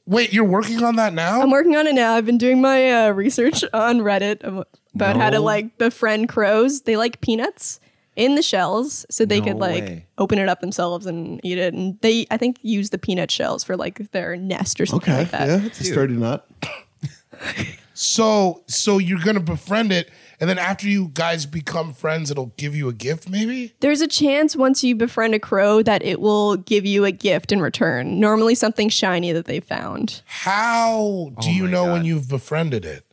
wait, you're working on that now?
I'm working on it now. I've been doing my uh, research on Reddit ab- about how to
No.
like befriend crows. They like peanuts in the shells, so they
No
could like
way.
open it up themselves and eat it. And they, I think, use the peanut shells for like their nest or something
Okay.
like that.
Yeah, it's a sturdy nut.
So, so you're gonna befriend it, and then after you guys become friends, it'll give you a gift, maybe.
There's a chance once you befriend a crow that it will give you a gift in return. Normally, something shiny that they found.
How do you
my
know when
God.
you've befriended it?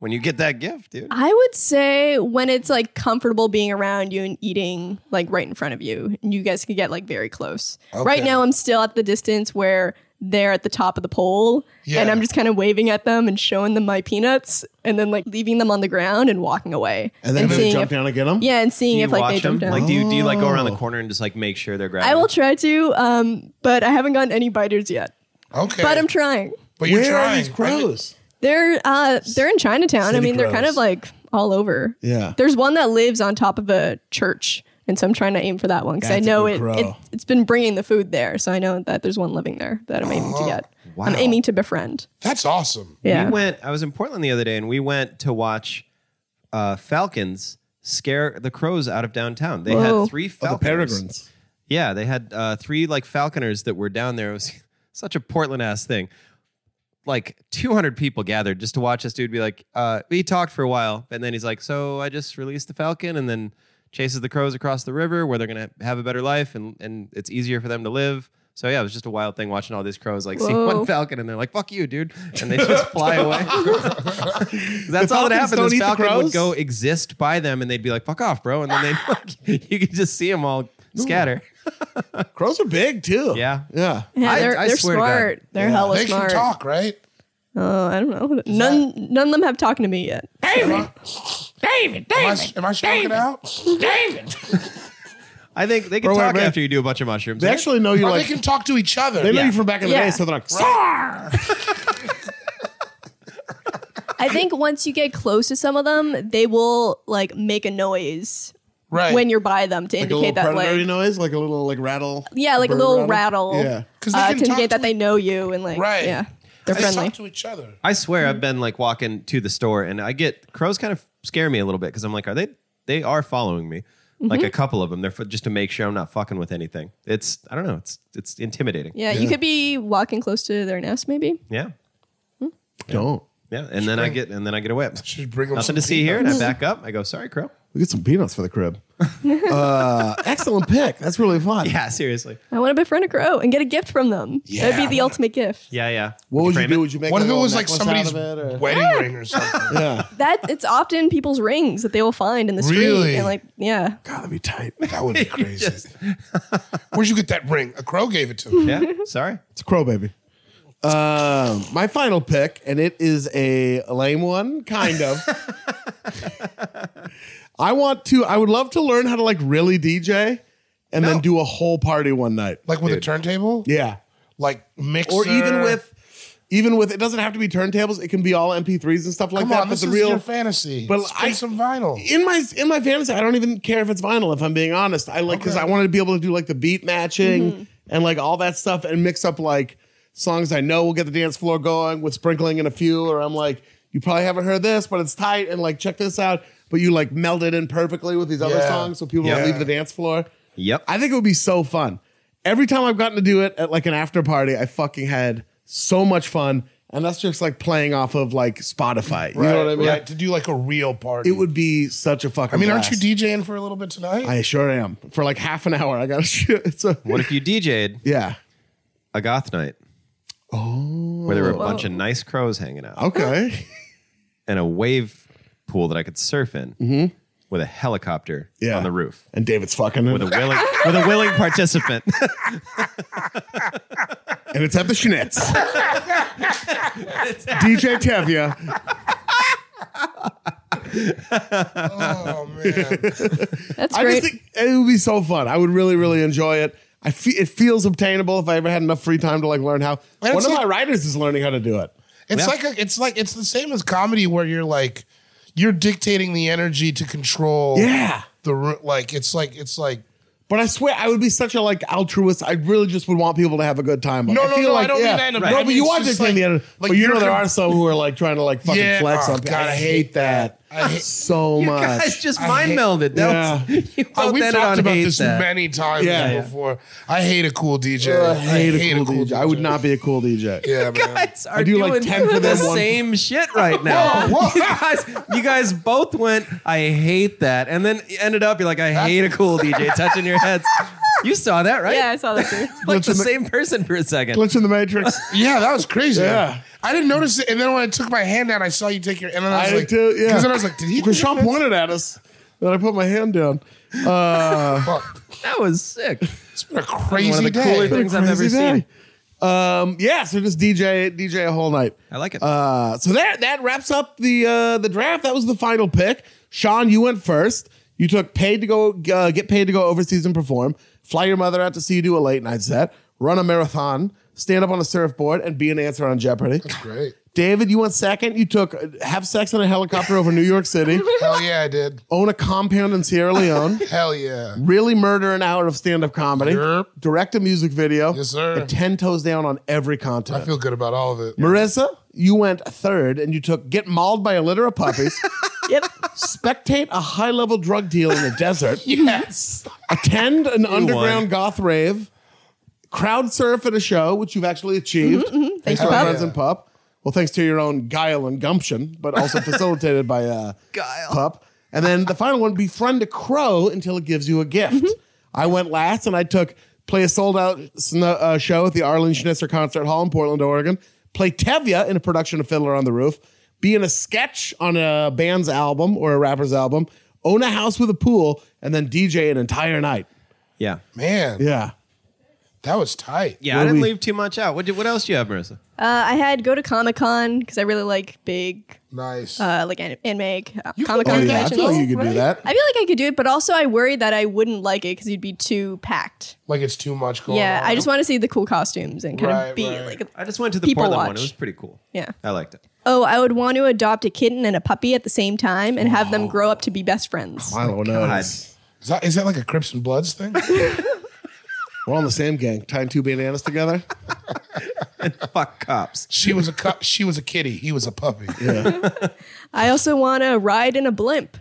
When you get that gift, dude.
I would say when it's like comfortable being around you and eating like right in front of you, and you guys can get like very close. Right now, I'm still at the distance where they're at the top of the pole, and
Yeah.
I'm just kind of waving at them and showing them my peanuts, and then like leaving them on the ground and walking away,
And then they
seeing
jump
if,
down and get them.
yeah, and
Do
seeing
you
if like they
watch them?
jump down.
Like, do you do you like go around the
Oh.
corner and just like make sure they're grabbing?
I will
it?
try to, um, but I haven't gotten any biters yet.
Okay,
But I'm trying.
But you're
Where
trying.
are these crows?
They're uh they're in Chinatown. I
City
mean, they're kind
grows.
of like all over.
Yeah.
There's one that lives on top of a church, and so I'm trying to aim for that one because I
That's a
know
good
it,
grow.
it it's been bringing the food there, so I know that there's one living there that I'm aiming to get. I'm aiming to befriend.
That's awesome.
Yeah.
We went. I was in Portland the other day, and we went to watch uh, Falcons scare the crows out of downtown. They
Whoa.
had three
Oh, the
falconers.
peregrines.
Yeah, they had uh, three like falconers that were down there. It was such a Portland ass thing. Like 200 people gathered just to watch this dude be like, uh, he talked for a while. And then he's like, so I just released the falcon and then chases the crows across the river where they're going to have a better life and, and it's easier for them to live. So yeah, it was just a wild thing watching all these crows like see
Whoa.
one falcon and they're like, fuck you, dude. And they just fly away.
The
That's all that
falcons
happened.
don't
This
eat the
falcon would
crows?
go exist by them and they'd be like, fuck off, bro. And then they'd like, you could just see them all scatter.
Crows are big too.
Yeah.
Yeah.
Yeah,
I-
they're,
I
they're
swear to God.
smart. They're hella
They
smart.
can talk, right?
Oh, I don't know. None none of them have talking to me yet.
Am I, am I shocking out?
I think they can
Or wait,
talk
wait.
after you do a bunch of mushrooms.
They
right?
actually know you
Or
like.
they can talk to each other.
They know
Yeah.
you from back in the
Yeah.
day, so they're like, "Sar!"
I think once you get close to some of them, they will like make a noise
Right.
when you're by them to
like a little
indicate that
predatory
like
noise, like a little like rattle.
yeah, like a
bird
little rattle.
Yeah.
'Cause they
uh,
can
to
talk
indicate
to-
that they know you and like
Right.
yeah, they're
they
friendly.
talk to each other.
I swear I've been like walking to the store and I get crows kind of scare me a little bit because I'm like, are they? They are following me. Like a couple of them. They're f- just to make sure I'm not fucking with anything. It's I don't know. It's it's intimidating.
Yeah, you could be walking close to their nest maybe.
Yeah.
Don't.
Yeah. And then I get and then I get a whip.
Should bring them
Nothing
some
to see here. And
peanuts.
I back up. I go, sorry, crow.
We get some peanuts for the crib. uh, excellent pick. That's really fun.
Yeah, seriously.
I want to befriend a crow and get a gift from them. That'd
Yeah.
be the ultimate gift.
Yeah, yeah.
What would you
Frame
do?
it.
Would you make?
What
a
if it
little
was like
necklace
somebody's
out of it, or-
wedding ring or something?
Yeah.
That it's often people's rings that they will find in the street
Really?
and like yeah.
God, that'd be tight.
That would be crazy. Where'd you get that ring? A crow gave it to me.
Yeah. Sorry.
It's crow baby. Um, my final pick, and it is a lame one, kind of. I want to. I would love to learn how to like really DJ, and
No.
then do a whole party one night.
Like with a turntable?
Yeah,
Like mixer?
or even with, even with. It doesn't have to be turntables. It can be all MP3s and stuff like
Come
that.
on,
but
this
the
is
real
your fantasy.
but
But Spin
I-
some vinyl.
in my in my fantasy, I don't even care if it's vinyl. If I'm being honest, I like because I wanted to be able to do like the beat matching
Mm-hmm.
and like all that stuff and mix up like songs I know will get the dance floor going with sprinkling in a few. Or I'm like, you probably haven't heard this, but it's tight and like check this out. But you like meld it in perfectly with these other
Yeah.
songs, so people don't
Yeah.
leave the dance floor.
Yep.
I think it would be so fun. Every time I've gotten to do it at like an after party, I fucking had so much fun. And that's just like playing off of like Spotify. You know what I mean?
Right, to do like a real party.
It would be such a fucking
I mean,
blast.
aren't you DJing for a little bit tonight?
I sure am. For like half an hour, I got to shoot. It's a,
what if you DJ'd
yeah.
a goth night? Oh. Where there were a bunch of nice crows hanging out.
Okay.
and a wave pool that I could surf in with a helicopter
Mm-hmm. Yeah.
on the roof
And David's fucking
with a
it.
willing with a willing participant.
And it's at the Schnitz. DJ Tevya.
oh man,
That's
I
great.
just think it would be so fun. I would really, really enjoy it. I fe- it feels obtainable if I ever had enough free time to like learn how.
But
One
it's
of
like-
my writers is learning how to do it.
it's
Yeah.
like a, it's like it's the same as comedy where you're like you're dictating the energy to control.
Yeah.
the ru- like it's like it's like
But I swear, I would be such a like altruist. I really just would want people to have a good time. Like,
No,
I
no, no, I don't mean that in a bad-
No,
I
but
mean,
you
it's
want to
just
take
like-
the other.
like
but you
you're
know, there
com-
are some who are like trying to like fucking
Yeah.
flex
Oh,
on.
God,
I hate that.
I hate-
so much.
just
mind
melded.
That was- Yeah.
you
Oh, we've talked about this many times
Yeah. Yeah.
before. I hate a cool DJ.
I hate, a, cool DJ. I would not be a cool DJ.
Yeah, man.
are
I do like 10 for
the
them, one-
same shit right now. You guys, you guys both went. I hate that, and then you ended up. You're like, I hate a cool DJ touching your heads. You saw that, right?
yeah, I saw that too.
like the
Listen-
same person for a second.
Glitch in the Matrix.
Yeah, that was crazy.
Yeah.
I didn't notice it, and then when I took my hand out, I saw you take your. And then I was
I did
like,
too. Yeah.
Because then I was like, did he?
Because Sean pointed at us, and I put my hand down. Uh,
Fuck.
That was sick.
It's been a crazy
One of the
day.
cooler things I've ever
crazy
seen.
day. Um, yeah, so just DJ DJ a whole night.
I like it.
Uh, so that that wraps up the uh, the draft. That was the final pick. Sean, you went first. You took paid to go uh, get paid to go overseas and perform. Fly your mother out to see you do a late night set. Run a marathon. Stand up on a surfboard and be an answer on Jeopardy.
Great.
David, you went second. You took uh, have sex in a helicopter over New York City.
Hell yeah, I did.
Own a compound in Sierra Leone.
Hell yeah.
Really murder an hour of stand up comedy.
Yep.
Direct a music video.
Yes, sir.
And 10 toes down on every
I
continent.
feel good about all of it.
Marissa, you went third and you took Get Mauled by a Litter of Puppies,
Yep.
spectate a high level drug deal in the desert,
Yes.
attend an underground
won.
goth rave, crowd surf at a show, which you've actually achieved. Thanks to
you,
our
Pup.
friends in Pup. Well, thanks to your own guile and gumption, but also facilitated by uh,
Guile.
Pup. And then the final one befriend a crow until it gives you a gift. I went last and I took play a sold out sn- uh, show at the Arlen Schnitzer Concert Hall in Portland, Oregon, play Tevya in a production of Fiddler on the Roof, be in a sketch on a band's album or a rapper's album, own a house with a pool, and then DJ an entire night.
Yeah.
Man,
Yeah.
that was tight.
Yeah, I
Where
didn't
we-
leave too much out. What, did, what else do you have, Marissa?
Uh, I had go to Comic Con because I really like big,
Nice.
uh, like an- anime
You
Comic
could
Con
do that,
Oh, yeah. I feel like
conventions.
you could do
Right.
that.
I feel like I could do it, but also I worried that I wouldn't like it because you'd be too packed.
like it's too much going
yeah,
on.
I just want to see the cool costumes and kind
Oh, Right,
of be
right.
like,
I just went to the
People
Portland one.
watch.
It was pretty cool.
yeah.
I liked it.
Oh, I would want to adopt a kitten and a puppy at the same time and have them grow up to be best friends.
I don't know.
God.
Is that, is that like a Crips and Bloods thing?
We're all in the same gang, tying two bananas together.
Fuck cops.
she was a cu- she was a kitty. He was a puppy.
I also want to ride in a blimp.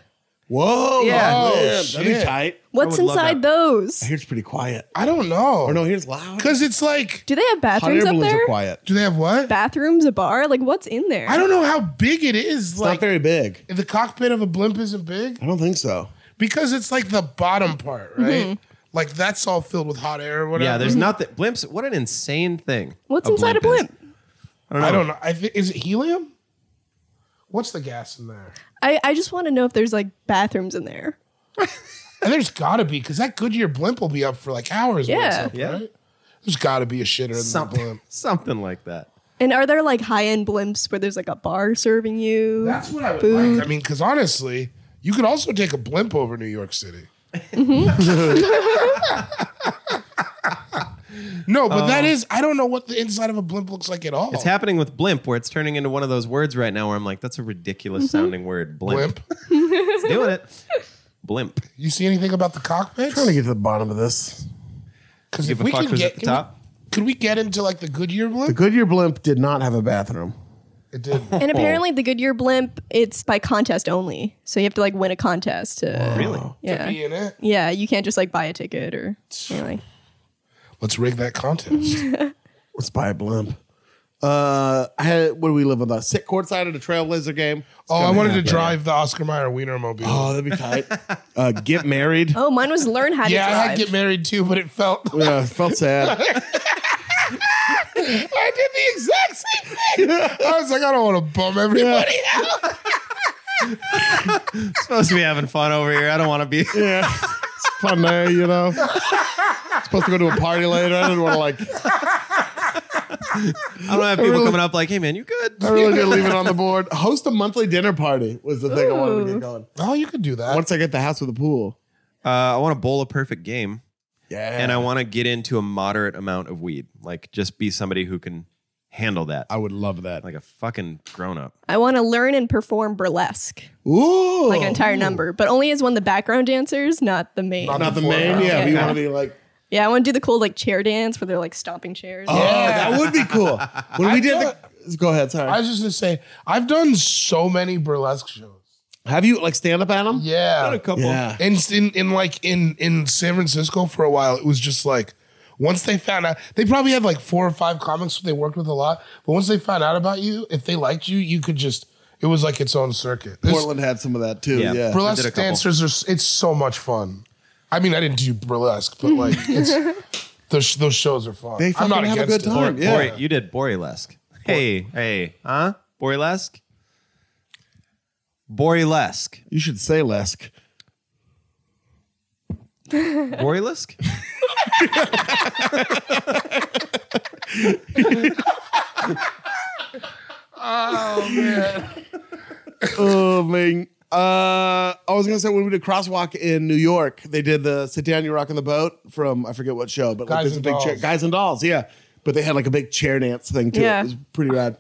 Whoa.
Yeah.
Oh,
Oh,
man, That'd be
shit.
tight.
What's
would love
inside
that.
those?
Here's pretty quiet.
I don't know.
Or no, here's loud.
Because it's like,
Do they
Hot air
have bathrooms up
balloons
there?
are quiet.
do they have what?
Bathrooms, a bar? Like, what's in there?
I don't know how big it is.
It's not
like
very big.
the cockpit of a blimp isn't big
I don't think so.
because it's like the bottom part, right?
Mm-hmm.
Like that's all filled with hot air or whatever.
Yeah, there's nothing. Blimps, what an insane thing.
What's inside a
is.
blimp?
I
Oh.
don't know. I thi- is it helium? What's the gas in there?
I, I just want to know if there's like bathrooms in there.
And there's got to be because that Goodyear blimp will be up for like hours. when it's
Yeah.
up,
Yeah.
right? There's got to be a shitter in the
Something,
blimp.
something like that.
And are there like high end blimps where there's like a bar serving you?
That's what I would
Food.
like. I mean, because honestly, you could also take a blimp over New York City. no, but that is, I don't know what the inside of a blimp looks like at all.
Um, It's happening with blimp, where it's turning into one of those words right now where I'm like, that's a ridiculous
Mm-hmm.
sounding word. Blimp.
Blimp.
It's doing it. Blimp.
You see anything about the cockpit?
trying to get to the bottom of this.
Because
Give
if
a
we
fuck
can
who's
get
at the top.
could we get into like the Goodyear
The
blimp?
Goodyear blimp did not have a bathroom.
It did.
and apparently the Goodyear blimp, it's by contest only. So you have to like win a contest to
Really?
Oh.
Yeah.
Be in it.
Yeah, you can't just like buy a ticket or anything.
Let's rig that contest.
Let's buy a blimp. Uh, I had what do we live with? A sit courtside at a Trailblazer game.
oh, I wanted to drive the Oscar Mayer Wienermobile.
Oh, that'd be tight. uh, get married.
Oh, mine was learn how to
yeah, I
drive.
had to get married too, but it felt
Yeah, felt sad.
I did the exact same thing. I was like, I don't want to bum everybody out.
Supposed to be having fun over here. I don't want to be.
Yeah, it's fun there, you know. Supposed to go to a party later. I didn't want to like.
I don't have people coming up like, hey, man, you good?
I really did leave it on the board. Host a monthly dinner party was the thing I wanted to
Ooh.
get going.
Oh, you could do that.
Once I get the house with a pool.
Uh, I want to bowl a perfect game.
Yeah,
and I want to get into a moderate amount of weed. Like, just be somebody who can handle that,
I would love that.
like a fucking grown up.
I want to learn and perform burlesque,
Oh, Ooh,
like an entire number, but only as one of the background dancers, not the main.
Not
not the
Before
main.
that.
Yeah, but you
Yeah.
want to be like.
yeah, I want to do the cool like chair dance where they're like stomping chairs.
Oh, that would be cool. When we did
thought-
the, go ahead. Sorry.
I was just gonna say, I've done so many burlesque shows.
Have you like stand up at them?
Yeah,
couple.
Yeah.
and s- in, in like in in San Francisco for a while, it was just like once they found out, they probably had like four or five comics they worked with a lot. But once they found out about you, if they liked you, you could just it was like its own circuit. There's-
Portland had some of that too. Yeah.
Yeah. Bro- I did a
burlesque
couple.
dancers are s- it's so much fun. I mean, I didn't do burlesque, but like it's, those those shows are fun.
They fucking
I'm not
have a
against
good
it.
time. Yeah.
Bori- you did Borylesque. Hey, hey, huh? Borylesque? Borylesque.
You should say Lesk.
Borylesque?
Oh man. Uh, I was gonna say when we did crosswalk in New York, they did the sit down, you rock on the boat from I forget what show, but like,
Guys
there's a
and
big
Dolls.
chair, guys and dolls, yeah. But they had like a big chair dance thing too.
Yeah.
It was pretty rad.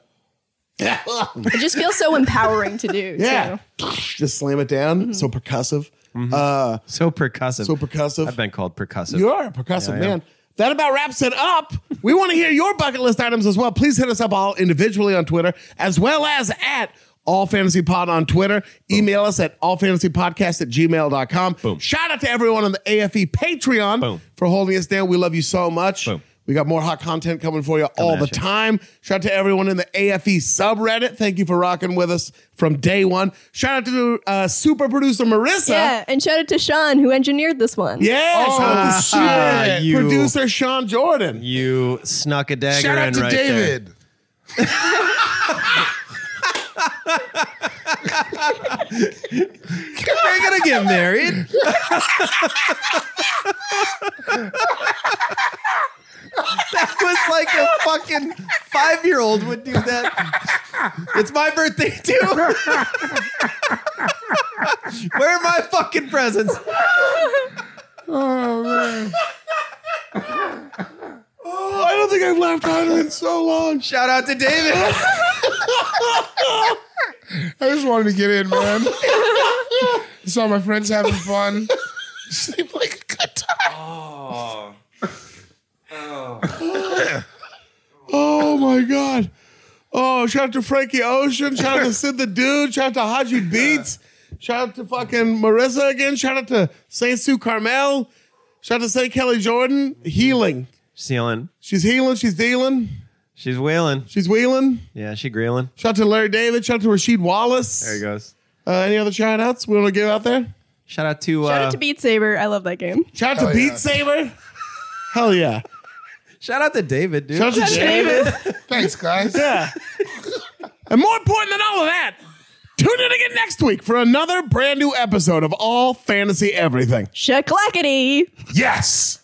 It just feels so empowering to do.
Yeah,
too.
just slam it down. So percussive.
Mm-hmm.
Uh,
So percussive.
so percussive.
I've been called percussive.
You are a percussive
Yeah, I
man.
am.
That about wraps it up. We want to hear your bucket list items as well. Please hit us up all individually on Twitter, as well as at All Fantasy Pod on Twitter. Email us at allfantasypodcast at gmail.com.
Boom.
Shout out to everyone on the AFE Patreon
Boom.
for holding us down. We love you so much.
Boom.
We got more hot content coming for you all
at
the
you.
time. Shout out to everyone in the AFE subreddit. Thank you for rocking with us from day one. Shout out to uh, super producer Marissa.
Yeah, and shout out to Sean who engineered this one.
Yes,
Oh,
shout out to
ah,
Sean,
you-
producer Sean Jordan.
You snuck a dagger
Shout out
in
to
right there.
David.
We're gonna get married. that was like a fucking five-year-old would do that. It's my birthday too. Where are my fucking presents?
Oh, I don't think I've laughed out in so long.
Shout out to David.
I just wanted to get in, man. Saw my friends having fun. Seemed like a good time.
Oh my god. Oh, shout out to Frankie Ocean. Shout out to Sid the Dude. Shout out to Haji Beats. Shout out to fucking Marissa again. Shout out to Saint Sue Carmel. Shout out to Saint Kelly Jordan. Healing.
Sealing.
She's healing. She's dealing.
She's wailing.
She's wheeling.
Yeah, she greeling.
Shout out to Larry David. Shout out to Rasheed Wallace.
There he goes.
Uh, any other shout outs we want to give out there?
Shout out to uh,
Shout out to Beat Saber. I love that game.
Shout out to
Hell
Beat
Oh, yeah.
Saber. Hell yeah.
shout out to David, dude.
Shout out to David.
Thanks, guys.
Yeah. and more important than all of that, tune in again next week for another brand new episode of All Fantasy Everything.
Shaklackety.
Yes.